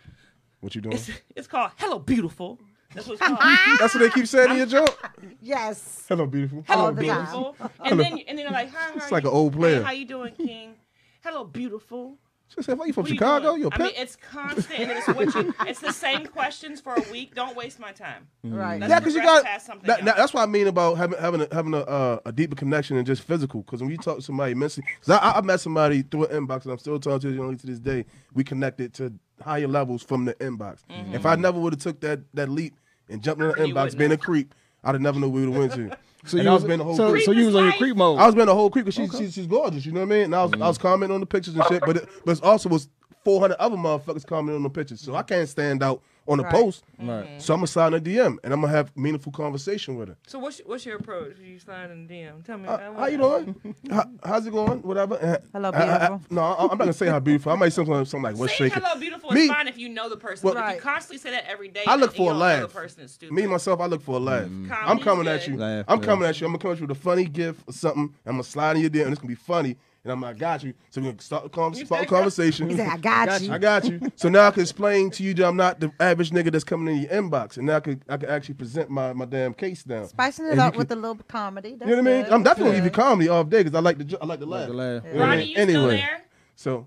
Speaker 3: What you doing?
Speaker 1: it's, it's called Hello Beautiful. That's what it's called.
Speaker 3: That's what they keep saying in your joke.
Speaker 2: Yes.
Speaker 3: Hello, beautiful.
Speaker 1: Hello
Speaker 2: All the time.
Speaker 1: Beautiful. And then and then you're like, hi, how
Speaker 3: It's
Speaker 1: are
Speaker 3: like
Speaker 1: you?
Speaker 3: an old
Speaker 1: Hey,
Speaker 3: player.
Speaker 1: how you doing, King? Hello Beautiful.
Speaker 3: She said, "Why you from
Speaker 1: What you
Speaker 3: Chicago?
Speaker 1: doing?"
Speaker 3: You a
Speaker 1: I mean,
Speaker 3: pimp?"
Speaker 1: it's constant. And it's what you. It's the same questions for a week. Don't waste my time.
Speaker 3: Mm-hmm.
Speaker 2: Right.
Speaker 3: yeah, because you
Speaker 1: progress
Speaker 3: got.
Speaker 1: past something
Speaker 3: That,
Speaker 1: else.
Speaker 3: that- that's what I mean about having having a, having a, uh, a deeper connection than just physical. Because when you talk to somebody mentally, because I, I- I met somebody through an inbox, and I'm still talking to you only to this day. We connected to higher levels from the inbox. If I never would have took that that leap and jumped in the
Speaker 1: Mm-hmm. You
Speaker 3: inbox,
Speaker 1: wouldn't
Speaker 3: been a
Speaker 1: have.
Speaker 3: creep, I'd have never knew we would have went to.
Speaker 4: So
Speaker 3: And
Speaker 4: you
Speaker 3: I
Speaker 4: was
Speaker 3: was being a whole
Speaker 4: so,
Speaker 3: creep.
Speaker 4: so you was on your
Speaker 1: Creep is
Speaker 4: creep
Speaker 1: life.
Speaker 4: mode.
Speaker 3: I was being a whole creep because she's, she's she's gorgeous. You know what I mean? And I was I was commenting on the pictures and shit, but it, but it's also was 400 other motherfuckers commenting on the pictures, so I can't stand out on the
Speaker 2: Right.
Speaker 3: post.
Speaker 4: Right.
Speaker 3: So I'm gonna sign a DM and I'm gonna have meaningful conversation with her.
Speaker 1: So what's what's your approach? You slide in the DM. Tell me. I
Speaker 3: Uh,
Speaker 1: wanna-
Speaker 3: how you doing? How, how's it going? Whatever. Uh,
Speaker 2: Hello,
Speaker 3: uh, uh,
Speaker 2: beautiful.
Speaker 3: no, I, I'm not gonna say how beautiful. I might say something, something like what's
Speaker 1: Saying
Speaker 3: shaking.
Speaker 1: hello beautiful
Speaker 3: Me-
Speaker 1: is fine if you know the person.
Speaker 3: Well-
Speaker 1: but if
Speaker 2: Right.
Speaker 1: you constantly say that every day,
Speaker 3: I look
Speaker 1: then
Speaker 3: for
Speaker 1: you
Speaker 3: a
Speaker 1: don't know the
Speaker 3: laugh.
Speaker 1: person is stupid.
Speaker 3: Me myself, I look for a laugh. I'm
Speaker 1: Comedy's
Speaker 3: coming at
Speaker 1: good.
Speaker 3: you.
Speaker 4: Laugh,
Speaker 3: I'm
Speaker 4: yeah.
Speaker 3: coming at you. I'm gonna come at you with a funny gift or something. I'm gonna slide in your DM and it's gonna be funny. And I'm like, I got you. So we're gonna start the, con- start the conversation.
Speaker 2: He said, I got you.
Speaker 3: I got you. So now I can explain to you that I'm not the average nigga that's coming in your inbox, and now I could I could actually present my, my damn case down.
Speaker 2: Spicing it
Speaker 3: And you
Speaker 2: up
Speaker 3: could-
Speaker 2: with a little comedy. That's
Speaker 3: you know what I mean.
Speaker 2: good.
Speaker 3: I'm definitely gonna
Speaker 2: That's
Speaker 3: give you comedy all day because I like the jo- I like the laugh.
Speaker 4: the laugh.
Speaker 3: You know what I
Speaker 1: Ronnie,
Speaker 3: mean?
Speaker 1: you still
Speaker 3: Anyway,
Speaker 1: there?
Speaker 3: so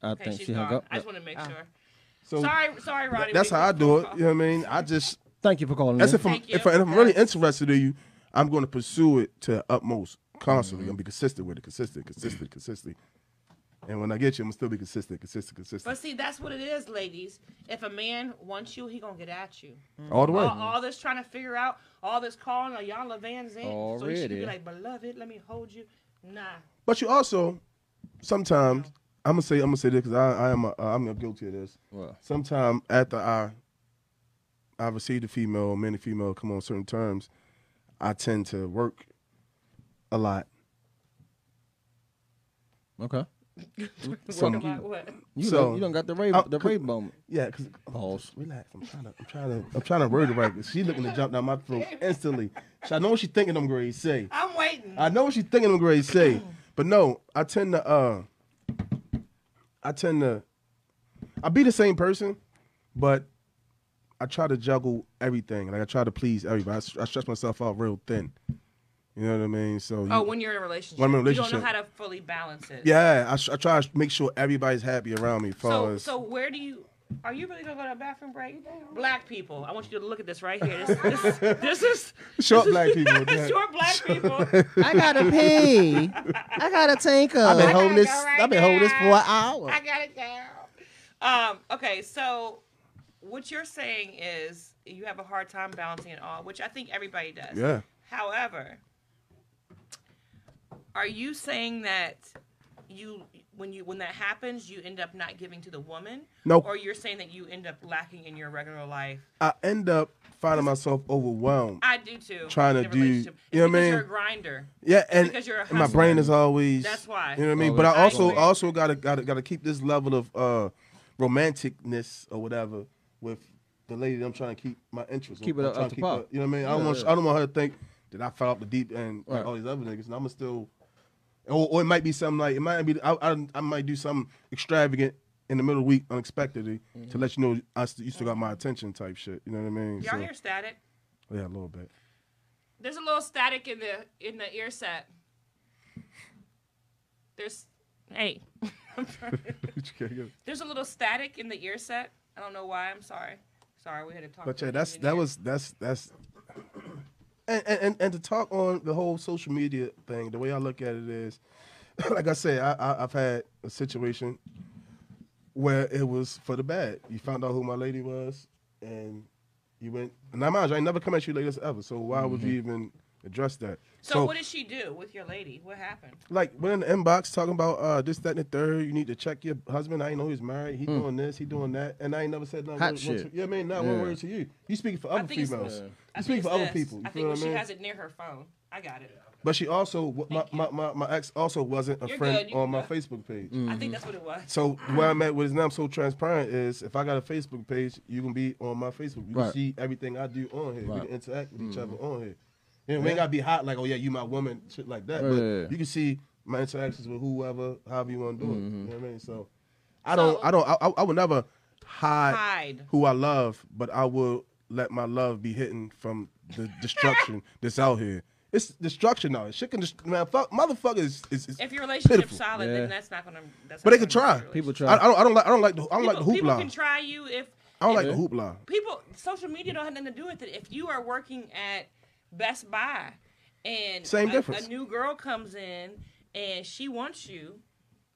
Speaker 4: I
Speaker 1: Okay,
Speaker 4: think
Speaker 1: she's
Speaker 4: she hung
Speaker 1: gone.
Speaker 4: up.
Speaker 1: I just want to make sure.
Speaker 3: So
Speaker 1: sorry, sorry, Ronnie.
Speaker 3: Oh. that's
Speaker 1: we-
Speaker 3: how I do it. You know what I mean? I just
Speaker 4: Thank you for calling.
Speaker 3: that's
Speaker 4: in.
Speaker 3: if I'm
Speaker 1: Thank you.
Speaker 3: if, I, if I'm really interested in you, I'm going to pursue it to the utmost constantly. I'm gonna be consistent with it, consistent, consistent, consistent. And when I get you, I'm gonna still be consistent, consistent,
Speaker 1: But
Speaker 3: consistent,
Speaker 1: see, that's what it is, ladies. If a man wants you, he gonna get at you.
Speaker 3: all the way.
Speaker 1: All, all this trying to figure out, all this calling on y'all Van Zandt, so you should be
Speaker 4: Already.
Speaker 1: like, beloved, let me hold you. Nah,
Speaker 3: But you also, sometimes I'm gonna say I'm gonna say this because I, I am a, uh, I'm guilty of this.
Speaker 4: What?
Speaker 3: Sometimes after I I received a female, many female come on certain terms, I tend to work a lot.
Speaker 4: okay.
Speaker 1: Work about what?
Speaker 4: You
Speaker 3: So-
Speaker 4: done, you done got the rave
Speaker 3: Oh,
Speaker 4: the
Speaker 3: could-
Speaker 4: rave moment.
Speaker 3: Yeah, because
Speaker 4: Pause.
Speaker 3: relax. I'm trying to I'm trying to I'm trying to word it right. 'cause She looking to jump down my throat instantly. So I know what she thinking I'm grade say.
Speaker 1: I'm waiting.
Speaker 3: I know what she's thinking I'm going to say, but no, I tend to uh I tend to I be the same person, but I try to juggle everything. Like I try to please everybody. I, s- I stretch myself out real thin. You know what I mean? So
Speaker 1: oh,
Speaker 3: you-
Speaker 1: when you're in a relationship,
Speaker 3: When I'm in a
Speaker 1: you don't know how
Speaker 3: relationship.
Speaker 1: to fully balance it.
Speaker 3: yeah, I, s- I try to make sure everybody's happy around me. far
Speaker 1: So,
Speaker 3: as,
Speaker 1: so where do you? Are you really gonna go to a bathroom break? Black people, I want you to look at this right here. This, this, this is
Speaker 3: short black people. yeah.
Speaker 1: short black people.
Speaker 4: I gotta pee. I gotta tinker.
Speaker 1: I
Speaker 4: I've been
Speaker 1: gotta
Speaker 4: holding
Speaker 1: go
Speaker 4: this.
Speaker 1: right
Speaker 4: I've been holding this for an
Speaker 1: now.
Speaker 4: hour.
Speaker 1: I got it down. Um, okay, so what you're saying is you have a hard time balancing it all, which I think everybody does.
Speaker 3: Yeah.
Speaker 1: However, are you saying that you when you when that happens you end up not giving to the woman?
Speaker 3: No.
Speaker 1: Or you're saying that you end up lacking in your regular life?
Speaker 3: I end up finding myself overwhelmed.
Speaker 1: I do too.
Speaker 3: Trying to
Speaker 1: in a
Speaker 3: do-
Speaker 1: relationship.
Speaker 3: you know
Speaker 1: It's because
Speaker 3: what I mean?
Speaker 1: You're a grinder.
Speaker 3: Yeah, and,
Speaker 1: because you're a
Speaker 3: and my
Speaker 1: hustler.
Speaker 3: brain is always.
Speaker 1: That's why.
Speaker 3: You know what I mean?
Speaker 4: Always.
Speaker 3: But I
Speaker 1: I
Speaker 3: also
Speaker 1: agree.
Speaker 3: also gotta gotta gotta keep this level of uh romanticness or whatever with the lady that I'm trying to keep my interest.
Speaker 4: Keep it
Speaker 3: I'm
Speaker 4: up-
Speaker 3: trying
Speaker 4: up
Speaker 3: to
Speaker 4: to
Speaker 3: keep her-
Speaker 4: par.
Speaker 3: You know what I mean? I don't
Speaker 4: Yeah,
Speaker 3: want
Speaker 4: yeah.
Speaker 3: I don't want her to think that I fell off the deep end like
Speaker 4: Right.
Speaker 3: all these other niggas, and I'm still. Or, or it might be something like it might be I, I, I might do something extravagant in the middle of the week unexpectedly
Speaker 4: Mm-hmm.
Speaker 3: to let you know I st- you still got my attention type shit. You know what I mean?
Speaker 1: Y'all
Speaker 3: So-
Speaker 1: hear static?
Speaker 3: yeah, a little bit.
Speaker 1: There's a little static in the in the ear set. There's hey, there's a little static in the ear set. I don't know why. I'm sorry. Sorry, we had to talk.
Speaker 3: But
Speaker 1: to
Speaker 3: yeah,
Speaker 1: the
Speaker 3: that's that
Speaker 1: engineer.
Speaker 3: was that's that's and, and and- and to talk on the whole social media thing, the way I look at it is, like I said, I, I I've had a situation where it was for the bad. You found out who my lady was, and you went. And now mind you, I ain't never come at you ladies ever. So why would you even address that?
Speaker 1: So, what did she do with your lady? What happened?
Speaker 3: like went in the inbox talking about uh this, that, and the third. You need to check your husband. I ain't know he's married. He doing this, he doing that, and I ain't never said nothing.
Speaker 4: Hmm. Hot
Speaker 3: one-
Speaker 4: shit.
Speaker 3: one- yeah, I mean, not one
Speaker 4: Yeah.
Speaker 3: word to you. You speaking for other
Speaker 1: think it's-
Speaker 3: females.
Speaker 1: Yeah.
Speaker 3: You speaking for
Speaker 1: it's
Speaker 3: other
Speaker 1: this.
Speaker 3: people. You
Speaker 1: I
Speaker 3: feel
Speaker 1: think
Speaker 3: what I
Speaker 1: when she
Speaker 3: mean?
Speaker 1: has it near her phone. I got it.
Speaker 3: But she also my,
Speaker 1: Thank you.
Speaker 3: my, my, my ex also wasn't a
Speaker 1: You're
Speaker 3: friend
Speaker 1: good. You
Speaker 3: on my
Speaker 1: can go.
Speaker 3: Facebook page.
Speaker 4: Mm.
Speaker 1: I think that's what it was.
Speaker 3: So where I'm at with now I'm so transparent is if I got a Facebook page, you can be on my Facebook. You can
Speaker 4: Right.
Speaker 3: see everything I do on here.
Speaker 4: Right. Mm-hmm.
Speaker 3: We can interact with each other on here. And we ain't gotta be hot like, oh yeah, you my woman, shit like that.
Speaker 4: Yeah,
Speaker 3: but
Speaker 4: yeah, yeah.
Speaker 3: you can see my interactions with whoever, however you want to do it.
Speaker 4: Mm-hmm.
Speaker 3: You know what I mean? So I
Speaker 1: So-
Speaker 3: don't, I don't, I, I- I would never hide,
Speaker 1: Hide.
Speaker 3: who I love, but I will let my love be hidden from the destruction that's out here. It's destruction now. Shit can just man, fuck, motherfuckers. Is, is, is
Speaker 1: If your relationship's
Speaker 3: pitiful.
Speaker 1: solid,
Speaker 4: Yeah.
Speaker 1: then that's not gonna. That's
Speaker 3: But
Speaker 1: not
Speaker 3: they could
Speaker 1: gonna
Speaker 3: try.
Speaker 1: be a
Speaker 4: People
Speaker 1: relationship.
Speaker 4: try.
Speaker 3: I, I don't, I don't like, I don't like the, I don't
Speaker 1: People,
Speaker 3: like the
Speaker 1: people can
Speaker 3: hoopla.
Speaker 1: try you if
Speaker 3: I don't like
Speaker 1: if
Speaker 3: the hoopla.
Speaker 1: people social media don't have nothing to do with it if you are working at best buy and
Speaker 3: Same
Speaker 1: a,
Speaker 3: difference.
Speaker 1: a new girl comes in and she wants you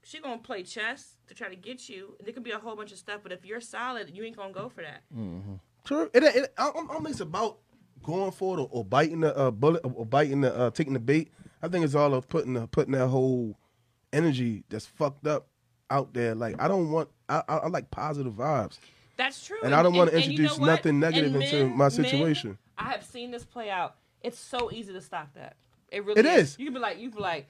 Speaker 1: she gonna play chess to try to get you there could be a whole bunch of stuff but if you're solid you ain't gonna go for that
Speaker 3: Mm. True. It, it, I, I don't think it's about going for it or, or biting the uh, bullet or biting the uh, taking the bait. I think it's all of putting the, putting that whole energy that's fucked up out there. Like I don't want. I, I, I like positive vibes.
Speaker 1: that's true
Speaker 3: And I don't wanna
Speaker 1: and you
Speaker 3: introduce
Speaker 1: know what?
Speaker 3: nothing
Speaker 1: And
Speaker 3: negative into my situation.
Speaker 1: i have seen this play out it's so easy to stop that it really
Speaker 3: It
Speaker 1: is.
Speaker 3: is.
Speaker 1: you can be like you can be like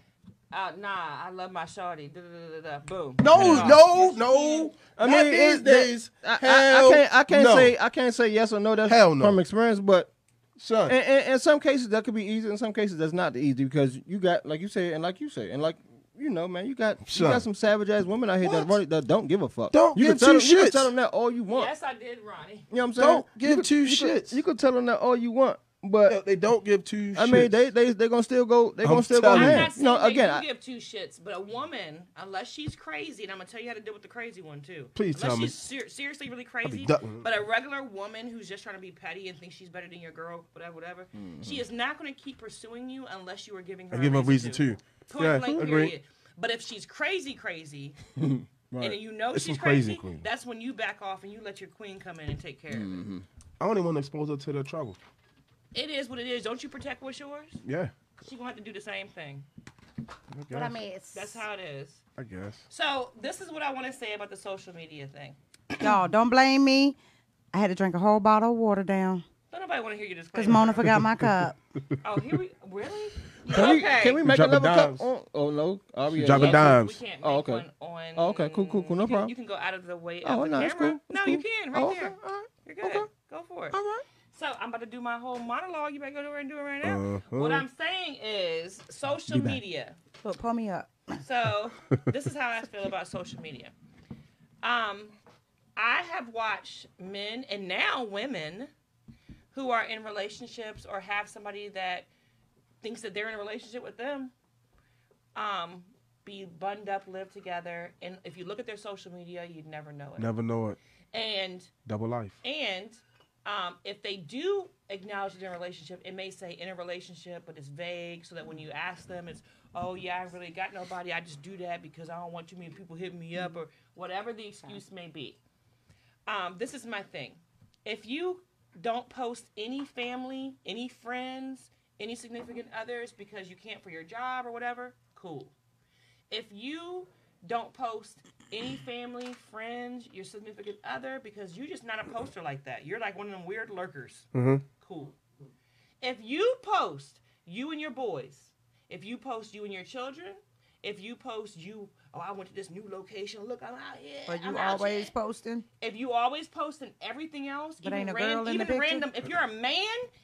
Speaker 1: uh, nah, I love my shawty. Da, da, da, da, da. Boom.
Speaker 3: No,
Speaker 1: Cut it off.
Speaker 3: no, no.
Speaker 4: I
Speaker 3: Not
Speaker 4: mean,
Speaker 3: these
Speaker 4: it- that-
Speaker 3: days.
Speaker 4: I, I- I
Speaker 3: Hell
Speaker 4: can't. I can't
Speaker 3: no.
Speaker 4: say. I can't say yes or no. That's
Speaker 3: Hell no.
Speaker 4: from experience, but.
Speaker 3: son.
Speaker 4: And, and, in some cases that could be easy. In some cases that's not the easy because you got like you say and like you say and like you know man you got
Speaker 3: Son.
Speaker 4: you got some savage ass women out here that
Speaker 3: What?
Speaker 4: run that don't give a fuck.
Speaker 3: Don't
Speaker 4: you
Speaker 3: give
Speaker 4: can
Speaker 3: two
Speaker 4: tell them, You can
Speaker 3: shits.
Speaker 4: tell them that all you want.
Speaker 1: Yes, I did, Ronnie.
Speaker 4: You know what I'm saying?
Speaker 3: Don't
Speaker 4: You
Speaker 3: give
Speaker 4: could-
Speaker 3: two
Speaker 4: you could-
Speaker 3: shits.
Speaker 4: you can tell them that all you want. But
Speaker 3: They don't give two.
Speaker 4: I mean,
Speaker 3: shits.
Speaker 4: they they they gonna still go. They
Speaker 3: I'm
Speaker 4: gonna still go
Speaker 3: telling
Speaker 1: I'm
Speaker 3: you.
Speaker 4: ham.
Speaker 1: not saying
Speaker 4: You know,
Speaker 1: that
Speaker 4: again,
Speaker 1: you
Speaker 4: I,
Speaker 1: give two shits, but a woman, unless she's crazy, and I'm gonna tell you how to deal with the crazy one too.
Speaker 3: Please
Speaker 1: unless
Speaker 3: tell me.
Speaker 1: she's ser- seriously really crazy.
Speaker 3: ducking.
Speaker 1: But a regular woman who's just trying to be petty and thinks she's better than your girl, whatever, whatever, she is not gonna keep pursuing you unless you are giving her.
Speaker 3: I give
Speaker 1: a
Speaker 3: them reason too.
Speaker 1: Point
Speaker 3: Yeah,
Speaker 1: blank,
Speaker 3: agree.
Speaker 1: period. But if she's crazy, crazy, and you know
Speaker 3: It's
Speaker 1: she's
Speaker 3: some crazy
Speaker 1: crazy,
Speaker 3: queen.
Speaker 1: that's when you back off and you let your queen come in and take care of it.
Speaker 3: I don't even want to expose her to the trouble.
Speaker 1: It is what it is. Don't you protect what's yours?
Speaker 3: Yeah.
Speaker 1: She gonna have to do the same thing.
Speaker 3: I guess.
Speaker 6: But I mean, it's
Speaker 1: That's how it is.
Speaker 3: I guess.
Speaker 1: So this is what I want to say about the social media thing.
Speaker 2: Y'all, don't blame me. I had to drink a whole bottle of water down
Speaker 1: Don't nobody want to hear your
Speaker 2: because
Speaker 1: disclaimer.
Speaker 2: Mona forgot my cup.
Speaker 1: oh, here we really?
Speaker 4: can we
Speaker 1: okay.
Speaker 4: can we make
Speaker 3: Dropping
Speaker 4: another cup?
Speaker 3: dimes.
Speaker 4: On, oh no, Are we-
Speaker 3: Dropping
Speaker 1: Yes,
Speaker 3: dimes.
Speaker 1: We can't make
Speaker 4: Oh, okay.
Speaker 1: one on.
Speaker 4: Oh, okay. Cool, cool, cool. No
Speaker 1: you can-
Speaker 4: problem.
Speaker 1: You can go out of the way.
Speaker 4: Oh,
Speaker 1: of the
Speaker 4: no, that's
Speaker 1: camera.
Speaker 4: cool.
Speaker 1: No,
Speaker 4: That's
Speaker 1: you
Speaker 4: cool.
Speaker 1: can right
Speaker 4: Oh, okay.
Speaker 1: there.
Speaker 4: All right.
Speaker 1: You're good.
Speaker 4: Okay.
Speaker 1: Go for it.
Speaker 4: All right.
Speaker 1: So I'm about to do my whole monologue. You better go over and do it right now.
Speaker 3: Uh-huh.
Speaker 1: What I'm saying is social
Speaker 3: Be back.
Speaker 1: media.
Speaker 2: But pull me up.
Speaker 1: So this is how I feel about social media. Um, I have watched men and now women who are in relationships or have somebody that thinks that they're in a relationship with them um, be bunned up, live together, and if you look at their social media, you'd never know it.
Speaker 3: Never know it.
Speaker 1: And
Speaker 3: Double life.
Speaker 1: and um, if they do acknowledge their relationship, it may say in a relationship, but it's vague, so that when you ask them, it's, oh yeah, I really got nobody. I just do that because I don't want too many people hitting me up or whatever the excuse may be. Um, this is my thing. If you don't post any family, any friends, any significant others because you can't for your job or whatever, cool if you don't post any family, friends, your significant other, because you're just not a poster like that. You're like one of them weird lurkers. Cool. If you post you and your boys, if you post you and your children, if you post you, oh, I went to this new location. Look, I'm out here.
Speaker 2: But you
Speaker 1: I'm out
Speaker 2: always
Speaker 1: here."
Speaker 2: posting.
Speaker 1: if you always post and everything else,
Speaker 2: But
Speaker 1: even,
Speaker 2: ain't a
Speaker 1: ran-
Speaker 2: girl in the
Speaker 1: even
Speaker 2: picture?
Speaker 1: random, if you're a man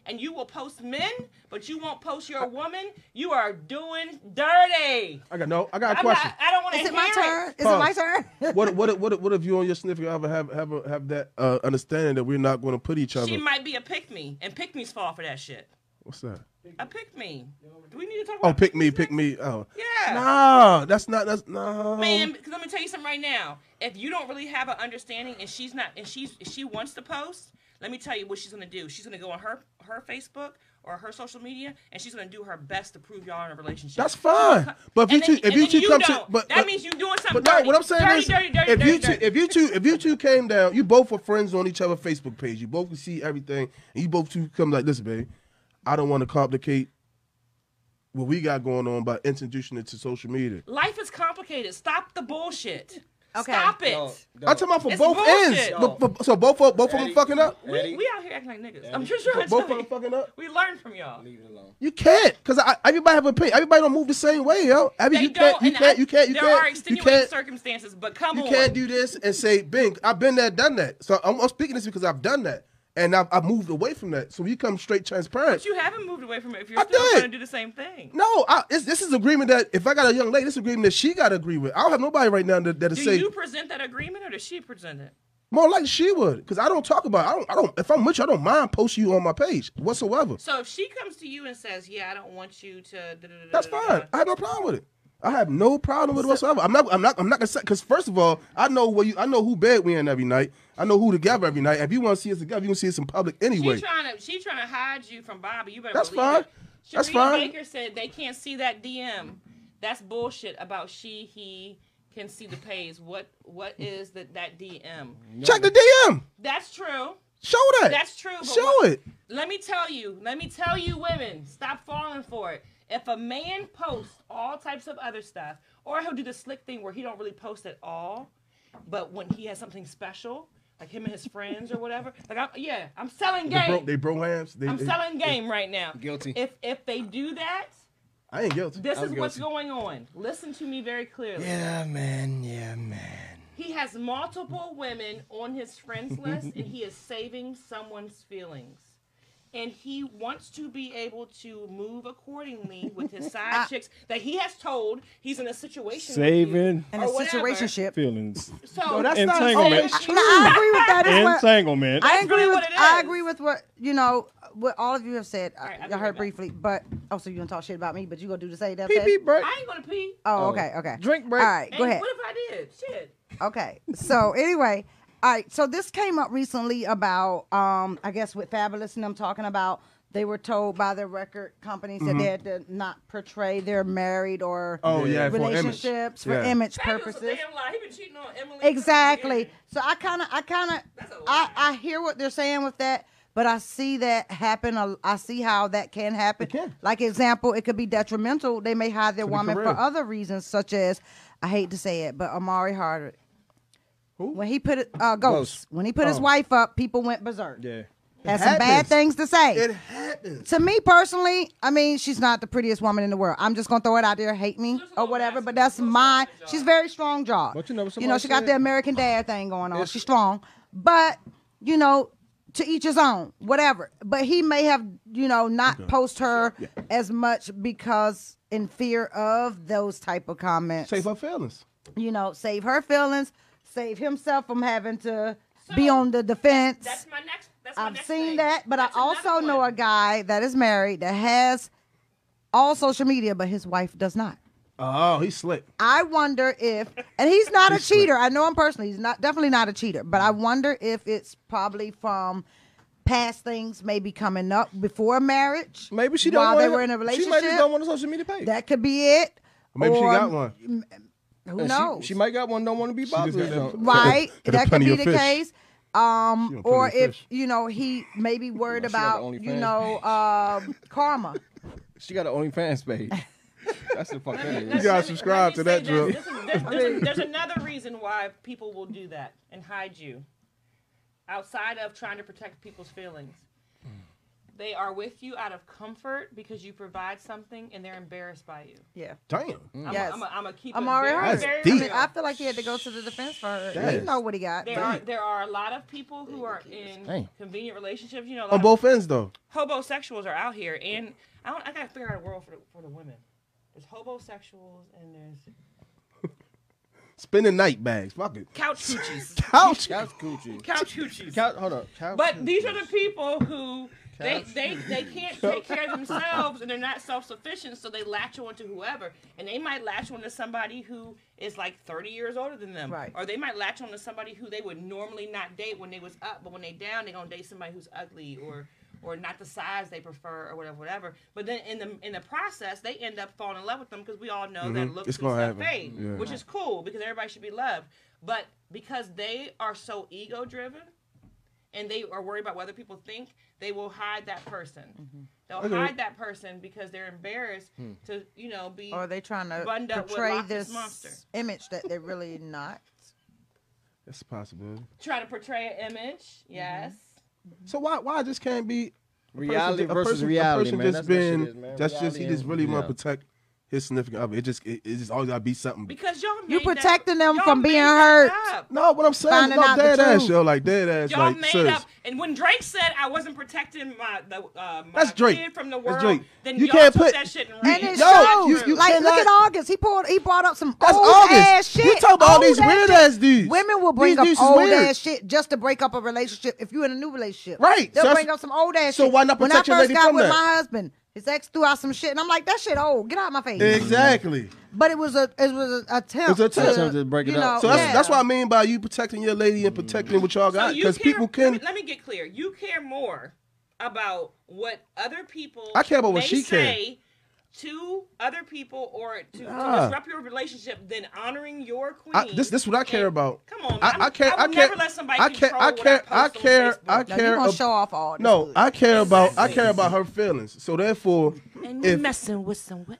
Speaker 1: and you will post men, but you won't post your woman, you are doing dirty.
Speaker 3: I got no. I got a
Speaker 1: I'm
Speaker 3: question.
Speaker 1: Not, I don't want to
Speaker 2: Is
Speaker 1: hear
Speaker 2: it my turn? Is it
Speaker 3: Pause.
Speaker 2: my turn?
Speaker 3: what what what what if you and your significant other have have a, have that uh, understanding that we're not going to put each other?
Speaker 1: She might be a pick me, and pick me's fall for that shit.
Speaker 3: What's that?
Speaker 1: A pick me. Do we need to talk about
Speaker 3: Oh, pick me, pick me. Oh,
Speaker 1: Yeah.
Speaker 3: No, that's not. That's no.
Speaker 1: Man, because let me tell you something right now. If you don't really have an understanding, and she's not, and she's if she wants to post, let me tell you what she's gonna do. She's gonna go on her her Facebook or her social media, and she's gonna do her best to prove y'all in a relationship.
Speaker 3: That's fine.
Speaker 1: And
Speaker 3: But if you
Speaker 1: then-
Speaker 3: two, if
Speaker 1: and
Speaker 3: you
Speaker 1: then
Speaker 3: two come to,
Speaker 1: don't.
Speaker 3: but
Speaker 1: that
Speaker 3: but-
Speaker 1: means you doing something.
Speaker 3: But no,
Speaker 1: dirty.
Speaker 3: what I'm saying
Speaker 1: dirty,
Speaker 3: is,
Speaker 1: dirty, dirty,
Speaker 3: if
Speaker 1: dirty,
Speaker 3: you two,
Speaker 1: dirty.
Speaker 3: if you two, if you two came down, you both were friends on each other's Facebook page. You both could see everything, and you both two come like, listen, babe, I don't want to complicate what we got going on by introducing it to social media.
Speaker 1: life is complicated. Stop the bullshit.
Speaker 2: Okay.
Speaker 1: Stop it.
Speaker 4: No, no.
Speaker 3: I'm talking about for
Speaker 1: It's
Speaker 3: both
Speaker 1: bullshit.
Speaker 3: ends. But- but- so both of, both of them
Speaker 4: Eddie,
Speaker 3: fucking up.
Speaker 1: We,
Speaker 4: Eddie,
Speaker 1: we out here acting like niggas. I'm just trying to
Speaker 3: Both of
Speaker 1: tell
Speaker 3: them
Speaker 1: you.
Speaker 3: fucking up.
Speaker 1: We learn from y'all.
Speaker 4: leave it alone.
Speaker 3: You can't, cause I, everybody have a opinion. Everybody don't move the same way, yo. Every,
Speaker 1: They
Speaker 3: you,
Speaker 1: don't.
Speaker 3: can't, you,
Speaker 1: and
Speaker 3: can't,
Speaker 1: I-
Speaker 3: you can't. You
Speaker 1: there
Speaker 3: can't.
Speaker 1: are
Speaker 3: You
Speaker 1: extenuating
Speaker 3: can't.
Speaker 1: circumstances, but come
Speaker 3: You
Speaker 1: on.
Speaker 3: can't do this and say, "Bing, I've been there, done that." So I'm, I'm speaking this because I've done that and I've, I've moved away from that. So you come straight transparent.
Speaker 1: But you haven't moved away from it. If you're
Speaker 3: I
Speaker 1: still
Speaker 3: did.
Speaker 1: trying to do the same thing.
Speaker 3: no, I, it's, this is agreement that if I got a young lady, this is agreement that she got to agree with. I don't have nobody right now that that
Speaker 1: Do
Speaker 3: say
Speaker 1: you present that agreement or does she present it?
Speaker 3: more like she would, because I don't talk about. It. I don't. I don't. If I'm with you, I don't mind posting you on my page whatsoever.
Speaker 1: So if she comes to you and says, "Yeah, I don't want you to," da- da- da-
Speaker 3: That's
Speaker 1: da- da- da-
Speaker 3: fine. I have no problem with it. I have no problem with it whatsoever. I'm not. I'm not. I'm not gonna say because first of all, I know where you. I know who bed we in every night. I know who together every night. If you want to see us together, you can see us in public anyway.
Speaker 1: She trying to she trying to hide you from Bobby. You better.
Speaker 3: That's
Speaker 1: believe
Speaker 3: fine.
Speaker 1: It.
Speaker 3: That's
Speaker 1: Sharita
Speaker 3: fine.
Speaker 1: Baker said they can't see that DM. That's bullshit about she he can see the page. What what is that that DM?
Speaker 3: Check the DM.
Speaker 1: That's true.
Speaker 3: Show that.
Speaker 1: That's true. But
Speaker 3: Show
Speaker 1: what-
Speaker 3: it.
Speaker 1: Let me tell you. Let me tell you, women, stop falling for it. If a man posts all types of other stuff, or he'll do the slick thing where he don't really post at all, but when he has something special, like him and his friends or whatever, like I, yeah, I'm selling
Speaker 3: They
Speaker 1: game.
Speaker 3: broke. They broke hams. They,
Speaker 1: I'm
Speaker 3: they-
Speaker 1: selling game right now.
Speaker 4: Guilty.
Speaker 1: If if they do that,
Speaker 3: I ain't guilty.
Speaker 1: this
Speaker 4: I'm
Speaker 1: is what's
Speaker 4: guilty.
Speaker 1: going on. Listen to me very clearly.
Speaker 4: Yeah, man. Yeah, man.
Speaker 1: He has multiple women on his friends list and he is saving someone's feelings. and he wants to be able to move accordingly with his
Speaker 2: Ah.
Speaker 1: side chicks that he has told he's in a situation with you
Speaker 6: Saving
Speaker 2: And
Speaker 1: or
Speaker 2: a
Speaker 1: whatever. Oh,
Speaker 2: situationship.
Speaker 6: feelings.
Speaker 1: So
Speaker 3: No, that's not
Speaker 6: Entanglement.
Speaker 2: I, no, I agree with that. It's what-
Speaker 6: Entanglement.
Speaker 2: I
Speaker 1: That's
Speaker 2: agree
Speaker 1: really
Speaker 2: with.
Speaker 1: what it
Speaker 2: I
Speaker 1: is.
Speaker 2: agree with what you know. What all of you have said. I-
Speaker 1: right, I'll
Speaker 2: I,
Speaker 1: be right
Speaker 2: heard
Speaker 1: back.
Speaker 2: briefly, but also you gonna talk shit about me, but you gonna do the same damn
Speaker 4: Pee
Speaker 2: thing.
Speaker 4: pee break.
Speaker 1: I ain't gonna pee.
Speaker 2: Oh,
Speaker 4: Oh.
Speaker 2: okay, okay.
Speaker 4: Drink break.
Speaker 2: All right, go
Speaker 1: And
Speaker 2: ahead.
Speaker 1: What if I did? Shit.
Speaker 2: Okay. So anyway, all right. So this came up recently about, um, I guess, with Fabulous and them talking about they were told by their record companies that they had to not portray their married or
Speaker 3: Mm-hmm. Oh, yeah, for image.
Speaker 2: relationships for image,
Speaker 3: Yeah.
Speaker 1: Fabulous a
Speaker 2: purposes.
Speaker 1: damn lie. He been cheating on Emily.
Speaker 2: Exactly. So I kind of, I kind of,
Speaker 1: That's a
Speaker 2: I,
Speaker 1: lie.
Speaker 2: I hear what they're saying with that, but I see that happen. a- I see how that can happen.
Speaker 4: can.
Speaker 2: Like example, it could be detrimental. They may hire their
Speaker 3: the
Speaker 2: woman for
Speaker 3: career.
Speaker 2: other reasons, such as, I hate to say it, but Amari Hardwick.
Speaker 4: Who?
Speaker 2: When he put it- uh, ghost.
Speaker 4: Ghost.
Speaker 2: When he put his
Speaker 4: Oh.
Speaker 2: wife up, people went berserk.
Speaker 4: Yeah.
Speaker 2: Had some bad
Speaker 4: happens.
Speaker 2: things to say.
Speaker 3: It happens.
Speaker 2: to me personally, I mean, she's not the prettiest woman in the world. I'm just gonna throw it out there, hate me or whatever. But that's my. She's very strong jaw.
Speaker 4: But you know what
Speaker 2: you know,
Speaker 4: somebody
Speaker 2: she got
Speaker 4: said?
Speaker 2: the American Dad thing going on.
Speaker 4: It's-
Speaker 2: She's strong, but you know, to each his own, whatever. But he may have, you know, not post her as much because in fear of those type of comments.
Speaker 3: Save her feelings.
Speaker 2: You know, save her feelings, save himself from having to be on the defense.
Speaker 1: That's my next. That's my
Speaker 2: I've
Speaker 1: next
Speaker 2: seen
Speaker 1: thing.
Speaker 2: that, but
Speaker 1: That's
Speaker 2: I
Speaker 1: another
Speaker 2: also know
Speaker 1: one.
Speaker 2: a guy that is married that has all social media, but his wife does not.
Speaker 3: Oh, he's slick.
Speaker 2: I wonder if, and he's not a cheater. I know him personally. He's not definitely not a cheater, but I wonder if it's probably from past things maybe coming up before marriage.
Speaker 4: Maybe she don't.
Speaker 2: while
Speaker 4: want
Speaker 2: they
Speaker 4: it.
Speaker 2: were in a relationship.
Speaker 4: She might just don't want a social media page.
Speaker 2: that could be it.
Speaker 3: Maybe she
Speaker 2: Or
Speaker 3: got one.
Speaker 2: Who
Speaker 4: And she-
Speaker 2: knows?
Speaker 4: She, might got one. Don't want to be bothered.
Speaker 3: just
Speaker 4: with
Speaker 3: got
Speaker 4: something.
Speaker 2: right?
Speaker 3: Got a
Speaker 2: that could
Speaker 3: plenty
Speaker 2: be
Speaker 3: of
Speaker 2: the
Speaker 3: fish.
Speaker 2: case.
Speaker 3: She
Speaker 2: Um,
Speaker 3: got plenty
Speaker 2: or
Speaker 3: of
Speaker 2: if
Speaker 3: fish.
Speaker 2: you know he may be worried
Speaker 4: She got
Speaker 2: about
Speaker 4: the
Speaker 2: you
Speaker 4: OnlyFans.
Speaker 2: know uh, karma.
Speaker 4: She got an OnlyFans page. That's the fuck that
Speaker 1: Let
Speaker 4: is.
Speaker 1: me-
Speaker 3: gotta
Speaker 1: let me-
Speaker 3: subscribe
Speaker 1: let me
Speaker 3: to that
Speaker 1: say
Speaker 3: drill.
Speaker 1: this. This is- there's- there's- There's another reason why people will do that and hide you. Outside of trying to protect people's feelings, they are with you out of comfort because you provide something and they're embarrassed by you.
Speaker 2: Yeah.
Speaker 3: Damn.
Speaker 1: I'm
Speaker 2: Yes.
Speaker 1: a, I'm a keep
Speaker 2: I'm
Speaker 1: it
Speaker 2: already
Speaker 1: very,
Speaker 2: hurt.
Speaker 1: very
Speaker 2: I, mean,
Speaker 1: real.
Speaker 2: I feel like he had to go to the defense for her.
Speaker 3: That
Speaker 2: You
Speaker 3: is-
Speaker 2: know what he got.
Speaker 1: There are there are a lot of people who are in
Speaker 4: Dang.
Speaker 1: convenient relationships. You know, a lot
Speaker 3: On
Speaker 1: of
Speaker 3: both ends, though.
Speaker 1: hobosexuals are out here, and I don't. I gotta figure out a world for the, for the women. There's hobosexuals and there's
Speaker 3: Spending night bags. Fuck it.
Speaker 1: couch hoochies.
Speaker 3: Ouch.
Speaker 4: Couch coochie.
Speaker 1: couch hoochies.
Speaker 4: Couch. Hold up. Couch
Speaker 1: But
Speaker 4: coochie.
Speaker 1: these are the people who they, they, they can't take care of themselves and they're not self sufficient, so they latch on to whoever. And they might latch on to somebody who is like 30 years older than them.
Speaker 2: Right.
Speaker 1: Or they might latch on to somebody who they would normally not date when they was up, but when they down, they're going to date somebody who's ugly or. Or not the size they prefer, or whatever, whatever. But then in the in the process, they end up falling in love with them because we all know that
Speaker 3: Mhm.
Speaker 1: looks
Speaker 3: It's
Speaker 1: and
Speaker 3: gonna
Speaker 1: stuff
Speaker 3: happen.
Speaker 1: fade,
Speaker 3: Yeah.
Speaker 1: which is cool because everybody should be loved. But because they are so ego driven, and they are worried about what other people think, they will hide that person.
Speaker 2: Mm-hmm.
Speaker 1: They'll hide that person because they're embarrassed
Speaker 3: Hmm.
Speaker 1: to, you know, be.
Speaker 2: Or are they trying to
Speaker 1: Bund up with
Speaker 2: portray
Speaker 1: Loch Ness
Speaker 2: this
Speaker 1: Monster.
Speaker 2: image that they're really not?
Speaker 3: That's a possibility.
Speaker 1: try to portray an image.
Speaker 2: Mm-hmm.
Speaker 1: Yes.
Speaker 3: So why why this can't be a person
Speaker 4: Reality
Speaker 3: ju- a
Speaker 4: versus
Speaker 3: person,
Speaker 4: reality,
Speaker 3: a person
Speaker 4: man.
Speaker 3: Just
Speaker 4: That's what
Speaker 3: being,
Speaker 4: shit is, man.
Speaker 3: that's just he
Speaker 4: Reality
Speaker 3: just really
Speaker 4: is-
Speaker 3: want
Speaker 4: yeah.
Speaker 3: to protect his significant other. It just it, it just always gotta be something.
Speaker 1: Because y'all made
Speaker 2: You
Speaker 1: that-
Speaker 2: protecting them
Speaker 1: y'all
Speaker 2: from
Speaker 1: made
Speaker 2: being
Speaker 1: that
Speaker 2: hurt.
Speaker 1: up.
Speaker 3: no, what I'm saying,
Speaker 2: Finding
Speaker 3: no,
Speaker 2: out the
Speaker 3: dead ass,
Speaker 2: truth.
Speaker 3: yo, like dead ass,
Speaker 1: Y'all
Speaker 3: like
Speaker 1: made
Speaker 3: serious.
Speaker 1: up. And when Drake said I wasn't protecting my the uh, my
Speaker 3: That's Drake.
Speaker 1: kid from the
Speaker 3: That's
Speaker 1: world,
Speaker 3: Drake.
Speaker 1: then
Speaker 3: You
Speaker 1: y'all
Speaker 3: can't
Speaker 1: took
Speaker 3: put-
Speaker 1: that shit and ran
Speaker 2: And it
Speaker 1: it.
Speaker 3: No,
Speaker 1: down
Speaker 3: you-
Speaker 2: shows.
Speaker 1: through.
Speaker 3: you
Speaker 2: like, look at
Speaker 3: cannot-
Speaker 2: August. He pulled. He brought up some
Speaker 3: That's
Speaker 2: old
Speaker 3: August.
Speaker 2: ass shit.
Speaker 3: You talk about all
Speaker 2: Old
Speaker 3: these weird ass dudes.
Speaker 2: Women will bring
Speaker 3: These
Speaker 2: up
Speaker 3: dudes is
Speaker 2: old
Speaker 3: weird.
Speaker 2: ass shit just to break up a relationship. If you're in a new relationship,
Speaker 3: Right.
Speaker 2: They'll
Speaker 3: So that's-
Speaker 2: bring up some old ass.
Speaker 3: so
Speaker 2: shit.
Speaker 3: why not
Speaker 2: When I
Speaker 3: protect your
Speaker 2: first
Speaker 3: lady
Speaker 2: got
Speaker 3: from
Speaker 2: with
Speaker 3: that?
Speaker 2: my husband, his ex threw out some shit, and I'm like, that shit old. Get out of my face.
Speaker 3: Exactly.
Speaker 2: But it was a it was an attempt.
Speaker 3: It's an attempt
Speaker 4: to break it
Speaker 2: you
Speaker 4: up.
Speaker 2: know,
Speaker 3: So that's
Speaker 2: yeah.
Speaker 3: that's what I mean by you protecting your lady and protecting what y'all
Speaker 1: So
Speaker 3: got.
Speaker 1: you
Speaker 3: Because
Speaker 1: care-
Speaker 3: people
Speaker 1: Let me,
Speaker 3: can
Speaker 1: let me get clear. You care more about what other people.
Speaker 3: I care about what
Speaker 1: may
Speaker 3: she care.
Speaker 1: say To other people or to, to
Speaker 3: Nah.
Speaker 1: disrupt your relationship than honoring your queen.
Speaker 3: Ah. I, this this is what I
Speaker 1: And-
Speaker 3: care about.
Speaker 1: Come on, man.
Speaker 3: I, I care.
Speaker 1: I,
Speaker 3: I,
Speaker 1: will
Speaker 3: care.
Speaker 1: never let somebody
Speaker 3: I care.
Speaker 1: control
Speaker 3: I care.
Speaker 1: What
Speaker 3: I
Speaker 1: I, post on
Speaker 3: care.
Speaker 1: Facebook.
Speaker 3: I
Speaker 2: Now,
Speaker 3: care.
Speaker 2: you gonna
Speaker 3: ab-
Speaker 2: show off all this
Speaker 3: No,
Speaker 2: good.
Speaker 3: I care about I care about her feelings. So therefore,
Speaker 1: and you
Speaker 3: if
Speaker 1: messing with some. wet-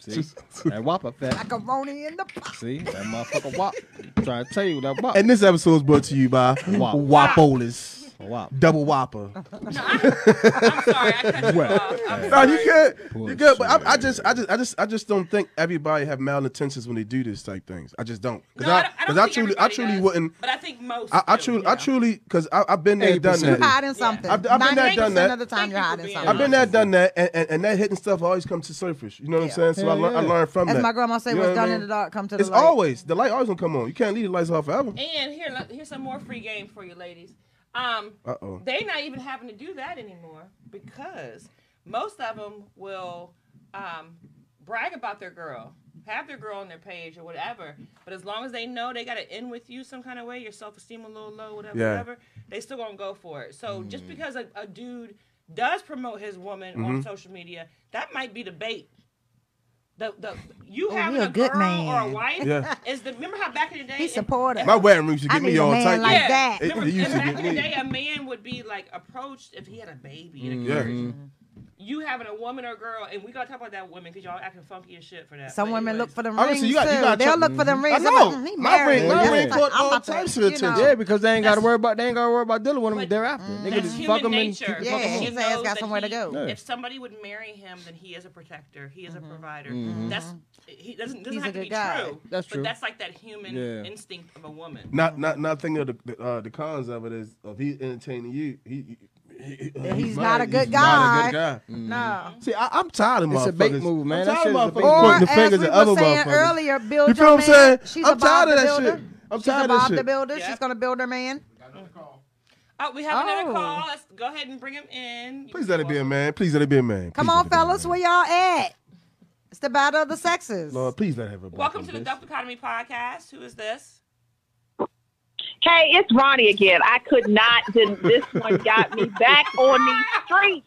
Speaker 4: See? That wop effect.
Speaker 2: macaroni in the pot.
Speaker 4: See? That motherfucker wop. I'm trying to tell you that wop.
Speaker 3: and this episode is brought to you by
Speaker 4: Wap.
Speaker 3: Wapolis.
Speaker 4: wop.
Speaker 3: double whopper.
Speaker 1: I'm sorry, I cut you off. I'm
Speaker 3: no,
Speaker 1: sorry.
Speaker 3: you good.
Speaker 4: Pull
Speaker 3: You good. But
Speaker 4: some
Speaker 3: I, I just, I just, I just, I just don't think everybody have malintentions when they do this type things. I just don't.
Speaker 1: No, I, don't, I, don't
Speaker 3: I
Speaker 1: think
Speaker 3: truly, I
Speaker 1: everybody
Speaker 3: truly
Speaker 1: does,
Speaker 3: wouldn't.
Speaker 1: But I think most.
Speaker 3: I, I
Speaker 1: do,
Speaker 3: truly,
Speaker 1: yeah.
Speaker 3: I truly, because I've been there, done
Speaker 4: 80%.
Speaker 2: You're
Speaker 3: that.
Speaker 2: hiding
Speaker 1: Yeah.
Speaker 2: something.
Speaker 3: I've- I've been there, done
Speaker 2: 98%
Speaker 3: that.
Speaker 2: of the
Speaker 1: Thank
Speaker 2: time you're
Speaker 1: you for
Speaker 2: hiding
Speaker 1: being
Speaker 2: something.
Speaker 3: I've been
Speaker 1: there.
Speaker 3: there, done that, and, and, and that hidden stuff always comes to surface. You know what I'm
Speaker 2: Yeah.
Speaker 3: saying? So I,
Speaker 4: Hell
Speaker 3: lear- I
Speaker 4: yeah.
Speaker 3: learned from
Speaker 2: As
Speaker 3: that.
Speaker 2: my grandma said,
Speaker 3: You know
Speaker 2: what's
Speaker 3: what I
Speaker 2: done
Speaker 3: mean?
Speaker 2: in the dark come to the
Speaker 3: It's
Speaker 2: light.
Speaker 3: always the light always gonna come on. You can't leave the lights off forever.
Speaker 1: And here, look, here's some more free game for you, ladies. Um,
Speaker 3: Uh-oh.
Speaker 1: they not even having to do that anymore because most of them will um, brag about their girl, have their girl on their page or whatever. But as long as they know they got to end with you some kind of way, your self esteem a little low, whatever,
Speaker 3: Yeah. Mm.
Speaker 1: whatever, they still gonna go for it. So just because a, a dude does promote his woman
Speaker 3: Mm-hmm.
Speaker 1: on social media, that might be the bait. The, the you having
Speaker 2: he Oh, a
Speaker 1: a,
Speaker 2: good
Speaker 1: girl or a
Speaker 2: man.
Speaker 1: wife
Speaker 3: Yeah.
Speaker 1: is the remember how back in the day
Speaker 2: He's
Speaker 1: if-
Speaker 2: supportive.
Speaker 3: My wedding room should
Speaker 2: I
Speaker 3: get me
Speaker 2: need a
Speaker 3: all
Speaker 2: man
Speaker 3: tight.
Speaker 2: like
Speaker 1: yeah.
Speaker 2: that.
Speaker 3: It-
Speaker 1: Remember,
Speaker 3: it used
Speaker 1: and
Speaker 3: to
Speaker 1: back
Speaker 3: get
Speaker 1: in the
Speaker 3: me.
Speaker 1: day, a man would be like approached if he had a baby.
Speaker 4: Mm-hmm.
Speaker 1: And a
Speaker 3: Yeah.
Speaker 1: kid. You having a woman or girl, and we gotta talk about that women because y'all acting funky as shit for that.
Speaker 2: Some
Speaker 1: But
Speaker 2: women
Speaker 1: anyways.
Speaker 2: look for them
Speaker 3: Honestly,
Speaker 2: rings
Speaker 3: you got- you
Speaker 2: too.
Speaker 3: gotta
Speaker 2: They'll
Speaker 3: check-
Speaker 2: look for them rings.
Speaker 3: I
Speaker 2: They're like,
Speaker 3: know.
Speaker 2: mm, he
Speaker 3: My
Speaker 2: married.
Speaker 3: ring- my
Speaker 2: That's
Speaker 3: ring
Speaker 2: fine.
Speaker 3: caught
Speaker 2: I'm
Speaker 3: all
Speaker 2: about to-
Speaker 3: types of
Speaker 2: you
Speaker 3: attention.
Speaker 2: know.
Speaker 4: Yeah, because they ain't got to
Speaker 1: Oh. That's-
Speaker 4: worry about they ain't got to worry about dealing with them
Speaker 1: But Mm.
Speaker 4: thereafter. They can
Speaker 1: That's
Speaker 4: just
Speaker 1: human
Speaker 4: fuck them and
Speaker 1: nature.
Speaker 4: keep the fuck
Speaker 2: Yeah.
Speaker 4: 'em on.
Speaker 1: She
Speaker 2: His ass
Speaker 1: knows
Speaker 2: got
Speaker 1: that
Speaker 2: somewhere to
Speaker 1: he-
Speaker 2: go. Yeah.
Speaker 1: If somebody would marry him, then he is a protector. He is a provider. That's he doesn't doesn't
Speaker 2: He's
Speaker 1: have
Speaker 2: a
Speaker 1: to be
Speaker 2: good guy.
Speaker 1: true.
Speaker 4: That's
Speaker 1: But
Speaker 4: true.
Speaker 1: that's like that human
Speaker 4: Yeah.
Speaker 1: instinct of a woman.
Speaker 3: Not not not thinking of the the, uh, the cons of it is of he entertaining you. He, he, he- uh,
Speaker 2: he's not a
Speaker 3: mine.
Speaker 2: good
Speaker 3: He's not a
Speaker 2: guy.
Speaker 3: good guy.
Speaker 2: No.
Speaker 3: See, I, I'm tired of
Speaker 4: It's
Speaker 3: motherfuckers.
Speaker 4: a bait move, man.
Speaker 3: I'm
Speaker 4: That
Speaker 3: tired
Speaker 4: shit is
Speaker 3: of
Speaker 4: a bait
Speaker 3: motherfuckers
Speaker 4: move.
Speaker 2: Mm-hmm. Or
Speaker 3: pointing the
Speaker 2: as we
Speaker 3: fingers at other
Speaker 2: were saying
Speaker 3: motherfuckers.
Speaker 2: earlier, build
Speaker 3: You feel
Speaker 2: your
Speaker 3: what I'm
Speaker 2: man.
Speaker 3: saying?
Speaker 2: She's
Speaker 3: I'm
Speaker 2: a Bob
Speaker 3: tired of
Speaker 2: the
Speaker 3: that
Speaker 2: builder.
Speaker 3: shit. I'm
Speaker 2: She's
Speaker 3: tired
Speaker 2: a
Speaker 3: of that
Speaker 2: Bob
Speaker 3: shit.
Speaker 2: the builder.
Speaker 1: Yeah.
Speaker 2: She's gonna build her man.
Speaker 1: Oh, we have another
Speaker 2: Oh.
Speaker 1: call. Let's go ahead and bring him in. You
Speaker 3: Please
Speaker 1: can
Speaker 3: let it
Speaker 1: go
Speaker 3: be a
Speaker 1: up.
Speaker 3: man. Please let it be a man.
Speaker 2: Come
Speaker 3: Please let
Speaker 2: on,
Speaker 3: it be a
Speaker 2: fellas,
Speaker 3: man.
Speaker 2: where y'all at? It's the battle of the sexes.
Speaker 3: Lord, please let it have a black
Speaker 1: Welcome
Speaker 3: on
Speaker 1: to the
Speaker 3: this.
Speaker 1: Duff Economy Podcast. Who is this?
Speaker 5: Hey, it's Ronnie again. I could not. did- This one got me back on these streets.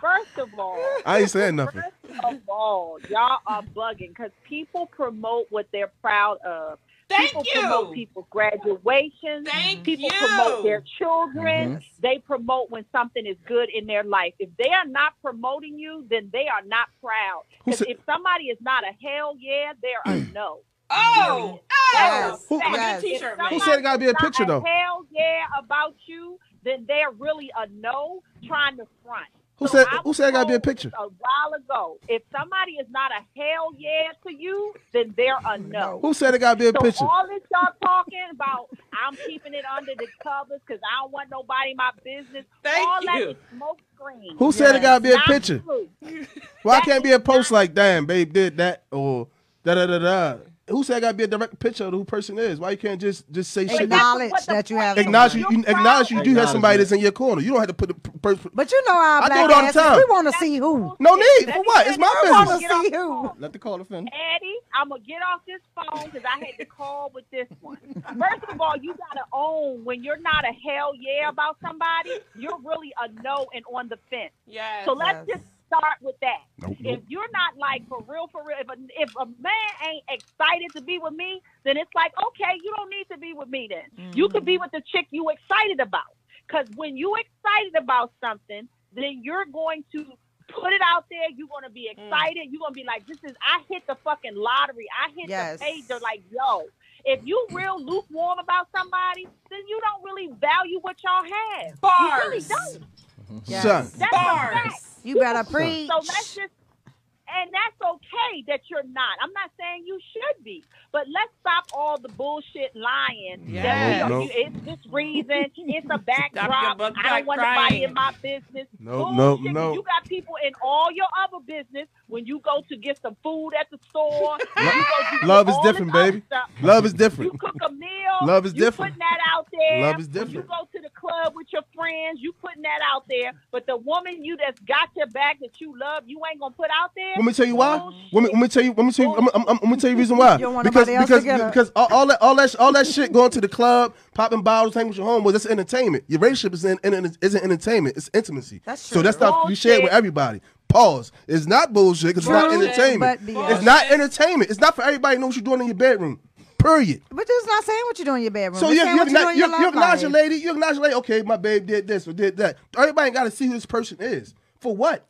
Speaker 5: First of all,
Speaker 3: I ain't saying nothing.
Speaker 5: first of all, y'all are bugging because people promote what they're proud of.
Speaker 1: Thank
Speaker 5: people
Speaker 1: you.
Speaker 5: promote people's graduations.
Speaker 1: Thank
Speaker 5: people
Speaker 1: you.
Speaker 5: promote their children.
Speaker 3: Mm-hmm.
Speaker 5: They promote when something is good in their life. If they are not promoting you, then they are not proud.
Speaker 3: Who
Speaker 5: 'Cause
Speaker 3: said- Mm.
Speaker 5: if somebody is not a hell yeah, they're a no.
Speaker 1: Oh,
Speaker 5: Yes.
Speaker 1: oh,
Speaker 3: Who-
Speaker 1: I'm a
Speaker 2: Yes.
Speaker 1: good t-shirt
Speaker 5: If
Speaker 1: man.
Speaker 3: Who said it gotta be a
Speaker 5: somebody's
Speaker 3: picture,
Speaker 5: not
Speaker 3: though?
Speaker 5: Hell yeah, about you, then they're really a no trying to front.
Speaker 3: Who
Speaker 5: So
Speaker 3: said-
Speaker 5: I was
Speaker 3: who said it gotta be a
Speaker 5: told
Speaker 3: picture?
Speaker 5: A while ago, if somebody is not a hell yeah to you, then they're a no.
Speaker 3: Who said it gotta be a
Speaker 5: So
Speaker 3: picture?
Speaker 5: all this y'all talking about, I'm keeping it under the covers because I don't want nobody in my business.
Speaker 1: Thank
Speaker 5: all that
Speaker 1: you.
Speaker 5: is smoke screen.
Speaker 3: Who said it gotta be a
Speaker 5: Not
Speaker 3: picture?
Speaker 5: true.
Speaker 3: Why can't it be a post like damn babe did that or da da da da? Who said it gotta be a direct picture of who person is? Why you can't just just say shit?
Speaker 5: But that's
Speaker 2: Acknowledge
Speaker 5: what the
Speaker 2: that you
Speaker 5: point
Speaker 2: have
Speaker 5: is.
Speaker 3: Acknowledge you,
Speaker 5: You're
Speaker 3: you
Speaker 5: proud.
Speaker 3: acknowledge you do have
Speaker 4: Acknowledge
Speaker 3: somebody
Speaker 4: it.
Speaker 3: that's in your corner. You don't have to put the person.
Speaker 2: But you know our
Speaker 3: I do
Speaker 2: black
Speaker 3: it all the
Speaker 2: asses,
Speaker 3: time.
Speaker 2: we want to see who.
Speaker 3: No need
Speaker 5: Let
Speaker 3: for
Speaker 5: me
Speaker 3: what?
Speaker 5: tell
Speaker 3: It's my
Speaker 5: you,
Speaker 2: I
Speaker 3: business.
Speaker 2: want to see who.
Speaker 4: Let the call offend.
Speaker 5: Addie, I'm gonna get off this phone because I had to call with this one. First of all, you gotta own when you're not a hell yeah about somebody, you're really a no and on the fence.
Speaker 1: Yes.
Speaker 5: So let's
Speaker 2: Yes.
Speaker 5: just start with that.
Speaker 3: Nope,
Speaker 5: If
Speaker 3: nope.
Speaker 5: you're not like for real, for real, if a, if a man ain't excited to be with me, then it's like okay, you don't need to be with me. Then you could be with the chick you excited about. Because when you excited about something, then you're going to put it out there. You're going to be excited. You're going to be like, this is, I hit the fucking lottery. I hit
Speaker 2: Yes.
Speaker 5: the page. They're like, yo, if you real lukewarm about somebody, then you don't really value what y'all have.
Speaker 1: Bars.
Speaker 5: You really don't.
Speaker 2: Yes.
Speaker 3: Son,
Speaker 5: That's a
Speaker 1: Bars.
Speaker 5: fact.
Speaker 2: You better preach.
Speaker 5: So let's just, and that's okay that you're not. I'm not saying you should be, but let's stop all the bullshit lying.
Speaker 1: Yes.
Speaker 5: That, you know,
Speaker 3: No,
Speaker 5: you- it's this reason, it's a
Speaker 1: your
Speaker 5: backdrop.
Speaker 1: butt
Speaker 5: I
Speaker 1: back
Speaker 5: don't want nobody
Speaker 1: crying.
Speaker 5: in my business.
Speaker 3: No, no,
Speaker 5: Bullshit.
Speaker 3: no.
Speaker 5: You got people in all your other business when you go to get some food at the store. you go to get
Speaker 3: love is
Speaker 5: all this
Speaker 3: different,
Speaker 5: other
Speaker 3: baby.
Speaker 5: stuff.
Speaker 3: Love is
Speaker 5: You
Speaker 3: different.
Speaker 5: cook a meal.
Speaker 3: Love is
Speaker 5: you
Speaker 3: different.
Speaker 5: Putting that out there.
Speaker 3: Love is
Speaker 5: When
Speaker 3: different.
Speaker 5: you go to the club with your friends. You putting that out there. But the woman you that's got your back that you love, you ain't gonna put out there. Oh,
Speaker 3: Let me tell you why.
Speaker 5: Bullshit.
Speaker 3: Let me, let me tell you. Let me tell you. I'm, I'm, I'm, let me tell you the reason why.
Speaker 2: You don't want
Speaker 3: because
Speaker 2: nobody else
Speaker 3: because
Speaker 2: to get her.
Speaker 3: because all, all that all that all that shit going to the club, popping bottles, hanging with your homeboys, that's entertainment. Your relationship is in, in, isn't entertainment. It's intimacy.
Speaker 2: That's
Speaker 3: So that's
Speaker 2: true.
Speaker 3: not you share it with
Speaker 5: Bullshit.
Speaker 3: everybody. Pause. It's not bullshit. 'cause it's not
Speaker 2: True,
Speaker 3: entertainment.
Speaker 2: but BS.
Speaker 3: It's not entertainment. It's not for everybody to know what you're doing in your bedroom. Period.
Speaker 2: But it's not saying what you do in your bedroom.
Speaker 3: So
Speaker 2: It's
Speaker 3: you,
Speaker 2: saying
Speaker 3: you,
Speaker 2: what you do
Speaker 3: acknowledge,
Speaker 2: in your
Speaker 3: you,
Speaker 2: love
Speaker 3: you acknowledge your
Speaker 2: life.
Speaker 3: lady. You acknowledge your lady. Okay, my babe did this or did that. Everybody got to see who this person is. For what?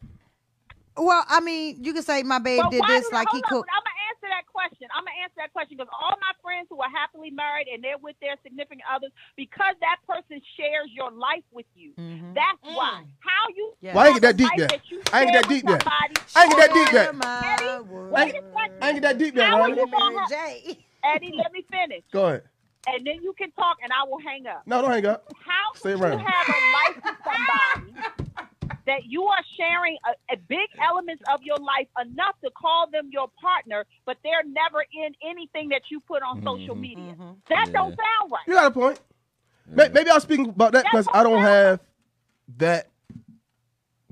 Speaker 2: Well, I mean, you could say my babe
Speaker 5: But
Speaker 2: did
Speaker 5: why
Speaker 2: this
Speaker 5: do-
Speaker 2: like he
Speaker 5: hold
Speaker 2: cooked.
Speaker 5: I'm gonna answer that question. I'm gonna answer that question because all my friends who are happily married and they're with their significant others because that person shares your life with you. That's why. How you?
Speaker 2: Yeah.
Speaker 5: have
Speaker 2: Well,
Speaker 3: I ain't get that
Speaker 5: a
Speaker 3: deep
Speaker 5: life
Speaker 3: there. I
Speaker 5: you
Speaker 3: ain't
Speaker 5: share
Speaker 3: get that
Speaker 5: with
Speaker 3: deep there.
Speaker 5: somebody-
Speaker 3: I ain't get that deep there.
Speaker 2: My world.
Speaker 5: Wait a second.
Speaker 3: I ain't get that deep there,
Speaker 5: How are
Speaker 3: Ronnie.
Speaker 5: you gonna?
Speaker 2: Mary J.
Speaker 5: Eddie, let me finish,
Speaker 3: Go ahead.
Speaker 5: and then you can talk, and I will hang up.
Speaker 3: No, don't hang up.
Speaker 5: how
Speaker 3: Stay
Speaker 5: can
Speaker 3: around.
Speaker 5: you have a life with somebody that you are sharing a, a big elements of your life enough to call them your partner, but they're never in anything that you put on social
Speaker 4: Mm-hmm.
Speaker 5: media? That don't sound right.
Speaker 3: You got a point. May- Maybe I was speaking about that because I don't have that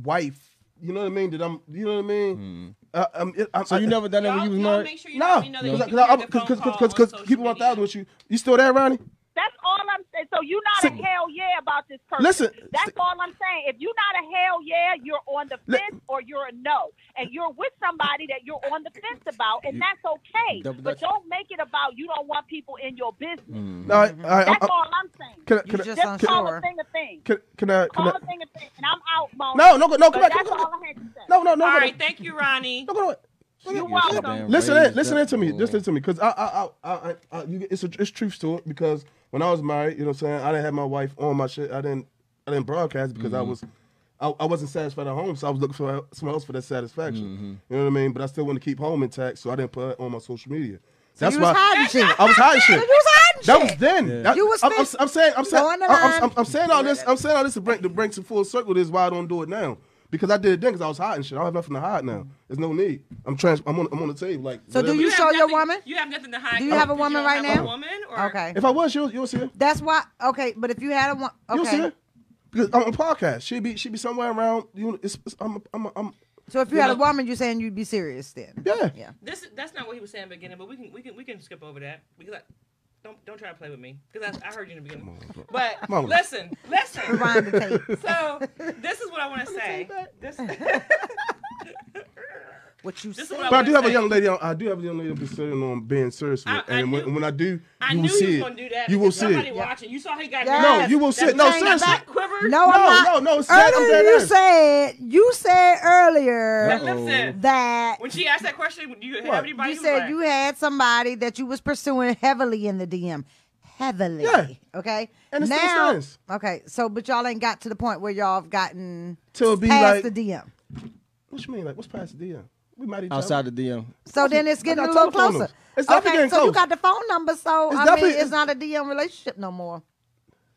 Speaker 3: wife. You know what I mean? That I'm. You know what I mean? Uh, um, it- I'm,
Speaker 4: Hmm. So you
Speaker 3: I-
Speaker 4: never done that
Speaker 1: Y'all-
Speaker 4: when you was
Speaker 1: y'all
Speaker 4: married?
Speaker 1: make sure you
Speaker 3: No,
Speaker 1: let me know that you can
Speaker 3: because
Speaker 1: make the phone call
Speaker 3: because
Speaker 1: on
Speaker 3: because
Speaker 1: social
Speaker 3: keep it one
Speaker 1: media.
Speaker 3: thousand with you. You still there, Ronnie?
Speaker 5: That's all I'm saying. So you're not
Speaker 3: Listen.
Speaker 5: a hell yeah about this person.
Speaker 3: Listen.
Speaker 5: That's all I'm saying. If you're not a hell yeah, you're on the
Speaker 3: Li-
Speaker 5: fence or you're a no. And you're with somebody that you're on the fence about, and that's okay.
Speaker 4: Double
Speaker 5: But
Speaker 4: dutch.
Speaker 5: don't make it about you don't want people in your business.
Speaker 4: Mm.
Speaker 3: No, I,
Speaker 1: Mm-hmm.
Speaker 3: I, I,
Speaker 5: That's all I'm saying.
Speaker 3: can, I-
Speaker 2: You
Speaker 3: can, I-
Speaker 2: just
Speaker 5: Just call
Speaker 2: unsure.
Speaker 5: a thing a thing.
Speaker 3: can, can I? Can
Speaker 5: Call
Speaker 3: I
Speaker 5: a thing a thing, and I'm out, Mona.
Speaker 3: no, no, go- no,
Speaker 5: But
Speaker 3: come back.
Speaker 5: that's
Speaker 3: Come
Speaker 5: all
Speaker 3: back.
Speaker 5: I had to say.
Speaker 3: No, no, no.
Speaker 1: All
Speaker 3: go-
Speaker 1: right, thank you, Ronnie.
Speaker 3: No, go to
Speaker 5: You're
Speaker 4: Yes,
Speaker 5: welcome.
Speaker 4: damn
Speaker 3: Listen,
Speaker 4: raised
Speaker 3: in, listen
Speaker 4: that
Speaker 3: in to me.
Speaker 4: boy.
Speaker 3: Listen to me, cause I, I, I, I, I you, it's a, it's truth to it. Because when I was married, you know, what I'm saying I didn't have my wife on my shit. I didn't, I didn't broadcast because I was, I, I wasn't satisfied at home, so I was looking for somewhere else for that satisfaction. You know what I mean? But I still wanted to keep home intact, so I didn't put it on my social media. That's
Speaker 2: you was hiding shit.
Speaker 3: I was hiding shit.
Speaker 2: You was hiding
Speaker 3: That
Speaker 2: shit.
Speaker 3: was then.
Speaker 4: Yeah.
Speaker 3: That-
Speaker 2: You was
Speaker 3: I'm, I'm,
Speaker 2: fit-
Speaker 3: I'm saying. I'm saying.
Speaker 2: Blowing the
Speaker 3: I'm- I'm,
Speaker 2: line.
Speaker 3: I'm- I'm saying all this. I'm saying all this to bring to bring to full circle. This is why I don't do it now. Because I did it then, because I was hiding shit. I don't have nothing to hide now. There's no need. I'm trans. I'm on. I'm on the table. Like.
Speaker 2: So do
Speaker 3: whatever.
Speaker 2: You
Speaker 1: have
Speaker 2: show your
Speaker 1: nothing-
Speaker 2: woman?
Speaker 1: You have nothing to hide.
Speaker 2: Do you have a
Speaker 1: don't
Speaker 2: woman right
Speaker 1: have a
Speaker 2: now?
Speaker 1: woman or-
Speaker 2: Okay.
Speaker 3: If I was, you'll you'll see her.
Speaker 2: That's why. Okay, but if you had a one,
Speaker 3: You'll see
Speaker 2: okay.
Speaker 3: her. Because I'm on podcast. She'd be she'd be somewhere around. You. Know, it's, it's, I'm, I'm. I'm.
Speaker 2: So if you had a woman, you're saying you'd be serious then.
Speaker 3: Yeah.
Speaker 2: Yeah.
Speaker 1: This that's not what he was saying in the beginning, but we can we can we can skip over that because I, don't don't try to play with me because I, I heard you in the beginning. But
Speaker 3: Come on.
Speaker 1: listen, listen.
Speaker 2: Rewind the tape.
Speaker 1: So this is what I want to say. This,
Speaker 2: What you
Speaker 1: This is
Speaker 2: said.
Speaker 1: what
Speaker 3: But I do have a young lady. On, I do have a young lady considering on being serious. With,
Speaker 1: I- I
Speaker 3: and when,
Speaker 1: knew-
Speaker 3: when I do,
Speaker 1: I
Speaker 3: you
Speaker 1: knew
Speaker 3: will
Speaker 1: he
Speaker 3: see
Speaker 1: was
Speaker 3: it.
Speaker 1: gonna do that.
Speaker 3: You will
Speaker 1: because
Speaker 3: see
Speaker 1: somebody
Speaker 3: it.
Speaker 1: watching. You saw he got
Speaker 2: Yes.
Speaker 1: nervous.
Speaker 3: No, you will
Speaker 1: That
Speaker 3: see it. No,
Speaker 1: chain
Speaker 3: seriously.
Speaker 1: back quiver.
Speaker 2: No, I'm
Speaker 3: No,
Speaker 2: not.
Speaker 3: no, no, it's sad, I'm
Speaker 2: Earlier
Speaker 3: dead
Speaker 2: you
Speaker 3: ass.
Speaker 2: said you said earlier
Speaker 1: That lip sync.
Speaker 2: that
Speaker 1: When she asked that question, do you have
Speaker 3: What?
Speaker 1: anybody?
Speaker 2: you
Speaker 1: who
Speaker 2: said
Speaker 1: like-
Speaker 2: you had somebody that you was pursuing heavily in the DM, heavily.
Speaker 3: Yeah.
Speaker 2: Okay.
Speaker 3: And it still
Speaker 2: now,
Speaker 3: stands.
Speaker 2: okay. So, but y'all ain't got to the point where y'all have gotten
Speaker 3: Till it be
Speaker 2: past
Speaker 3: like-
Speaker 2: the DM.
Speaker 3: What you mean? Like what's past the DM? We might each other.
Speaker 4: Outside the DM.
Speaker 2: So then it's
Speaker 3: I
Speaker 2: getting
Speaker 3: got
Speaker 2: a little
Speaker 3: telephone
Speaker 2: closer.
Speaker 3: numbers. It's
Speaker 2: okay,
Speaker 3: definitely getting
Speaker 2: so you
Speaker 3: close.
Speaker 2: got the phone number. So
Speaker 3: It's
Speaker 2: I mean,
Speaker 3: definitely-
Speaker 2: it's, not a DM relationship no more.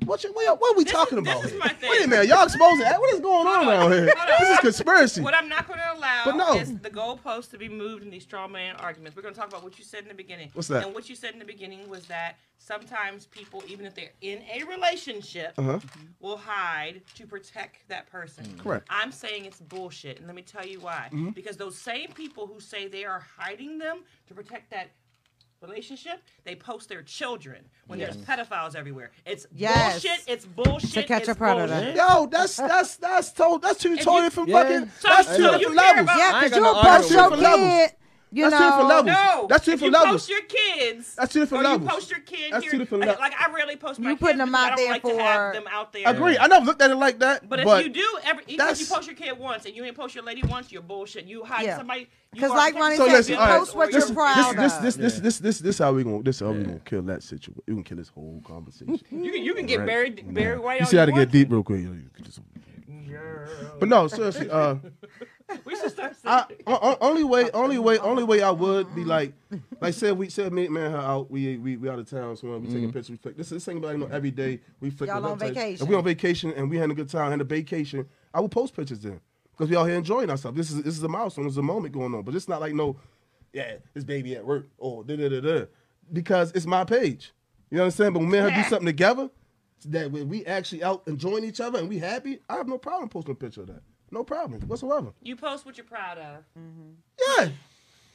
Speaker 3: What, you, what, what are we
Speaker 1: This
Speaker 3: talking
Speaker 1: is- this
Speaker 3: about?
Speaker 1: is
Speaker 3: here?
Speaker 1: my thing.
Speaker 3: Wait a minute, y'all exposing that? What is going on
Speaker 1: Hold on,
Speaker 3: around here?
Speaker 1: hold on.
Speaker 3: This is conspiracy.
Speaker 1: What I'm not going to allow
Speaker 3: But no.
Speaker 1: is the goalpost to be moved in these straw man arguments. We're going to talk about what you said in the beginning.
Speaker 3: What's that?
Speaker 1: And what you said in the beginning was that sometimes people, even if they're in a relationship,
Speaker 3: Uh-huh.
Speaker 1: will hide to protect that person.
Speaker 3: Correct. Mm-hmm.
Speaker 1: I'm saying it's bullshit, and let me tell you why. Because those same people who say they are hiding them to protect that relationship, they post their children when there's pedophiles everywhere. It's
Speaker 2: Yes.
Speaker 1: bullshit. It's bullshit.
Speaker 2: To catch
Speaker 1: it's
Speaker 2: a predator.
Speaker 1: bullshit.
Speaker 3: Yo, that's that's that's told that's two totally
Speaker 1: you-
Speaker 3: different
Speaker 4: Yeah.
Speaker 3: fucking
Speaker 1: So-
Speaker 3: that's
Speaker 1: so
Speaker 3: two
Speaker 1: you
Speaker 3: different
Speaker 1: care
Speaker 3: levels.
Speaker 1: about- Yeah,
Speaker 2: Yeah,
Speaker 4: I ain't
Speaker 2: because
Speaker 4: got
Speaker 2: you'll
Speaker 4: no argument
Speaker 2: post
Speaker 3: with
Speaker 2: your
Speaker 3: that.
Speaker 2: kid. You
Speaker 3: That's two different
Speaker 2: know,
Speaker 3: levels.
Speaker 1: No,
Speaker 3: That's two
Speaker 1: if
Speaker 3: different
Speaker 1: you
Speaker 3: levels.
Speaker 1: post your kids.
Speaker 3: That's two different
Speaker 1: or
Speaker 3: levels.
Speaker 1: You post your kid
Speaker 3: That's
Speaker 1: here.
Speaker 3: two different
Speaker 1: like,
Speaker 3: levels.
Speaker 1: like I rarely post my
Speaker 2: You
Speaker 1: kids
Speaker 2: putting them
Speaker 1: because I
Speaker 2: out
Speaker 1: don't
Speaker 2: there
Speaker 1: like to have
Speaker 2: for-
Speaker 1: them out there.
Speaker 3: Agree. I never looked at it like that.
Speaker 1: But if you do, every even if you
Speaker 3: that's-
Speaker 1: post your kid once and you ain't post your lady once, you're bullshit. You hide
Speaker 2: Yeah.
Speaker 1: somebody. you
Speaker 2: 'Cause
Speaker 1: are
Speaker 2: like
Speaker 1: protecting
Speaker 2: Ronnie
Speaker 3: So
Speaker 1: your
Speaker 2: said,
Speaker 3: listen,
Speaker 2: you
Speaker 1: business
Speaker 3: all right.
Speaker 2: post what
Speaker 1: or
Speaker 2: you're
Speaker 1: your-
Speaker 2: proud
Speaker 3: this, this,
Speaker 2: of.
Speaker 3: this, this, this, this, this, how we gonna this how we gonna kill that situation. We gonna kill this whole conversation.
Speaker 1: You can, you can get buried buried right
Speaker 3: You
Speaker 1: on
Speaker 3: see how to
Speaker 1: your
Speaker 3: get deep real quick. But no, seriously. Uh,
Speaker 1: one- We should start
Speaker 3: I,
Speaker 1: saying-
Speaker 3: o- o- only way, only way, only way I would be like, like said we said me, man, her out. We we we out of town somewhere. We taking pictures. We flick. This this thing about you know every day we flick.
Speaker 2: Y'all
Speaker 3: the
Speaker 2: on
Speaker 3: websites.
Speaker 2: vacation.
Speaker 3: If we on vacation and we had a good time and a vacation, I would post pictures then because we out here enjoying ourselves. This is this is a milestone. This is a moment going on. But it's not like no, yeah, this baby at work or da da da da, because it's my page. You know what I'm saying? But when me and her do something together, that when we actually out enjoying each other and we happy, I have no problem posting a picture of that. No problem whatsoever.
Speaker 1: you post what you're proud of.
Speaker 3: Yeah.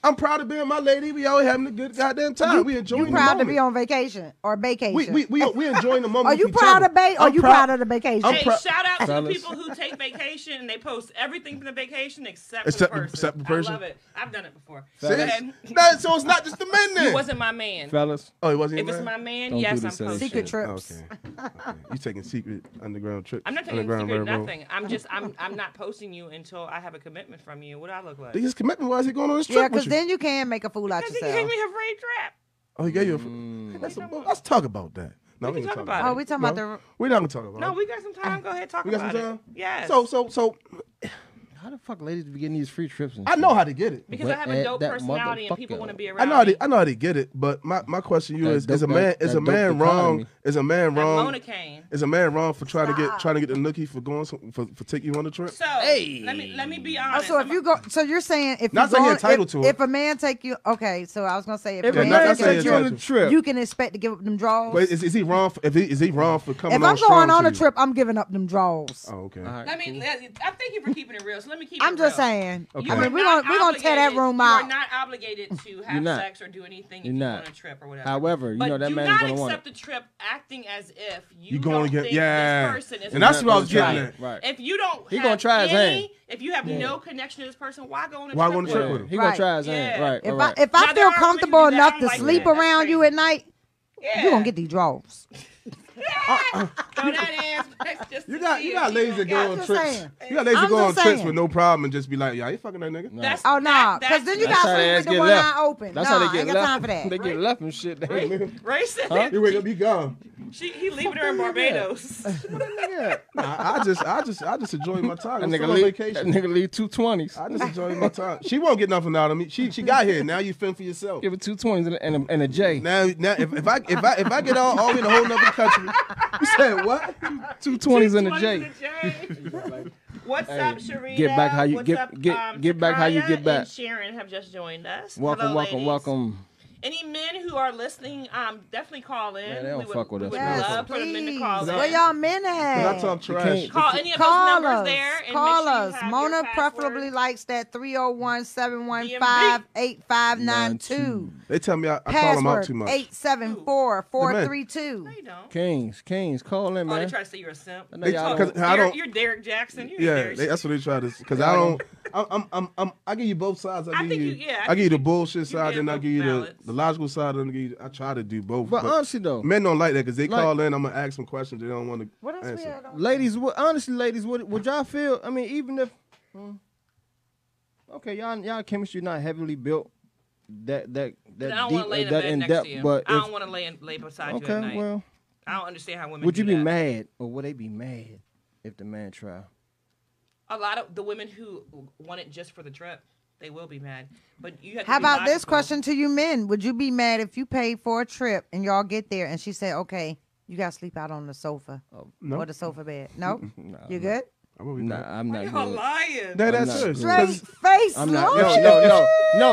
Speaker 3: I'm proud of being my lady. We always having a good goddamn time. we enjoying
Speaker 2: You proud
Speaker 3: the
Speaker 2: to
Speaker 3: moment.
Speaker 2: be on vacation or vacation?
Speaker 3: We we we, we enjoying the moment.
Speaker 2: Are you
Speaker 3: with each
Speaker 2: proud
Speaker 3: other.
Speaker 2: of ba- are
Speaker 3: I'm
Speaker 2: you proud of the vacation?
Speaker 3: I'm
Speaker 1: hey,
Speaker 3: prou-
Speaker 1: shout out to the
Speaker 4: Fellas.
Speaker 1: people who take vacation and they post everything from the vacation except,
Speaker 3: Except-
Speaker 1: for the person.
Speaker 3: except the person.
Speaker 1: I love it. I've done it before.
Speaker 3: See?
Speaker 1: Okay.
Speaker 3: No, so it's not just the men
Speaker 1: He
Speaker 3: then.
Speaker 1: wasn't my man.
Speaker 4: fellas.
Speaker 3: oh, it wasn't.
Speaker 1: If
Speaker 3: your
Speaker 1: it's my
Speaker 3: man?
Speaker 1: man,
Speaker 4: Don't
Speaker 1: yes,
Speaker 4: do
Speaker 1: I'm
Speaker 4: this other
Speaker 1: posting.
Speaker 2: Secret
Speaker 4: shit.
Speaker 2: trips.
Speaker 3: Okay. okay. You taking secret underground trips?
Speaker 1: I'm not taking
Speaker 3: underground
Speaker 1: secret
Speaker 3: railroad?
Speaker 1: nothing. I'm just I'm I'm not posting you until I have a commitment from you. What do I look like?
Speaker 3: His commitment was he going on this trip
Speaker 2: Yeah,
Speaker 3: with
Speaker 2: because
Speaker 3: you?
Speaker 2: then you can make a fool out
Speaker 1: Because he gave
Speaker 2: yourself.
Speaker 1: me a free trap.
Speaker 3: oh, he gave you. A, f- that's a, well, let's talk about that. No,
Speaker 1: Mm. We can
Speaker 3: ain't
Speaker 1: talk
Speaker 3: gonna
Speaker 1: about it.
Speaker 2: Oh, we talking about
Speaker 3: No,
Speaker 2: the.
Speaker 3: We're not gonna talk about.
Speaker 1: No,
Speaker 3: it.
Speaker 1: we got some time. Go ahead, talk
Speaker 3: We got
Speaker 1: about
Speaker 3: some time.
Speaker 1: it. Yes.
Speaker 3: So so so
Speaker 4: How the fuck ladies be getting these free trips? And
Speaker 3: I
Speaker 4: shit?
Speaker 3: know how to get it.
Speaker 1: because I have a
Speaker 4: That-
Speaker 1: dope
Speaker 4: that
Speaker 1: personality and people
Speaker 4: motherfucker.
Speaker 1: want to be around
Speaker 3: I know how
Speaker 1: me.
Speaker 3: to, I know how to get it, but my, my question to you
Speaker 4: That
Speaker 3: is: Is a
Speaker 4: dope-
Speaker 3: man
Speaker 4: that-
Speaker 3: is
Speaker 4: that
Speaker 3: a man
Speaker 4: dope
Speaker 3: wrong?
Speaker 4: economy.
Speaker 3: Is a man
Speaker 1: That
Speaker 3: wrong?
Speaker 1: Mona came.
Speaker 3: Is a man wrong for trying to get trying to get the nookie for going some, for for taking you on the trip?
Speaker 1: So let me let me be honest.
Speaker 2: Oh, So if you go, so you're saying if you
Speaker 3: Not saying
Speaker 2: go
Speaker 3: you're
Speaker 2: on-
Speaker 3: entitled
Speaker 2: if,
Speaker 3: to it.
Speaker 2: if a man take you, okay. So I was gonna say if,
Speaker 4: If
Speaker 2: a
Speaker 3: Yeah,
Speaker 4: a
Speaker 2: man
Speaker 3: not-
Speaker 4: man
Speaker 3: not saying
Speaker 2: take
Speaker 4: takes you
Speaker 2: you,
Speaker 4: on
Speaker 3: it's
Speaker 4: a
Speaker 3: like-
Speaker 4: trip,
Speaker 2: you can expect to give up them draws.
Speaker 3: But is, is he wrong? For, if he is he wrong for coming
Speaker 2: if
Speaker 3: on
Speaker 2: I'm
Speaker 3: strong
Speaker 2: going on
Speaker 3: to
Speaker 2: a
Speaker 3: you?
Speaker 2: trip, I'm giving up them draws.
Speaker 3: Oh, okay.
Speaker 4: All right,
Speaker 1: let me.
Speaker 4: cool.
Speaker 1: Let, I thank you for keeping it real. So let me keep.
Speaker 2: I'm
Speaker 1: it
Speaker 2: just
Speaker 1: real.
Speaker 2: saying.
Speaker 3: Okay.
Speaker 2: I
Speaker 1: You
Speaker 2: mean,
Speaker 1: are
Speaker 2: we're
Speaker 1: not
Speaker 2: gonna we're gonna tear that
Speaker 1: obligated-
Speaker 2: room
Speaker 1: You
Speaker 2: out.
Speaker 1: are not obligated to have
Speaker 4: not.
Speaker 1: sex or do anything
Speaker 4: You're
Speaker 1: if you go
Speaker 4: not.
Speaker 1: on a trip or whatever.
Speaker 4: However, you
Speaker 1: but
Speaker 4: know that
Speaker 1: do
Speaker 4: man's
Speaker 1: not
Speaker 4: gonna want
Speaker 1: accept
Speaker 4: it.
Speaker 1: the trip acting as if you
Speaker 3: You going
Speaker 1: don't
Speaker 3: to
Speaker 1: think
Speaker 3: get yeah?
Speaker 1: this person is.
Speaker 3: and that's
Speaker 1: a-
Speaker 4: Not
Speaker 3: what I was
Speaker 4: gonna
Speaker 3: getting
Speaker 4: try
Speaker 3: at.
Speaker 4: it. Right.
Speaker 1: If you don't,
Speaker 4: He
Speaker 1: have
Speaker 4: gonna try his
Speaker 1: any,
Speaker 4: hand.
Speaker 1: If you have no connection to this person, why go on a
Speaker 3: Why
Speaker 1: trip?
Speaker 3: go on a
Speaker 1: with
Speaker 3: trip
Speaker 1: them?
Speaker 3: with
Speaker 4: Yeah,
Speaker 3: him.
Speaker 4: he gonna
Speaker 2: Right.
Speaker 4: try his
Speaker 1: Yeah.
Speaker 4: hand. Right.
Speaker 2: If
Speaker 4: all
Speaker 2: I
Speaker 4: right.
Speaker 2: if
Speaker 1: Now,
Speaker 2: I
Speaker 1: there
Speaker 2: feel
Speaker 1: are women
Speaker 2: comfortable
Speaker 1: who do that.
Speaker 2: enough
Speaker 1: I
Speaker 2: to
Speaker 1: like
Speaker 2: sleep
Speaker 1: that. That's
Speaker 2: around you
Speaker 1: crazy.
Speaker 2: at night,
Speaker 1: Yeah.
Speaker 2: you gonna get uh, these draws.
Speaker 1: Throw that ass. back just
Speaker 3: You
Speaker 1: to
Speaker 3: got
Speaker 1: see
Speaker 3: you
Speaker 1: if
Speaker 3: got
Speaker 1: she
Speaker 3: ladies
Speaker 1: gonna
Speaker 3: that
Speaker 1: get
Speaker 3: go
Speaker 1: it.
Speaker 3: on
Speaker 2: just
Speaker 3: trips.
Speaker 2: saying.
Speaker 3: You got ladies that
Speaker 2: I'm
Speaker 3: go on
Speaker 2: just
Speaker 3: trips
Speaker 2: saying.
Speaker 3: with no problem and just be like, yeah, you fucking that nigga.
Speaker 1: That's,
Speaker 2: Oh no,
Speaker 1: that-
Speaker 2: because then you
Speaker 1: that's
Speaker 2: got
Speaker 4: how
Speaker 2: sleep
Speaker 4: they
Speaker 2: with
Speaker 4: ass
Speaker 2: the
Speaker 4: get
Speaker 2: one
Speaker 4: left.
Speaker 2: eye open.
Speaker 4: That's
Speaker 2: no,
Speaker 4: how they
Speaker 2: I ain't
Speaker 4: get
Speaker 2: got
Speaker 4: left.
Speaker 2: time for that.
Speaker 4: They get left and shit. They ain't moving.
Speaker 1: Racist.
Speaker 3: You wake up, you gone.
Speaker 1: She, he leaving her in Barbados.
Speaker 4: Yeah.
Speaker 3: Nah, I just I just I just enjoy my time.
Speaker 4: That
Speaker 3: I'm still
Speaker 4: nigga
Speaker 3: on
Speaker 4: leave. That
Speaker 3: vacation.
Speaker 4: nigga leave two twenties.
Speaker 3: I just enjoy my time. She won't get nothing out of me. She she got here. Now you fend for yourself.
Speaker 4: Give it two twenties and a, and a, and a J.
Speaker 3: Now now if, if I if I if I get all, all in a whole nother country, you said what?
Speaker 4: Two twenties and a
Speaker 1: Twenties
Speaker 4: J.
Speaker 1: and a J. What's up, Sharita?
Speaker 4: get back how you-
Speaker 1: What's
Speaker 4: get-
Speaker 1: up,
Speaker 4: get-
Speaker 1: um,
Speaker 4: get back how you
Speaker 1: Takaya
Speaker 4: get back.
Speaker 1: And Sharon have just joined us.
Speaker 4: Welcome,
Speaker 1: Hello,
Speaker 4: welcome,
Speaker 1: ladies.
Speaker 4: welcome.
Speaker 1: Any men who are listening, um, definitely call in.
Speaker 4: Man, they don't
Speaker 1: we would,
Speaker 4: fuck with
Speaker 1: we
Speaker 4: us,
Speaker 1: Would
Speaker 4: man.
Speaker 1: love
Speaker 2: Yes,
Speaker 1: for the men to
Speaker 2: please.
Speaker 1: call
Speaker 2: Where
Speaker 1: in.
Speaker 2: y'all men
Speaker 3: I
Speaker 2: at?
Speaker 3: talk trash.
Speaker 4: can't-
Speaker 1: call any of those
Speaker 2: Call
Speaker 1: numbers
Speaker 2: us.
Speaker 1: there and
Speaker 2: Call
Speaker 1: make sure you
Speaker 2: us.
Speaker 1: have
Speaker 2: Mona
Speaker 1: your password.
Speaker 2: preferably likes that 301 715 8592.
Speaker 4: 301-715-8592.
Speaker 3: They tell me I, I call them out
Speaker 2: Password
Speaker 3: too much.
Speaker 2: 874
Speaker 1: No,
Speaker 2: 432.
Speaker 1: you don't.
Speaker 4: Kings, Kings, call in,
Speaker 1: Oh, they
Speaker 4: man.
Speaker 1: try to say you're a simp.
Speaker 4: know y'all
Speaker 1: You're-
Speaker 3: don't- 'Cause I don't-
Speaker 1: You're Derek Jackson. You're
Speaker 3: Yeah,
Speaker 1: Derek
Speaker 3: they, that's what they try to. Because I don't. I'm, I'm, I'm, I'm, I give you both sides. I,
Speaker 1: I
Speaker 3: give
Speaker 1: think
Speaker 3: you.
Speaker 1: you- yeah, I
Speaker 3: I,
Speaker 1: think
Speaker 3: give you the
Speaker 1: you-
Speaker 3: bullshit
Speaker 1: you
Speaker 3: side,
Speaker 1: did
Speaker 3: then I
Speaker 1: both
Speaker 3: give you the,
Speaker 1: balance.
Speaker 3: the logical side, and I, give you, I try to do both.
Speaker 4: But honestly though,
Speaker 3: men don't like that because they
Speaker 4: like-
Speaker 3: call in. I'm gonna ask them questions they don't want to
Speaker 2: What else we
Speaker 3: answer.
Speaker 2: had on?
Speaker 4: ladies, what, honestly, ladies, what would y'all feel? I mean, even if mm, okay, y'all y'all chemistry not heavily built that that that
Speaker 1: I don't
Speaker 4: deep
Speaker 1: want to lay
Speaker 4: or
Speaker 1: in
Speaker 4: that
Speaker 1: bed
Speaker 4: in
Speaker 1: next
Speaker 4: depth,
Speaker 1: to you.
Speaker 4: but
Speaker 1: I
Speaker 4: if,
Speaker 1: don't want to lay in, lay beside you at
Speaker 4: okay,
Speaker 1: night.
Speaker 4: well,
Speaker 1: I don't understand how women.
Speaker 4: would
Speaker 1: do
Speaker 4: you be
Speaker 1: that.
Speaker 4: mad or would they be mad if the man try?
Speaker 1: A lot of the women who want it just for the trip, they will be mad. But you have to
Speaker 2: How
Speaker 1: be
Speaker 2: about this
Speaker 1: logical.
Speaker 2: question to you men? Would you be mad if you paid for a trip and y'all get there and she said, okay, you got to sleep out on the sofa
Speaker 4: Oh,
Speaker 3: no.
Speaker 2: or the sofa bed? No? you good?
Speaker 3: I will be back.
Speaker 4: Nah, I'm not.
Speaker 1: Y'all
Speaker 4: good.
Speaker 1: lying.
Speaker 3: That- that's
Speaker 4: I'm not
Speaker 3: it.
Speaker 4: good.
Speaker 2: Straight face
Speaker 4: I'm not. No,
Speaker 2: launch.
Speaker 4: no, no,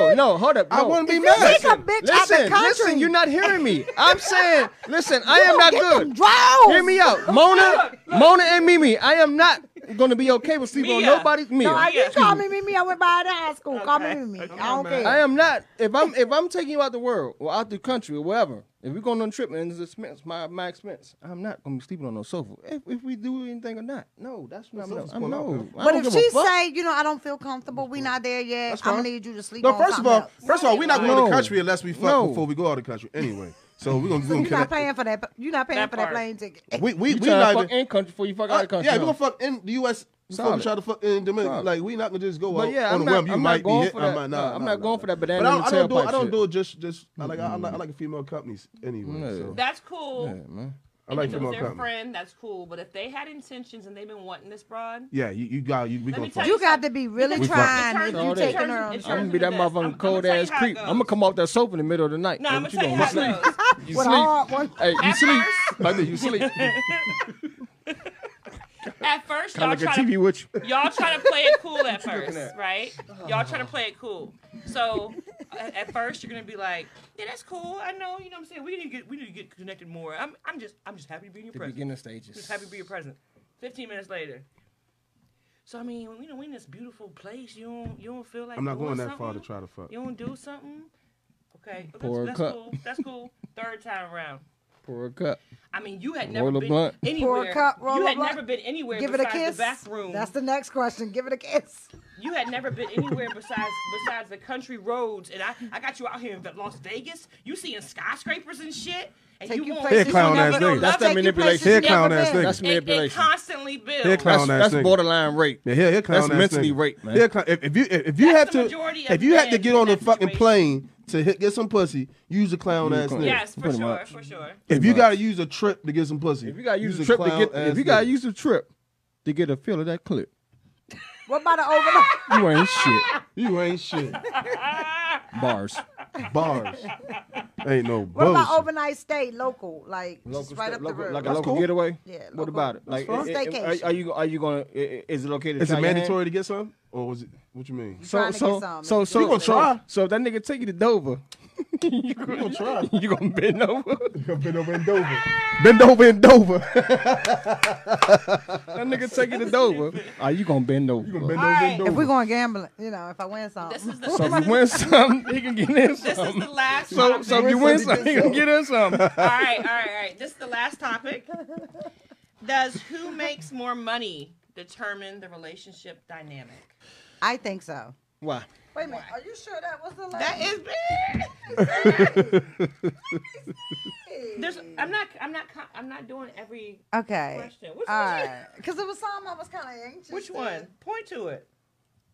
Speaker 4: no, no. Hold up.
Speaker 3: I
Speaker 4: no.
Speaker 3: wouldn't be
Speaker 2: You take
Speaker 3: mad.
Speaker 2: a bitch out the
Speaker 4: Listen,
Speaker 2: country.
Speaker 4: listen. You're not hearing me. I'm saying, listen. I am
Speaker 2: gonna
Speaker 4: not
Speaker 2: get
Speaker 4: good.
Speaker 2: them draws.
Speaker 4: Hear me out, Mona, Mona and Mimi. I am not gonna be okay with sleeping on
Speaker 1: Mia.
Speaker 4: nobody's Mia.
Speaker 2: No,
Speaker 1: I-
Speaker 2: you call me Mimi. I went by the high school. Call me
Speaker 1: Okay.
Speaker 2: Mimi.
Speaker 1: Okay,
Speaker 2: I don't
Speaker 3: man.
Speaker 2: care.
Speaker 4: I am not. If I'm if I'm taking you out the world or out the country or wherever, if we're going on a trip and it's expense, my my expense, I'm not gonna be sleeping on no sofa. If, if we do anything or not, no, that's not.
Speaker 3: sofa's
Speaker 4: I
Speaker 3: going out,
Speaker 4: know.
Speaker 3: bro.
Speaker 4: I
Speaker 2: But
Speaker 4: don't
Speaker 2: if
Speaker 4: give a
Speaker 2: she
Speaker 4: fuck.
Speaker 2: say, you know, I don't feel comfortable, we not there yet.
Speaker 3: That's
Speaker 2: I'm gonna
Speaker 3: fine.
Speaker 2: need you to sleep.
Speaker 3: No,
Speaker 2: on
Speaker 3: first of
Speaker 2: something
Speaker 3: all,
Speaker 2: else.
Speaker 3: first of all, we're not going to the
Speaker 4: No.
Speaker 3: country unless we fuck
Speaker 4: No.
Speaker 3: before we go out of the country anyway. So we're gonna, we
Speaker 2: you're
Speaker 3: gonna
Speaker 2: not
Speaker 3: connect.
Speaker 2: paying for that. You're not paying
Speaker 1: That
Speaker 2: for that
Speaker 1: part.
Speaker 2: plane ticket.
Speaker 3: We we
Speaker 4: you
Speaker 3: we
Speaker 4: trying
Speaker 3: not.
Speaker 4: to fuck in country before you fuck out
Speaker 3: Uh,
Speaker 4: of country.
Speaker 3: yeah, we're
Speaker 4: huh?
Speaker 3: gonna fuck in the U.S. before we
Speaker 4: Solid.
Speaker 3: try to fuck in Dominican.
Speaker 4: Solid.
Speaker 3: Like we not gonna just go
Speaker 4: But
Speaker 3: out
Speaker 4: yeah,
Speaker 3: on
Speaker 4: I'm
Speaker 3: a
Speaker 4: not-
Speaker 3: whim. You
Speaker 4: I'm not
Speaker 3: might
Speaker 4: going
Speaker 3: be hit.
Speaker 4: for
Speaker 3: I'm not.
Speaker 4: that. No,
Speaker 3: nah,
Speaker 4: I'm
Speaker 3: nah,
Speaker 4: not
Speaker 3: nah,
Speaker 4: going for
Speaker 3: nah.
Speaker 4: that banana
Speaker 3: But I
Speaker 4: in
Speaker 3: don't,
Speaker 4: the
Speaker 3: I don't do.
Speaker 4: tailpipe
Speaker 3: I don't
Speaker 4: shit.
Speaker 3: do it just just. I like I, I like I like a female company anyway. So
Speaker 1: That's cool.
Speaker 4: Yeah, man.
Speaker 3: I like
Speaker 1: if it was
Speaker 3: female
Speaker 1: their
Speaker 3: company.
Speaker 1: friend, that's cool. But if they had intentions and they've been wanting this broad,
Speaker 3: Yeah, you you got you. We
Speaker 1: Let me
Speaker 3: gonna
Speaker 1: tell
Speaker 3: fuck.
Speaker 2: You got to be really
Speaker 1: Because it
Speaker 2: trying
Speaker 1: turns-
Speaker 2: if you
Speaker 1: it
Speaker 4: taking
Speaker 1: turns-
Speaker 2: her-
Speaker 1: it
Speaker 2: I'm
Speaker 1: turns
Speaker 4: I'm gonna
Speaker 1: into
Speaker 4: be that
Speaker 1: this.
Speaker 4: motherfucking
Speaker 1: I'm-
Speaker 4: cold
Speaker 1: I'ma tell
Speaker 4: ass
Speaker 1: you how it
Speaker 4: creep. I'm gonna
Speaker 1: goes.
Speaker 4: come off that sofa in the middle of the night.
Speaker 1: No, I'm
Speaker 4: but
Speaker 1: gonna
Speaker 4: you
Speaker 1: tell you
Speaker 4: gonna
Speaker 1: how it goes.
Speaker 4: You
Speaker 2: with a hard
Speaker 4: sleep.
Speaker 2: one.
Speaker 4: Hey, you
Speaker 1: At
Speaker 4: sleep.
Speaker 1: first-
Speaker 4: I think you sleep. Kinda
Speaker 1: At first, y'all
Speaker 4: like a
Speaker 1: try
Speaker 4: TV
Speaker 1: to
Speaker 4: with you.
Speaker 1: y'all try to play it cool at first, right?
Speaker 4: Oh.
Speaker 1: Y'all try to play it cool. So a- at first you're gonna be like, yeah, that's cool. I know, you know what I'm saying? We need to get we need to get connected more. I'm I'm just I'm just happy to be in your presence.
Speaker 4: Beginning
Speaker 1: I'm
Speaker 4: stages.
Speaker 1: just happy to be your presence. Fifteen minutes later. So I mean, you know, we in this beautiful place. You don't you don't feel like
Speaker 3: I'm not
Speaker 1: doing
Speaker 3: going that far to
Speaker 1: something?
Speaker 3: try to fuck.
Speaker 1: You don't do something? Okay. Well,
Speaker 4: Pour a
Speaker 1: that's, that's
Speaker 4: cup.
Speaker 1: cool. That's cool. Third time around.
Speaker 4: Pour a cup.
Speaker 1: I mean, you had never
Speaker 4: Roll a
Speaker 1: been
Speaker 4: blunt.
Speaker 1: anywhere.
Speaker 2: Pour a cup, roll
Speaker 1: you
Speaker 2: a
Speaker 1: had
Speaker 2: blunt.
Speaker 1: never been anywhere
Speaker 2: Give it a
Speaker 1: besides
Speaker 2: kiss.
Speaker 1: the bathroom.
Speaker 2: That's the next question. Give it a kiss.
Speaker 1: you had never been anywhere besides besides the country roads, and I, I got you out here in Las Vegas. You seeing skyscrapers and shit, and
Speaker 2: Take
Speaker 1: you
Speaker 2: you places
Speaker 1: want
Speaker 2: you
Speaker 3: clown
Speaker 2: never
Speaker 3: ass nigga.
Speaker 2: I'll
Speaker 4: That's
Speaker 2: take
Speaker 4: that
Speaker 2: you places
Speaker 4: manipulation.
Speaker 2: you
Speaker 4: Here,
Speaker 2: never
Speaker 3: clown
Speaker 2: been.
Speaker 3: ass nigga.
Speaker 4: That's
Speaker 1: and, and
Speaker 4: manipulation.
Speaker 1: constantly build.
Speaker 3: Here, clown
Speaker 4: That's, that's
Speaker 3: ass nigga.
Speaker 4: borderline rape.
Speaker 3: Yeah, he'll clown
Speaker 4: That's
Speaker 3: ass
Speaker 4: mentally
Speaker 3: nigga.
Speaker 4: rape, man.
Speaker 3: He'll clown- if, if you if, if you
Speaker 1: That's
Speaker 3: have
Speaker 1: the
Speaker 3: to
Speaker 1: majority of
Speaker 3: if you have to
Speaker 1: men
Speaker 3: get
Speaker 1: in
Speaker 3: on a
Speaker 1: that
Speaker 3: fucking
Speaker 1: situation.
Speaker 3: plane to hit, get some pussy, use a clown ass nigga.
Speaker 1: Yes, for
Speaker 4: Pretty
Speaker 1: sure,
Speaker 4: much.
Speaker 1: for sure.
Speaker 3: If you gotta use a trip to get some pussy,
Speaker 4: If you gotta use,
Speaker 3: a
Speaker 4: a trip to
Speaker 3: clown
Speaker 4: get,
Speaker 3: ass
Speaker 4: if you gotta
Speaker 3: nigga.
Speaker 4: use a trip to get a feel of that clip,
Speaker 2: What about the overnight?
Speaker 4: you ain't shit.
Speaker 3: you ain't shit.
Speaker 4: Bars.
Speaker 3: Bars, ain't no
Speaker 2: What
Speaker 3: bullshit.
Speaker 2: about overnight stay? Local, like just right
Speaker 4: step-
Speaker 2: up the
Speaker 4: local-
Speaker 2: road.
Speaker 4: like a
Speaker 3: That's
Speaker 4: local
Speaker 3: cool.
Speaker 4: getaway.
Speaker 2: Yeah,
Speaker 4: What
Speaker 2: local.
Speaker 4: about it? Like,
Speaker 3: fine.
Speaker 4: i- i-
Speaker 2: Staycation.
Speaker 4: are, are you are you gonna? i- i- Is it okay to?
Speaker 3: Is
Speaker 4: try
Speaker 3: it
Speaker 4: your hand?
Speaker 3: mandatory to get some, or was it? What you mean?
Speaker 4: So
Speaker 2: Trying to
Speaker 4: so
Speaker 2: get some.
Speaker 4: so so
Speaker 2: You
Speaker 3: gonna
Speaker 4: so-
Speaker 3: try.
Speaker 4: So if that nigga take you to Dover. you gonna
Speaker 3: try.
Speaker 4: You gonna bend over? that
Speaker 3: Bend over and Dover. Bend over and Dover.
Speaker 4: nigga take you to Dover. Are you gonna bend over?
Speaker 1: All right,
Speaker 2: If we're going gambling, you know, if I win something.
Speaker 1: this is the
Speaker 4: So
Speaker 1: this,
Speaker 4: if you win some, he can get in
Speaker 1: this is
Speaker 4: some.
Speaker 1: the last.
Speaker 4: So
Speaker 1: topic.
Speaker 4: so if you win some, he can get in some.
Speaker 1: all right, all right, all right. This is the last topic. Does who makes more money determine the relationship dynamic?
Speaker 2: I think so.
Speaker 4: Why?
Speaker 2: Wait a minute. Are you sure that was the last?
Speaker 1: That is There's. I'm not. I'm not. co- I'm not doing every
Speaker 2: okay.
Speaker 1: question. Which,
Speaker 2: All
Speaker 1: one?
Speaker 2: right. Because it was something I was kind of anxious.
Speaker 1: Which
Speaker 2: to-
Speaker 1: one? Point to it.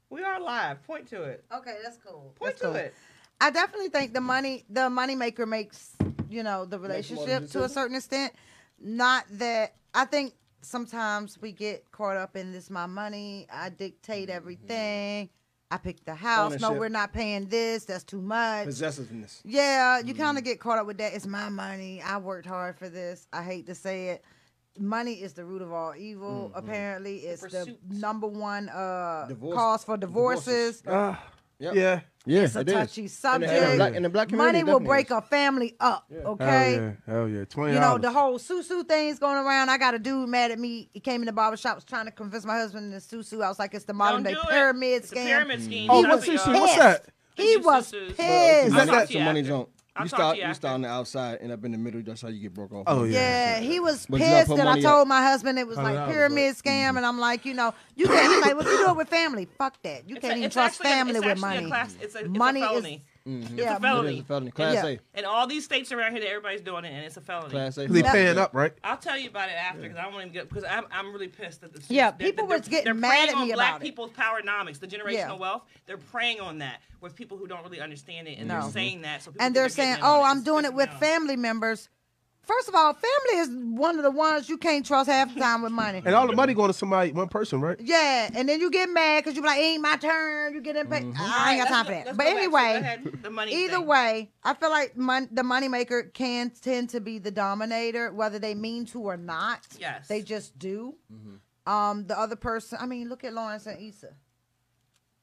Speaker 1: We are live. Point to it.
Speaker 2: Okay, that's cool.
Speaker 1: Point
Speaker 2: That's
Speaker 1: to
Speaker 2: cool.
Speaker 1: it.
Speaker 2: I definitely think the money the money maker makes you know the relationship to a certain extent. Not that I think sometimes we get caught up in this my money. I dictate everything. I pick the house. No,
Speaker 4: Mm-hmm. Ownership.
Speaker 2: we're not paying this. That's too much.
Speaker 4: Possessiveness.
Speaker 2: Yeah,
Speaker 4: Mm-hmm.
Speaker 2: you kind of get caught up with that. It's my money. I worked hard for this. I hate to say it. Money is the root of all evil. Apparently, it's the
Speaker 1: pursuit.
Speaker 2: number one uh,
Speaker 4: Mm-hmm. Divorce-
Speaker 2: cause for
Speaker 4: divorces.
Speaker 2: divorces.
Speaker 3: Ah,
Speaker 4: Yep.
Speaker 3: yeah.
Speaker 4: Yeah,
Speaker 2: It's a
Speaker 4: it is.
Speaker 2: touchy
Speaker 4: And the-
Speaker 2: subject.
Speaker 4: and the black, and the black community
Speaker 2: Money will
Speaker 4: definitely
Speaker 2: break
Speaker 4: is.
Speaker 2: a family up.
Speaker 3: Hell
Speaker 2: Okay.
Speaker 3: yeah. Hell yeah. Twenty.
Speaker 2: You know, the whole Susu thing's going around. I got a dude mad at me. He came in the barbershop, was trying to convince my husband this Susu. I was like, it's the modern
Speaker 1: Don't do
Speaker 2: day
Speaker 1: it.
Speaker 2: pyramid
Speaker 1: It's a
Speaker 2: scam.
Speaker 1: pyramid scheme.
Speaker 3: Oh,
Speaker 1: Stop
Speaker 3: what's
Speaker 1: it,
Speaker 3: this?
Speaker 1: y'all.
Speaker 3: What's that?
Speaker 2: He
Speaker 1: It's
Speaker 2: was
Speaker 1: Susus.
Speaker 2: pissed.
Speaker 4: Well, it's
Speaker 3: Is that
Speaker 4: not-
Speaker 3: that-
Speaker 4: it's a money jump.
Speaker 1: I'll
Speaker 4: You
Speaker 1: talk to
Speaker 4: start,
Speaker 1: you
Speaker 4: you
Speaker 1: after.
Speaker 4: start on the outside, end up in the middle. That's how you get broke off.
Speaker 3: Oh yeah.
Speaker 2: Yeah, he was
Speaker 4: But you gotta
Speaker 2: pissed
Speaker 4: put
Speaker 2: that I
Speaker 4: money
Speaker 2: told
Speaker 4: up.
Speaker 2: my husband it was like
Speaker 3: $100,
Speaker 2: pyramid scam, and I'm like, you know, you can't. He's like, well, you do it with family. Fuck that. You
Speaker 1: It's
Speaker 2: can't
Speaker 1: a-
Speaker 2: even
Speaker 1: it's
Speaker 2: trust
Speaker 1: actually a-
Speaker 2: family
Speaker 1: it's
Speaker 2: with
Speaker 1: actually a
Speaker 2: money.
Speaker 1: class- it's a- it's a
Speaker 2: money
Speaker 1: felony.
Speaker 2: is. Mm-hmm.
Speaker 1: It's a
Speaker 2: Yeah,
Speaker 4: It
Speaker 1: felony.
Speaker 4: is a felony. Class
Speaker 2: Yeah.
Speaker 4: A.
Speaker 1: In all these states around here that everybody's doing it, and it's a felony.
Speaker 4: Class A.
Speaker 3: They
Speaker 4: felony.
Speaker 3: paying up, right?
Speaker 1: I'll tell you about it after because I don't even get because I'm I'm really pissed that the
Speaker 2: Yeah,
Speaker 1: they're-
Speaker 2: people
Speaker 1: they're-
Speaker 2: was getting
Speaker 1: they're
Speaker 2: mad
Speaker 1: preying
Speaker 2: at
Speaker 1: on
Speaker 2: me
Speaker 1: black
Speaker 2: about it.
Speaker 1: people's powernomics, the generational
Speaker 2: Yeah.
Speaker 1: wealth. They're preying on that with people who don't really understand it, and
Speaker 2: No.
Speaker 1: they're saying that. So people
Speaker 2: and
Speaker 1: think
Speaker 2: they're saying,
Speaker 1: getting in on
Speaker 2: "Oh,
Speaker 1: It's
Speaker 2: I'm doing it
Speaker 1: pissing
Speaker 2: with
Speaker 1: me off.
Speaker 2: family members." First of all, family is one of the ones you can't trust half the time with money.
Speaker 3: And all the money going to somebody, one person, right?
Speaker 2: Yeah, and then you get mad because you be like, "Ain't my turn." You get in pay. I ain't got
Speaker 1: Let's go-
Speaker 2: time for that.
Speaker 1: let's go back. So
Speaker 2: But
Speaker 1: go
Speaker 2: anyway,
Speaker 1: ahead, the money.
Speaker 2: Either
Speaker 1: thing.
Speaker 2: way, I feel like mon- the moneymaker can tend to be the dominator, whether they mean to or not.
Speaker 1: Yes.
Speaker 2: They just do. Um, the other person, I mean, look at Lawrence and Issa.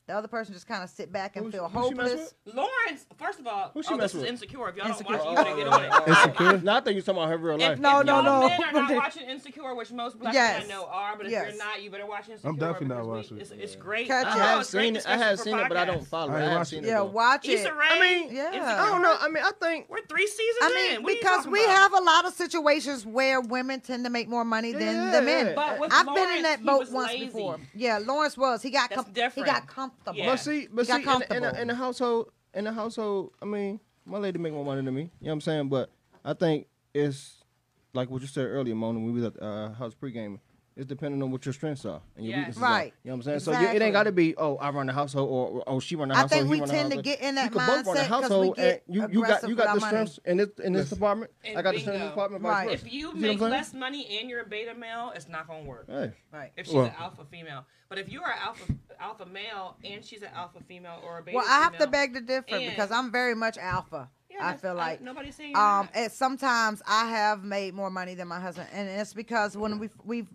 Speaker 2: The other person just kind of sit back and
Speaker 4: Who she-
Speaker 2: feel
Speaker 4: who she mess
Speaker 2: hopeless.
Speaker 1: Lawrence, first of all,
Speaker 4: Who she
Speaker 1: oh, this
Speaker 4: mess
Speaker 1: is
Speaker 4: with?
Speaker 1: insecure. If y'all
Speaker 2: Insecure. Oh,
Speaker 1: don't watch it, you better get on it.
Speaker 4: Insecure? No, I think you're talking about her real life.
Speaker 1: If,
Speaker 2: No,
Speaker 1: if
Speaker 2: no,
Speaker 1: y'all
Speaker 2: no.
Speaker 1: Men are not watching Insecure, which most black
Speaker 2: Yes.
Speaker 1: men I know are, but if
Speaker 2: Yes.
Speaker 1: you're not, you better watch Insecure.
Speaker 3: definitely not
Speaker 1: because we-
Speaker 3: watching it.
Speaker 1: It's, it's great.
Speaker 2: Catch
Speaker 1: Oh,
Speaker 2: it.
Speaker 4: I
Speaker 2: Yeah,
Speaker 4: have
Speaker 1: it's great
Speaker 4: seen it. I
Speaker 1: discussion
Speaker 4: have
Speaker 1: for
Speaker 4: seen it, but I
Speaker 1: podcasts.
Speaker 4: don't follow.
Speaker 3: I
Speaker 4: it. I
Speaker 3: ain't
Speaker 4: have
Speaker 3: watched
Speaker 4: seen
Speaker 3: it.
Speaker 4: it.
Speaker 2: Yeah,
Speaker 4: though.
Speaker 2: watch it.
Speaker 1: Issa Rae.
Speaker 2: Yeah.
Speaker 1: Insecure.
Speaker 4: I don't know. I mean, I think
Speaker 1: We're three seasons
Speaker 2: I mean,
Speaker 1: in. What are you
Speaker 2: because
Speaker 1: talking
Speaker 2: we
Speaker 1: about?
Speaker 2: have a lot of situations where women tend to make more money than
Speaker 4: Yeah,
Speaker 2: the
Speaker 4: yeah,
Speaker 2: men.
Speaker 4: yeah.
Speaker 1: But with
Speaker 2: I've been
Speaker 1: Lawrence,
Speaker 2: in that
Speaker 1: he
Speaker 2: boat
Speaker 1: was
Speaker 2: once
Speaker 1: lazy.
Speaker 2: before. Yeah, Lawrence was. He got
Speaker 1: That's
Speaker 2: com-
Speaker 1: different.
Speaker 2: He got comfortable.
Speaker 1: Yeah.
Speaker 4: But see, but
Speaker 2: He got
Speaker 4: see, in, in,
Speaker 2: comfortable.
Speaker 4: in the household, in the household, I mean, my lady make more money than me. You know what I'm saying? But I think it's like what you said earlier, Mona, when we was at uh, house pre-gaming. It's depending on what your strengths are and your
Speaker 1: Yes.
Speaker 4: weaknesses. Are. You
Speaker 2: Right.
Speaker 4: know what I'm saying? So you, it
Speaker 2: Exactly.
Speaker 4: ain't got to be, oh, I run the household or, or, oh, she run the
Speaker 2: I
Speaker 4: household.
Speaker 2: think
Speaker 4: he
Speaker 2: we
Speaker 4: run the
Speaker 2: tend to
Speaker 4: household.
Speaker 2: get in that
Speaker 4: you could both run
Speaker 2: mindset
Speaker 4: the
Speaker 2: 'cause we
Speaker 4: household
Speaker 2: get
Speaker 4: and you, you got
Speaker 2: aggressive
Speaker 4: you
Speaker 2: with
Speaker 4: got
Speaker 2: our
Speaker 4: the
Speaker 2: money.
Speaker 4: strengths in this in this department.
Speaker 1: And
Speaker 4: I got the strengths in
Speaker 1: bingo.
Speaker 4: this department.
Speaker 2: Right.
Speaker 4: Vice versa.
Speaker 1: If you
Speaker 4: see what I'm
Speaker 1: make
Speaker 4: saying?
Speaker 1: less money and you're a beta male, it's not gonna work.
Speaker 4: Hey.
Speaker 2: Right.
Speaker 1: If she's
Speaker 3: Well-
Speaker 1: an alpha female, but if you are an alpha alpha male and she's an alpha female or a beta,
Speaker 2: Well, I have to
Speaker 1: female-
Speaker 2: beg to differ
Speaker 1: And-
Speaker 2: because I'm very much alpha.
Speaker 1: Yeah,
Speaker 2: I
Speaker 1: that's-
Speaker 2: feel like
Speaker 1: nobody's saying
Speaker 2: um,
Speaker 1: that.
Speaker 2: and sometimes I have made more money than my husband, and it's because when we we've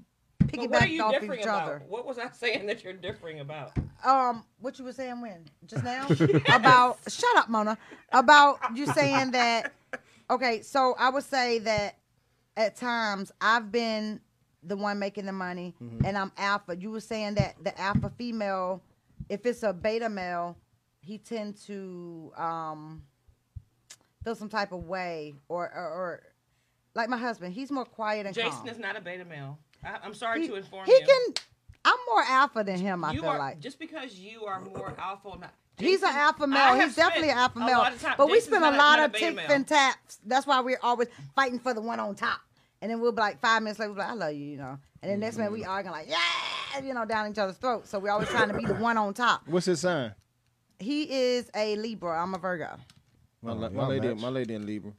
Speaker 1: But what are you
Speaker 2: piggybacked off
Speaker 1: differing
Speaker 2: each
Speaker 1: about?
Speaker 2: other.
Speaker 1: What was I saying that you're differing about?
Speaker 2: Um, what you were saying when just now about shut up, Mona. About you saying that. Okay, so I would say that at times I've been the one making the money, and I'm alpha. You were saying that the alpha female, if it's a beta male, he tend to um feel some type of way or or, or Like my husband, he's more quiet and
Speaker 1: Jason
Speaker 2: calm.
Speaker 1: is not a beta male. I, I'm sorry
Speaker 2: he,
Speaker 1: to inform
Speaker 2: he
Speaker 1: you.
Speaker 2: can. I'm more alpha than him. I
Speaker 1: you
Speaker 2: feel
Speaker 1: are
Speaker 2: like
Speaker 1: just because you are more alpha. Not,
Speaker 2: he's an
Speaker 1: Jason-
Speaker 2: alpha
Speaker 1: I
Speaker 2: male.
Speaker 1: have
Speaker 2: He's definitely an
Speaker 1: spent
Speaker 2: alpha
Speaker 1: a
Speaker 2: male.
Speaker 1: lot of time-
Speaker 2: But we
Speaker 1: Jason's
Speaker 2: spent
Speaker 1: not
Speaker 2: a lot
Speaker 1: not
Speaker 2: of
Speaker 1: beta
Speaker 2: ticks
Speaker 1: male.
Speaker 2: and taps. That's why we're always fighting for the one on top. And then we'll be like five minutes later, we'll be like, I love you, you know. And then next minute
Speaker 1: Mm-hmm.
Speaker 2: we arguing like, yeah, you know, down each other's throat. So we're always trying to be the one on top.
Speaker 4: What's his sign?
Speaker 2: He is a Libra. I'm a Virgo.
Speaker 4: My,
Speaker 3: Oh,
Speaker 4: la- my
Speaker 3: y'all
Speaker 4: lady,
Speaker 3: match.
Speaker 4: my lady in Libra.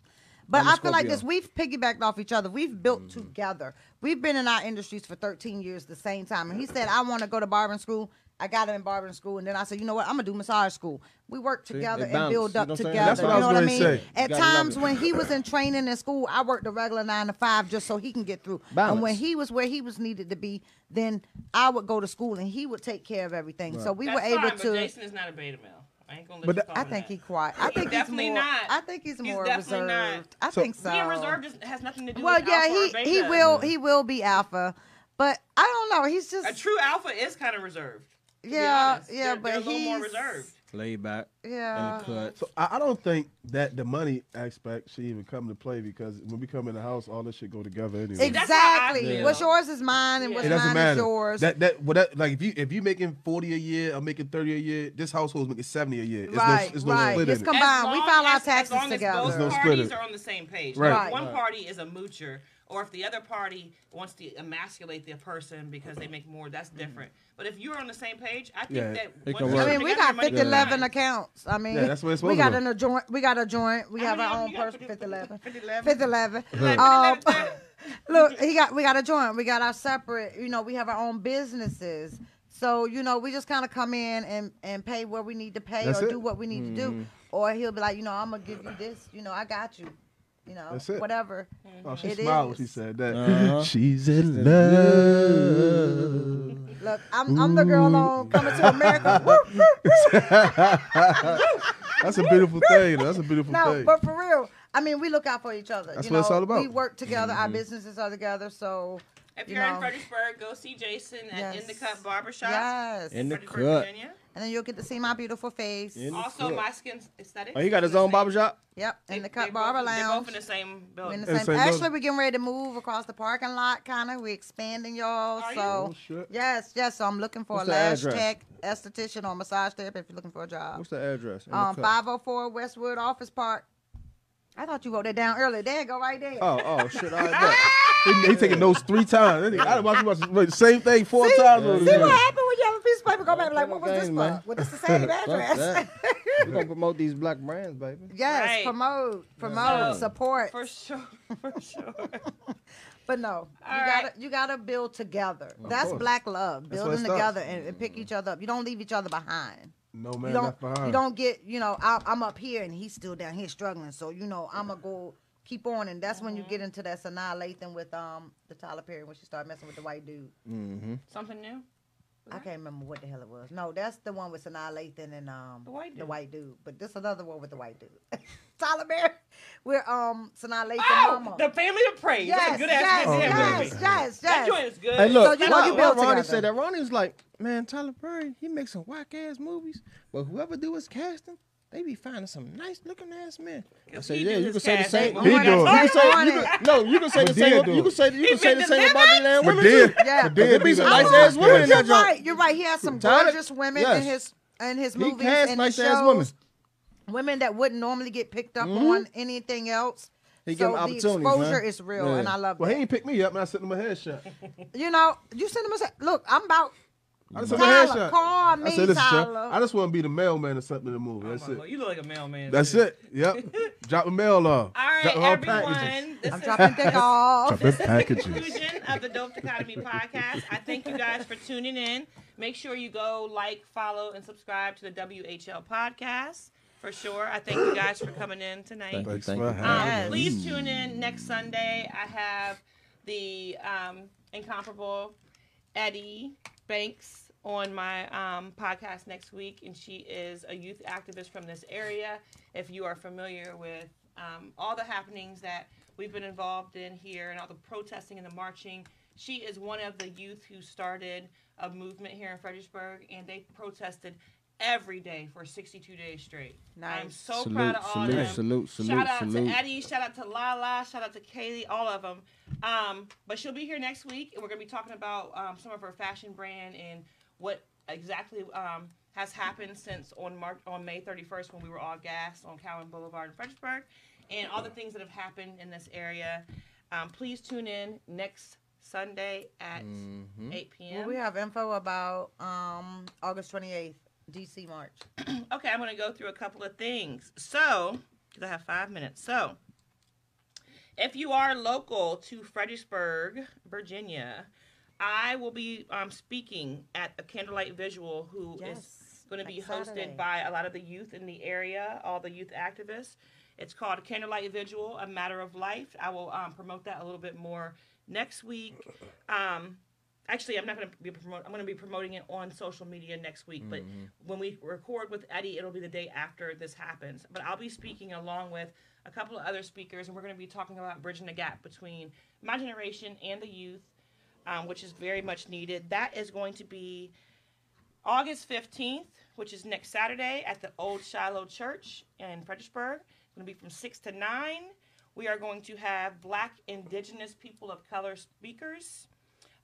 Speaker 2: But
Speaker 4: I'm a
Speaker 2: I feel like
Speaker 4: Scorpio. Mm-hmm.
Speaker 2: this, we've piggybacked off each other. We've built together. We've been in our industries for 13 years the same time. And he said, I want to go to barbering school. I got him in barbering school. And then I said, you know what? I'm going to do massage school. We work together
Speaker 4: they
Speaker 2: and build
Speaker 4: balance.
Speaker 2: up
Speaker 4: You know what
Speaker 2: together.
Speaker 4: I'm saying?
Speaker 3: That's what
Speaker 2: you
Speaker 3: I was
Speaker 2: know what I
Speaker 3: gonna
Speaker 2: mean?
Speaker 3: say.
Speaker 2: At
Speaker 4: You gotta love
Speaker 2: times
Speaker 4: it.
Speaker 2: when he was in training in school, I worked a regular nine to five just so he can get through.
Speaker 4: Balance.
Speaker 2: And when he was where he was needed to be, then I would go to school and he would take care of everything. So we
Speaker 1: That's
Speaker 2: were able
Speaker 1: fine,
Speaker 2: to.
Speaker 1: But Jason is not a beta male. I ain't gonna let
Speaker 3: But
Speaker 1: you
Speaker 3: th-
Speaker 1: call
Speaker 2: I
Speaker 1: him
Speaker 2: think
Speaker 1: that.
Speaker 2: he quiet. I
Speaker 1: He's
Speaker 2: think he's
Speaker 1: definitely
Speaker 2: more.
Speaker 1: not.
Speaker 2: I think he's more
Speaker 1: definitely
Speaker 2: reserved.
Speaker 1: not.
Speaker 2: I
Speaker 3: So-
Speaker 2: think so.
Speaker 1: Being reserved is- has nothing to do
Speaker 2: Well,
Speaker 1: with
Speaker 2: yeah,
Speaker 1: alpha or
Speaker 2: he he
Speaker 1: beta.
Speaker 2: will he will be alpha, but I don't know. He's just
Speaker 1: A true alpha is kind of reserved. to be
Speaker 2: yeah
Speaker 1: honest.
Speaker 2: yeah,
Speaker 1: They're-
Speaker 2: but
Speaker 1: they're a
Speaker 2: he's
Speaker 1: little more reserved.
Speaker 4: Laid back.
Speaker 2: Yeah.
Speaker 4: In the cut.
Speaker 3: So I, I don't think that the money aspect should even come to play because when we come in the house, all this should go together anyway.
Speaker 1: that's how I
Speaker 2: Exactly.
Speaker 1: feel.
Speaker 2: What's yours is mine, and
Speaker 1: Yeah.
Speaker 2: what's
Speaker 3: It doesn't
Speaker 2: mine
Speaker 3: matter.
Speaker 2: is yours.
Speaker 3: That that what that, like if you if you making forty a year, I'm making thirty a year. This household's making seventy a year. It's
Speaker 2: right,
Speaker 3: no, it's no
Speaker 2: right.
Speaker 3: split
Speaker 2: It's
Speaker 3: in it.
Speaker 1: As
Speaker 2: combined. We
Speaker 1: long
Speaker 2: file our
Speaker 1: as-
Speaker 2: taxes
Speaker 1: as long
Speaker 2: together.
Speaker 1: As
Speaker 3: There's no
Speaker 1: both
Speaker 3: split
Speaker 1: parties
Speaker 3: it.
Speaker 1: are on the same page.
Speaker 3: Right.
Speaker 1: Like,
Speaker 2: Right.
Speaker 1: One party is a moocher, or if the other party wants to emasculate the person because they make more, that's different. But if you're on the same page, I think
Speaker 3: Yeah,
Speaker 1: that
Speaker 4: it
Speaker 1: once
Speaker 4: can
Speaker 1: you
Speaker 4: work.
Speaker 2: Mm-hmm.
Speaker 1: put
Speaker 2: I mean, we
Speaker 1: together,
Speaker 2: got
Speaker 1: money
Speaker 2: fifty eleven
Speaker 1: fine.
Speaker 2: accounts. I mean,
Speaker 3: Yeah, that's what it's
Speaker 2: we
Speaker 3: supposed
Speaker 2: got
Speaker 3: to
Speaker 2: an adjoint. We got a joint. We
Speaker 1: How
Speaker 2: have
Speaker 1: many
Speaker 2: our
Speaker 1: of
Speaker 2: own
Speaker 1: you got?
Speaker 2: person. Fifty eleven.
Speaker 1: 51.
Speaker 2: Fifth eleven. Um,
Speaker 1: 51.
Speaker 2: look, he got we got a joint. We got our separate. You know, we have our own businesses. So you know, we just kind of come in and and pay where we need to pay
Speaker 3: That's
Speaker 2: or
Speaker 3: it. Mm-hmm.
Speaker 2: do what we need to do. Or he'll be like, you know, I'm gonna give you this. You know, I got you. You know,
Speaker 3: That's it.
Speaker 2: whatever.
Speaker 4: Mm-hmm.
Speaker 3: Oh, she
Speaker 2: It
Speaker 3: smiled when she
Speaker 2: is.
Speaker 3: said that.
Speaker 4: Uh-huh.
Speaker 3: She's in love.
Speaker 2: Look, I'm I'm the girl on coming to America. Woo, woo.
Speaker 3: That's a beautiful thing. though. That's a beautiful
Speaker 2: No,
Speaker 3: thing.
Speaker 2: but for real, I mean, we look out for each other.
Speaker 3: That's
Speaker 2: you
Speaker 3: what
Speaker 2: know,
Speaker 3: it's all about. Mm-hmm.
Speaker 2: We work together. Our businesses are together. So
Speaker 1: If
Speaker 2: you
Speaker 1: you're in
Speaker 2: know.
Speaker 1: Fredericksburg, go see Jason at In the
Speaker 2: Yes.
Speaker 1: Cut Barbershop.
Speaker 2: yes,
Speaker 4: In
Speaker 2: and
Speaker 4: the
Speaker 1: Fredericksburg,
Speaker 4: cut.
Speaker 1: Virginia.
Speaker 2: then you'll get to see my beautiful face.
Speaker 4: In the
Speaker 1: Also,
Speaker 4: cut.
Speaker 1: my skin aesthetic.
Speaker 4: Oh, he got his own barbershop?
Speaker 2: Yep, in the Cut Barber
Speaker 1: They're both
Speaker 2: Lounge.
Speaker 1: in the same
Speaker 2: We're
Speaker 1: building.
Speaker 2: in the
Speaker 3: And
Speaker 2: same.
Speaker 3: same
Speaker 2: Actually,
Speaker 3: building.
Speaker 2: we're getting ready to move across the parking lot, kind of. We're expanding, y'all.
Speaker 1: Are you?
Speaker 2: so
Speaker 3: Oh, shit.
Speaker 2: yes, yes. So I'm looking for
Speaker 4: What's
Speaker 2: a
Speaker 4: the
Speaker 2: lash
Speaker 4: address?
Speaker 2: tech, esthetician, or massage therapist. If you're looking for a job,
Speaker 4: What's the address? In the
Speaker 2: um,
Speaker 4: cut.
Speaker 2: 504 Westwood Office Park. I thought you wrote that down earlier. There, you go right there.
Speaker 4: Oh, oh, shit. I bet.
Speaker 3: he, he taking notes three times. I done watched him watch the same thing four times. over
Speaker 2: See
Speaker 3: the
Speaker 2: what
Speaker 3: years.
Speaker 2: happened when you have a piece of paper go back and be like,
Speaker 4: Don't
Speaker 2: what was this
Speaker 4: thing, man.
Speaker 2: for? Well, this the same
Speaker 4: Fuck
Speaker 2: address.
Speaker 4: that. We're going to promote these black brands, baby.
Speaker 2: yes,
Speaker 1: Right.
Speaker 2: promote, promote,
Speaker 1: So-
Speaker 2: support.
Speaker 1: For sure. For sure.
Speaker 2: But no, you
Speaker 1: All right.
Speaker 2: gotta you gotta build together. That's
Speaker 3: course.
Speaker 2: black love,
Speaker 3: That's where it
Speaker 2: building
Speaker 3: starts.
Speaker 2: together and, and pick each other up. You don't leave each other behind.
Speaker 3: No
Speaker 2: you
Speaker 3: man
Speaker 2: don't.
Speaker 3: left behind.
Speaker 2: You don't get. You know, I, I'm up here and he's still down here struggling. So you know, I'm gonna go keep on, and that's when you get into that Sanaa Lathan with um the Tyler Perry when she started messing with the white dude.
Speaker 4: Mm-hmm.
Speaker 1: Something new?
Speaker 2: I can't remember what the hell it was. No, that's the one with Sanaa Lathan and um
Speaker 1: The white dude.
Speaker 2: But this another one with the white dude. Tyler Perry. We're um Sanaa Lathan
Speaker 1: Oh,
Speaker 2: mama.
Speaker 1: the family of praise. That's a
Speaker 2: yes,
Speaker 1: good
Speaker 2: yes,
Speaker 1: ass
Speaker 3: Oh,
Speaker 1: goddamn
Speaker 2: yes,
Speaker 1: movie.
Speaker 2: yes, yes,
Speaker 1: That joint is good.
Speaker 4: Hey, look,
Speaker 2: So, you
Speaker 4: you
Speaker 2: know,
Speaker 4: know,
Speaker 2: you build
Speaker 4: Ronnie
Speaker 2: together.
Speaker 4: said that. Ronnie was like, man, Tyler Perry, he makes some whack ass movies, but whoever do his casting, they be finding some nice looking ass men. I said,
Speaker 1: he
Speaker 4: yeah,
Speaker 1: do his
Speaker 4: you can say the
Speaker 1: casting,
Speaker 4: same.
Speaker 1: but
Speaker 3: He
Speaker 4: you
Speaker 3: do it.
Speaker 4: can say,
Speaker 2: Ronnie
Speaker 4: you
Speaker 2: do
Speaker 4: can, no, you can say the
Speaker 3: But did
Speaker 4: same.
Speaker 3: do
Speaker 4: You can
Speaker 3: it.
Speaker 4: say you can say the
Speaker 1: been
Speaker 4: same about the land women.
Speaker 3: But then,
Speaker 2: Yeah.
Speaker 3: but then
Speaker 4: There be some
Speaker 3: you
Speaker 4: nice
Speaker 3: know-
Speaker 4: ass women in
Speaker 2: You're
Speaker 4: that joint.
Speaker 2: right. You're right. He has some
Speaker 4: Tyler-
Speaker 2: gorgeous women in
Speaker 4: yes.
Speaker 2: his in his
Speaker 4: He
Speaker 2: movies
Speaker 4: cast
Speaker 2: and
Speaker 4: nice
Speaker 2: his
Speaker 4: ass
Speaker 2: shows.
Speaker 4: women.
Speaker 2: Women that wouldn't normally get picked up on anything else.
Speaker 4: He give
Speaker 2: so
Speaker 4: them
Speaker 2: the
Speaker 4: opportunities,
Speaker 2: exposure
Speaker 4: man.
Speaker 2: is real,
Speaker 4: Yeah.
Speaker 2: and I love
Speaker 3: Well, he
Speaker 2: that.
Speaker 3: ain't picked me up, and I sent him a headshot.
Speaker 2: you know, you send him a se- look. I'm about
Speaker 3: I just sent him a
Speaker 2: Tyler.
Speaker 3: headshot.
Speaker 2: Call
Speaker 3: I
Speaker 2: me,
Speaker 3: said, "Listen, Jeff,
Speaker 2: Tyler.
Speaker 3: I just want to be the mailman or something in the movie.
Speaker 1: Oh
Speaker 3: That's
Speaker 1: my
Speaker 3: it.
Speaker 1: Lord, you look like a mailman.
Speaker 3: That's
Speaker 1: too.
Speaker 3: it. Yep. Drop the mail off.
Speaker 1: All right,
Speaker 3: Drop all packages.
Speaker 1: everyone. This
Speaker 2: I'm
Speaker 1: is
Speaker 2: dropping dick off.
Speaker 3: Drop them packages.
Speaker 1: conclusion of the Dope Dichotomy podcast. I thank you guys for tuning in. Make sure you go like, follow, and subscribe to the WHL podcast for sure. I thank you guys for coming in tonight.
Speaker 3: Thanks
Speaker 4: Thank
Speaker 3: for
Speaker 4: you.
Speaker 1: Um,
Speaker 3: having
Speaker 2: Yes.
Speaker 4: Mm.
Speaker 1: Please tune in next Sunday. I have the um, incomparable Eddie Banks on my um, podcast next week, and she is a youth activist from this area. If you are familiar with um, all the happenings that we've been involved in here and all the protesting and the marching, she is one of the youth who started a movement here in Fredericksburg, and they protested every day for 62 days straight. I'm
Speaker 6: Nice.
Speaker 1: so
Speaker 4: Salute,
Speaker 1: proud of all
Speaker 4: salute,
Speaker 1: of them.
Speaker 4: salute, salute,
Speaker 1: shout out
Speaker 4: salute.
Speaker 1: to Eddie, shout out to Lala, shout out to Kaylee, all of them. Um, but she'll be here next week, and we're going to be talking about um, some of her fashion brand and what exactly um, has happened since on March on May 31st when we were all gassed on Cowan Boulevard in Fredericksburg, and all the things that have happened in this area. Um, please tune in next Sunday at
Speaker 4: Mm-hmm.
Speaker 1: 8 p.m.
Speaker 6: Well, we have info about um, August 28th, DC March.
Speaker 1: Okay, I'm going to go through a couple of things. So, because I have five minutes. So, if you are local to Fredericksburg, Virginia, I will be um, speaking at a candlelight visual who is
Speaker 6: Yes,
Speaker 1: going to be
Speaker 6: next
Speaker 1: hosted
Speaker 6: Saturday.
Speaker 1: by a lot of the youth in the area, all the youth activists. It's called Candlelight Visual, A Matter of Life. I will um, promote that a little bit more next week. Um, actually, I'm not going to be promote. I'm going to be promoting it on social media next week. But when we record with Eddie, it'll be the day after this happens. But I'll be speaking along with a couple of other speakers, and we're going to be talking about bridging the gap between my generation and the youth, um, which is very much needed. That is going to be August 15th, which is next Saturday at the Old Shiloh Church in Fredericksburg. It's going to be from 6 to 9. We are going to have Black, Indigenous, People of Color speakers.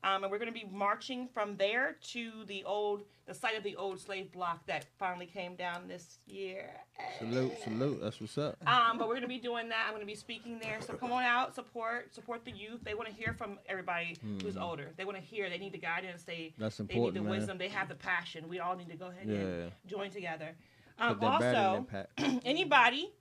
Speaker 1: Um, and we're going to be marching from there to the old, the site of the old slave block that finally came down this year.
Speaker 3: Mm.
Speaker 4: Salute, salute. That's what's up.
Speaker 1: Um, but we're gonna be doing that. I'm gonna be speaking there. So come on out, support, support the youth. They want to hear from everybody who's older. They want to hear. They need the guidance. They
Speaker 4: Hmm. That's
Speaker 1: They need the
Speaker 4: important, man.
Speaker 1: wisdom. They have the passion. We all need to go ahead
Speaker 4: Yeah.
Speaker 1: and join together.
Speaker 4: Put
Speaker 1: Um,
Speaker 4: that battery in
Speaker 1: also,
Speaker 4: that pack.
Speaker 1: anybody,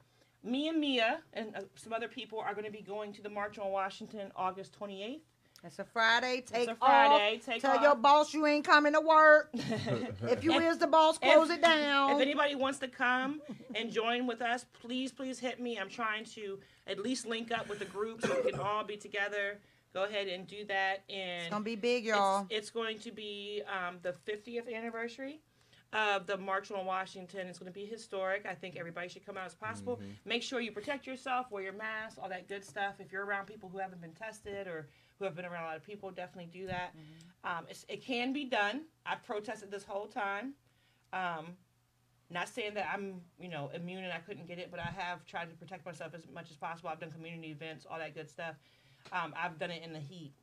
Speaker 1: me and Mia and uh, some other people are going to be going to the March on Washington August 28th.
Speaker 6: It's a Friday. Take
Speaker 1: a Friday,
Speaker 6: off.
Speaker 1: take
Speaker 6: Tell
Speaker 1: off.
Speaker 6: your boss you ain't coming to work. if you is the boss, close
Speaker 1: If-
Speaker 6: it down.
Speaker 1: If anybody wants to come and join with us, please, please hit me. I'm trying to at least link up with the group so we can all be together. Go ahead and do that. And
Speaker 6: it's gonna be big, y'all.
Speaker 1: it's, it's going to be um, the 50th anniversary of the March on Washington. It's going to be historic. I think everybody should come out as possible. Make sure you protect yourself, wear your mask, all that good stuff. If you're around people who haven't been tested or who have been around a lot of people, definitely do that.
Speaker 6: Mm-hmm.
Speaker 1: Um, it's, it can be done. I've protested this whole time. Um, not saying that I'm, you know, immune and I couldn't get it, but I have tried to protect myself as much as possible. I've done community events, all that good stuff. Um, I've done it in the heat.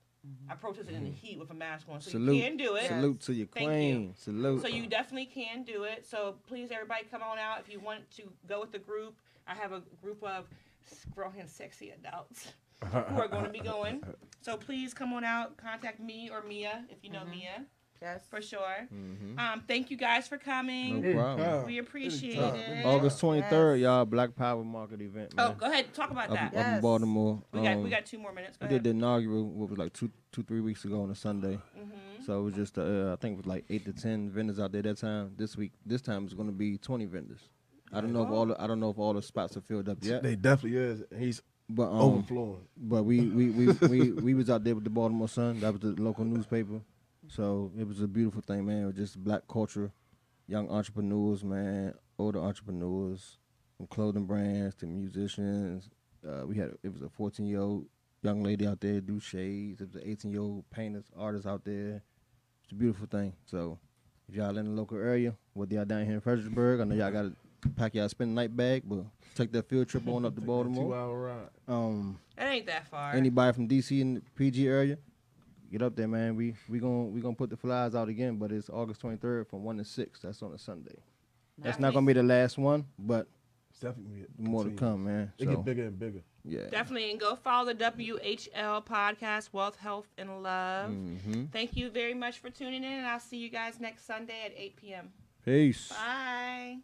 Speaker 1: I protested in the heat with a mask on, so
Speaker 4: Mm-hmm. Salute.
Speaker 1: you can do it.
Speaker 4: Salute to your
Speaker 1: Thank
Speaker 4: queen.
Speaker 1: you.
Speaker 4: Salute.
Speaker 1: So you definitely can do it. So please, everybody, come on out if you want to go with the group. I have a group of growing sexy adults who are going to be going. So please come on out. Contact me or Mia if you know Mia
Speaker 6: yes.
Speaker 1: for sure. Um, thank you guys for coming.
Speaker 4: Mm-hmm. no problem.
Speaker 3: Anytime.
Speaker 1: We appreciate it.
Speaker 4: August twenty third,
Speaker 6: Yes.
Speaker 4: y'all Black Power Market event, man.
Speaker 1: Oh, go ahead. Talk about
Speaker 4: up,
Speaker 1: that.
Speaker 4: up in
Speaker 6: Yes.
Speaker 4: Baltimore.
Speaker 1: We got
Speaker 4: Um,
Speaker 1: we got two more minutes. Go
Speaker 4: We
Speaker 1: ahead.
Speaker 4: did the inaugural, what was like two, two, three weeks ago on a Sunday.
Speaker 1: Mm-hmm.
Speaker 4: So it was just, uh, I think it was like eight to ten vendors out there that time. This week, this time it's going to be twenty vendors. I don't
Speaker 1: Oh.
Speaker 4: know if all, the, I don't know if all the spots are filled up yet.
Speaker 3: They definitely is. He's
Speaker 4: But um,
Speaker 3: overflowing.
Speaker 4: but we we, we, we we was out there with the Baltimore Sun. That was the local newspaper. So it was a beautiful thing, man. It was just black culture, young entrepreneurs, man, older entrepreneurs, from clothing brands to musicians. Uh, we had it was a 14 year old young lady out there do shades. It was an 18 year old painters, artists out there. It's a beautiful thing. So if y'all in the local area, whether y'all down here in Fredericksburg, I know y'all got to pack y'all spend night bag, but take that field trip on up to
Speaker 3: Two
Speaker 4: Baltimore.
Speaker 3: hour ride.
Speaker 4: Um,
Speaker 1: It ain't that far.
Speaker 4: anybody from DC and the PG area, get up there, man. We we going we gonna put the flies out again, but it's August 23rd from one to six. That's on a Sunday. That's not gonna be the last one, but
Speaker 3: It's definitely
Speaker 4: more to
Speaker 3: continue.
Speaker 4: come, man.
Speaker 3: It
Speaker 4: So,
Speaker 3: get bigger and bigger.
Speaker 4: Yeah.
Speaker 1: Definitely, and go follow the WHL podcast, Wealth, Health, and Love.
Speaker 4: Mm. Mm-hmm.
Speaker 1: Thank you very much for tuning in, and I'll see you guys next Sunday at 8 p.m.
Speaker 4: Peace.
Speaker 1: Bye.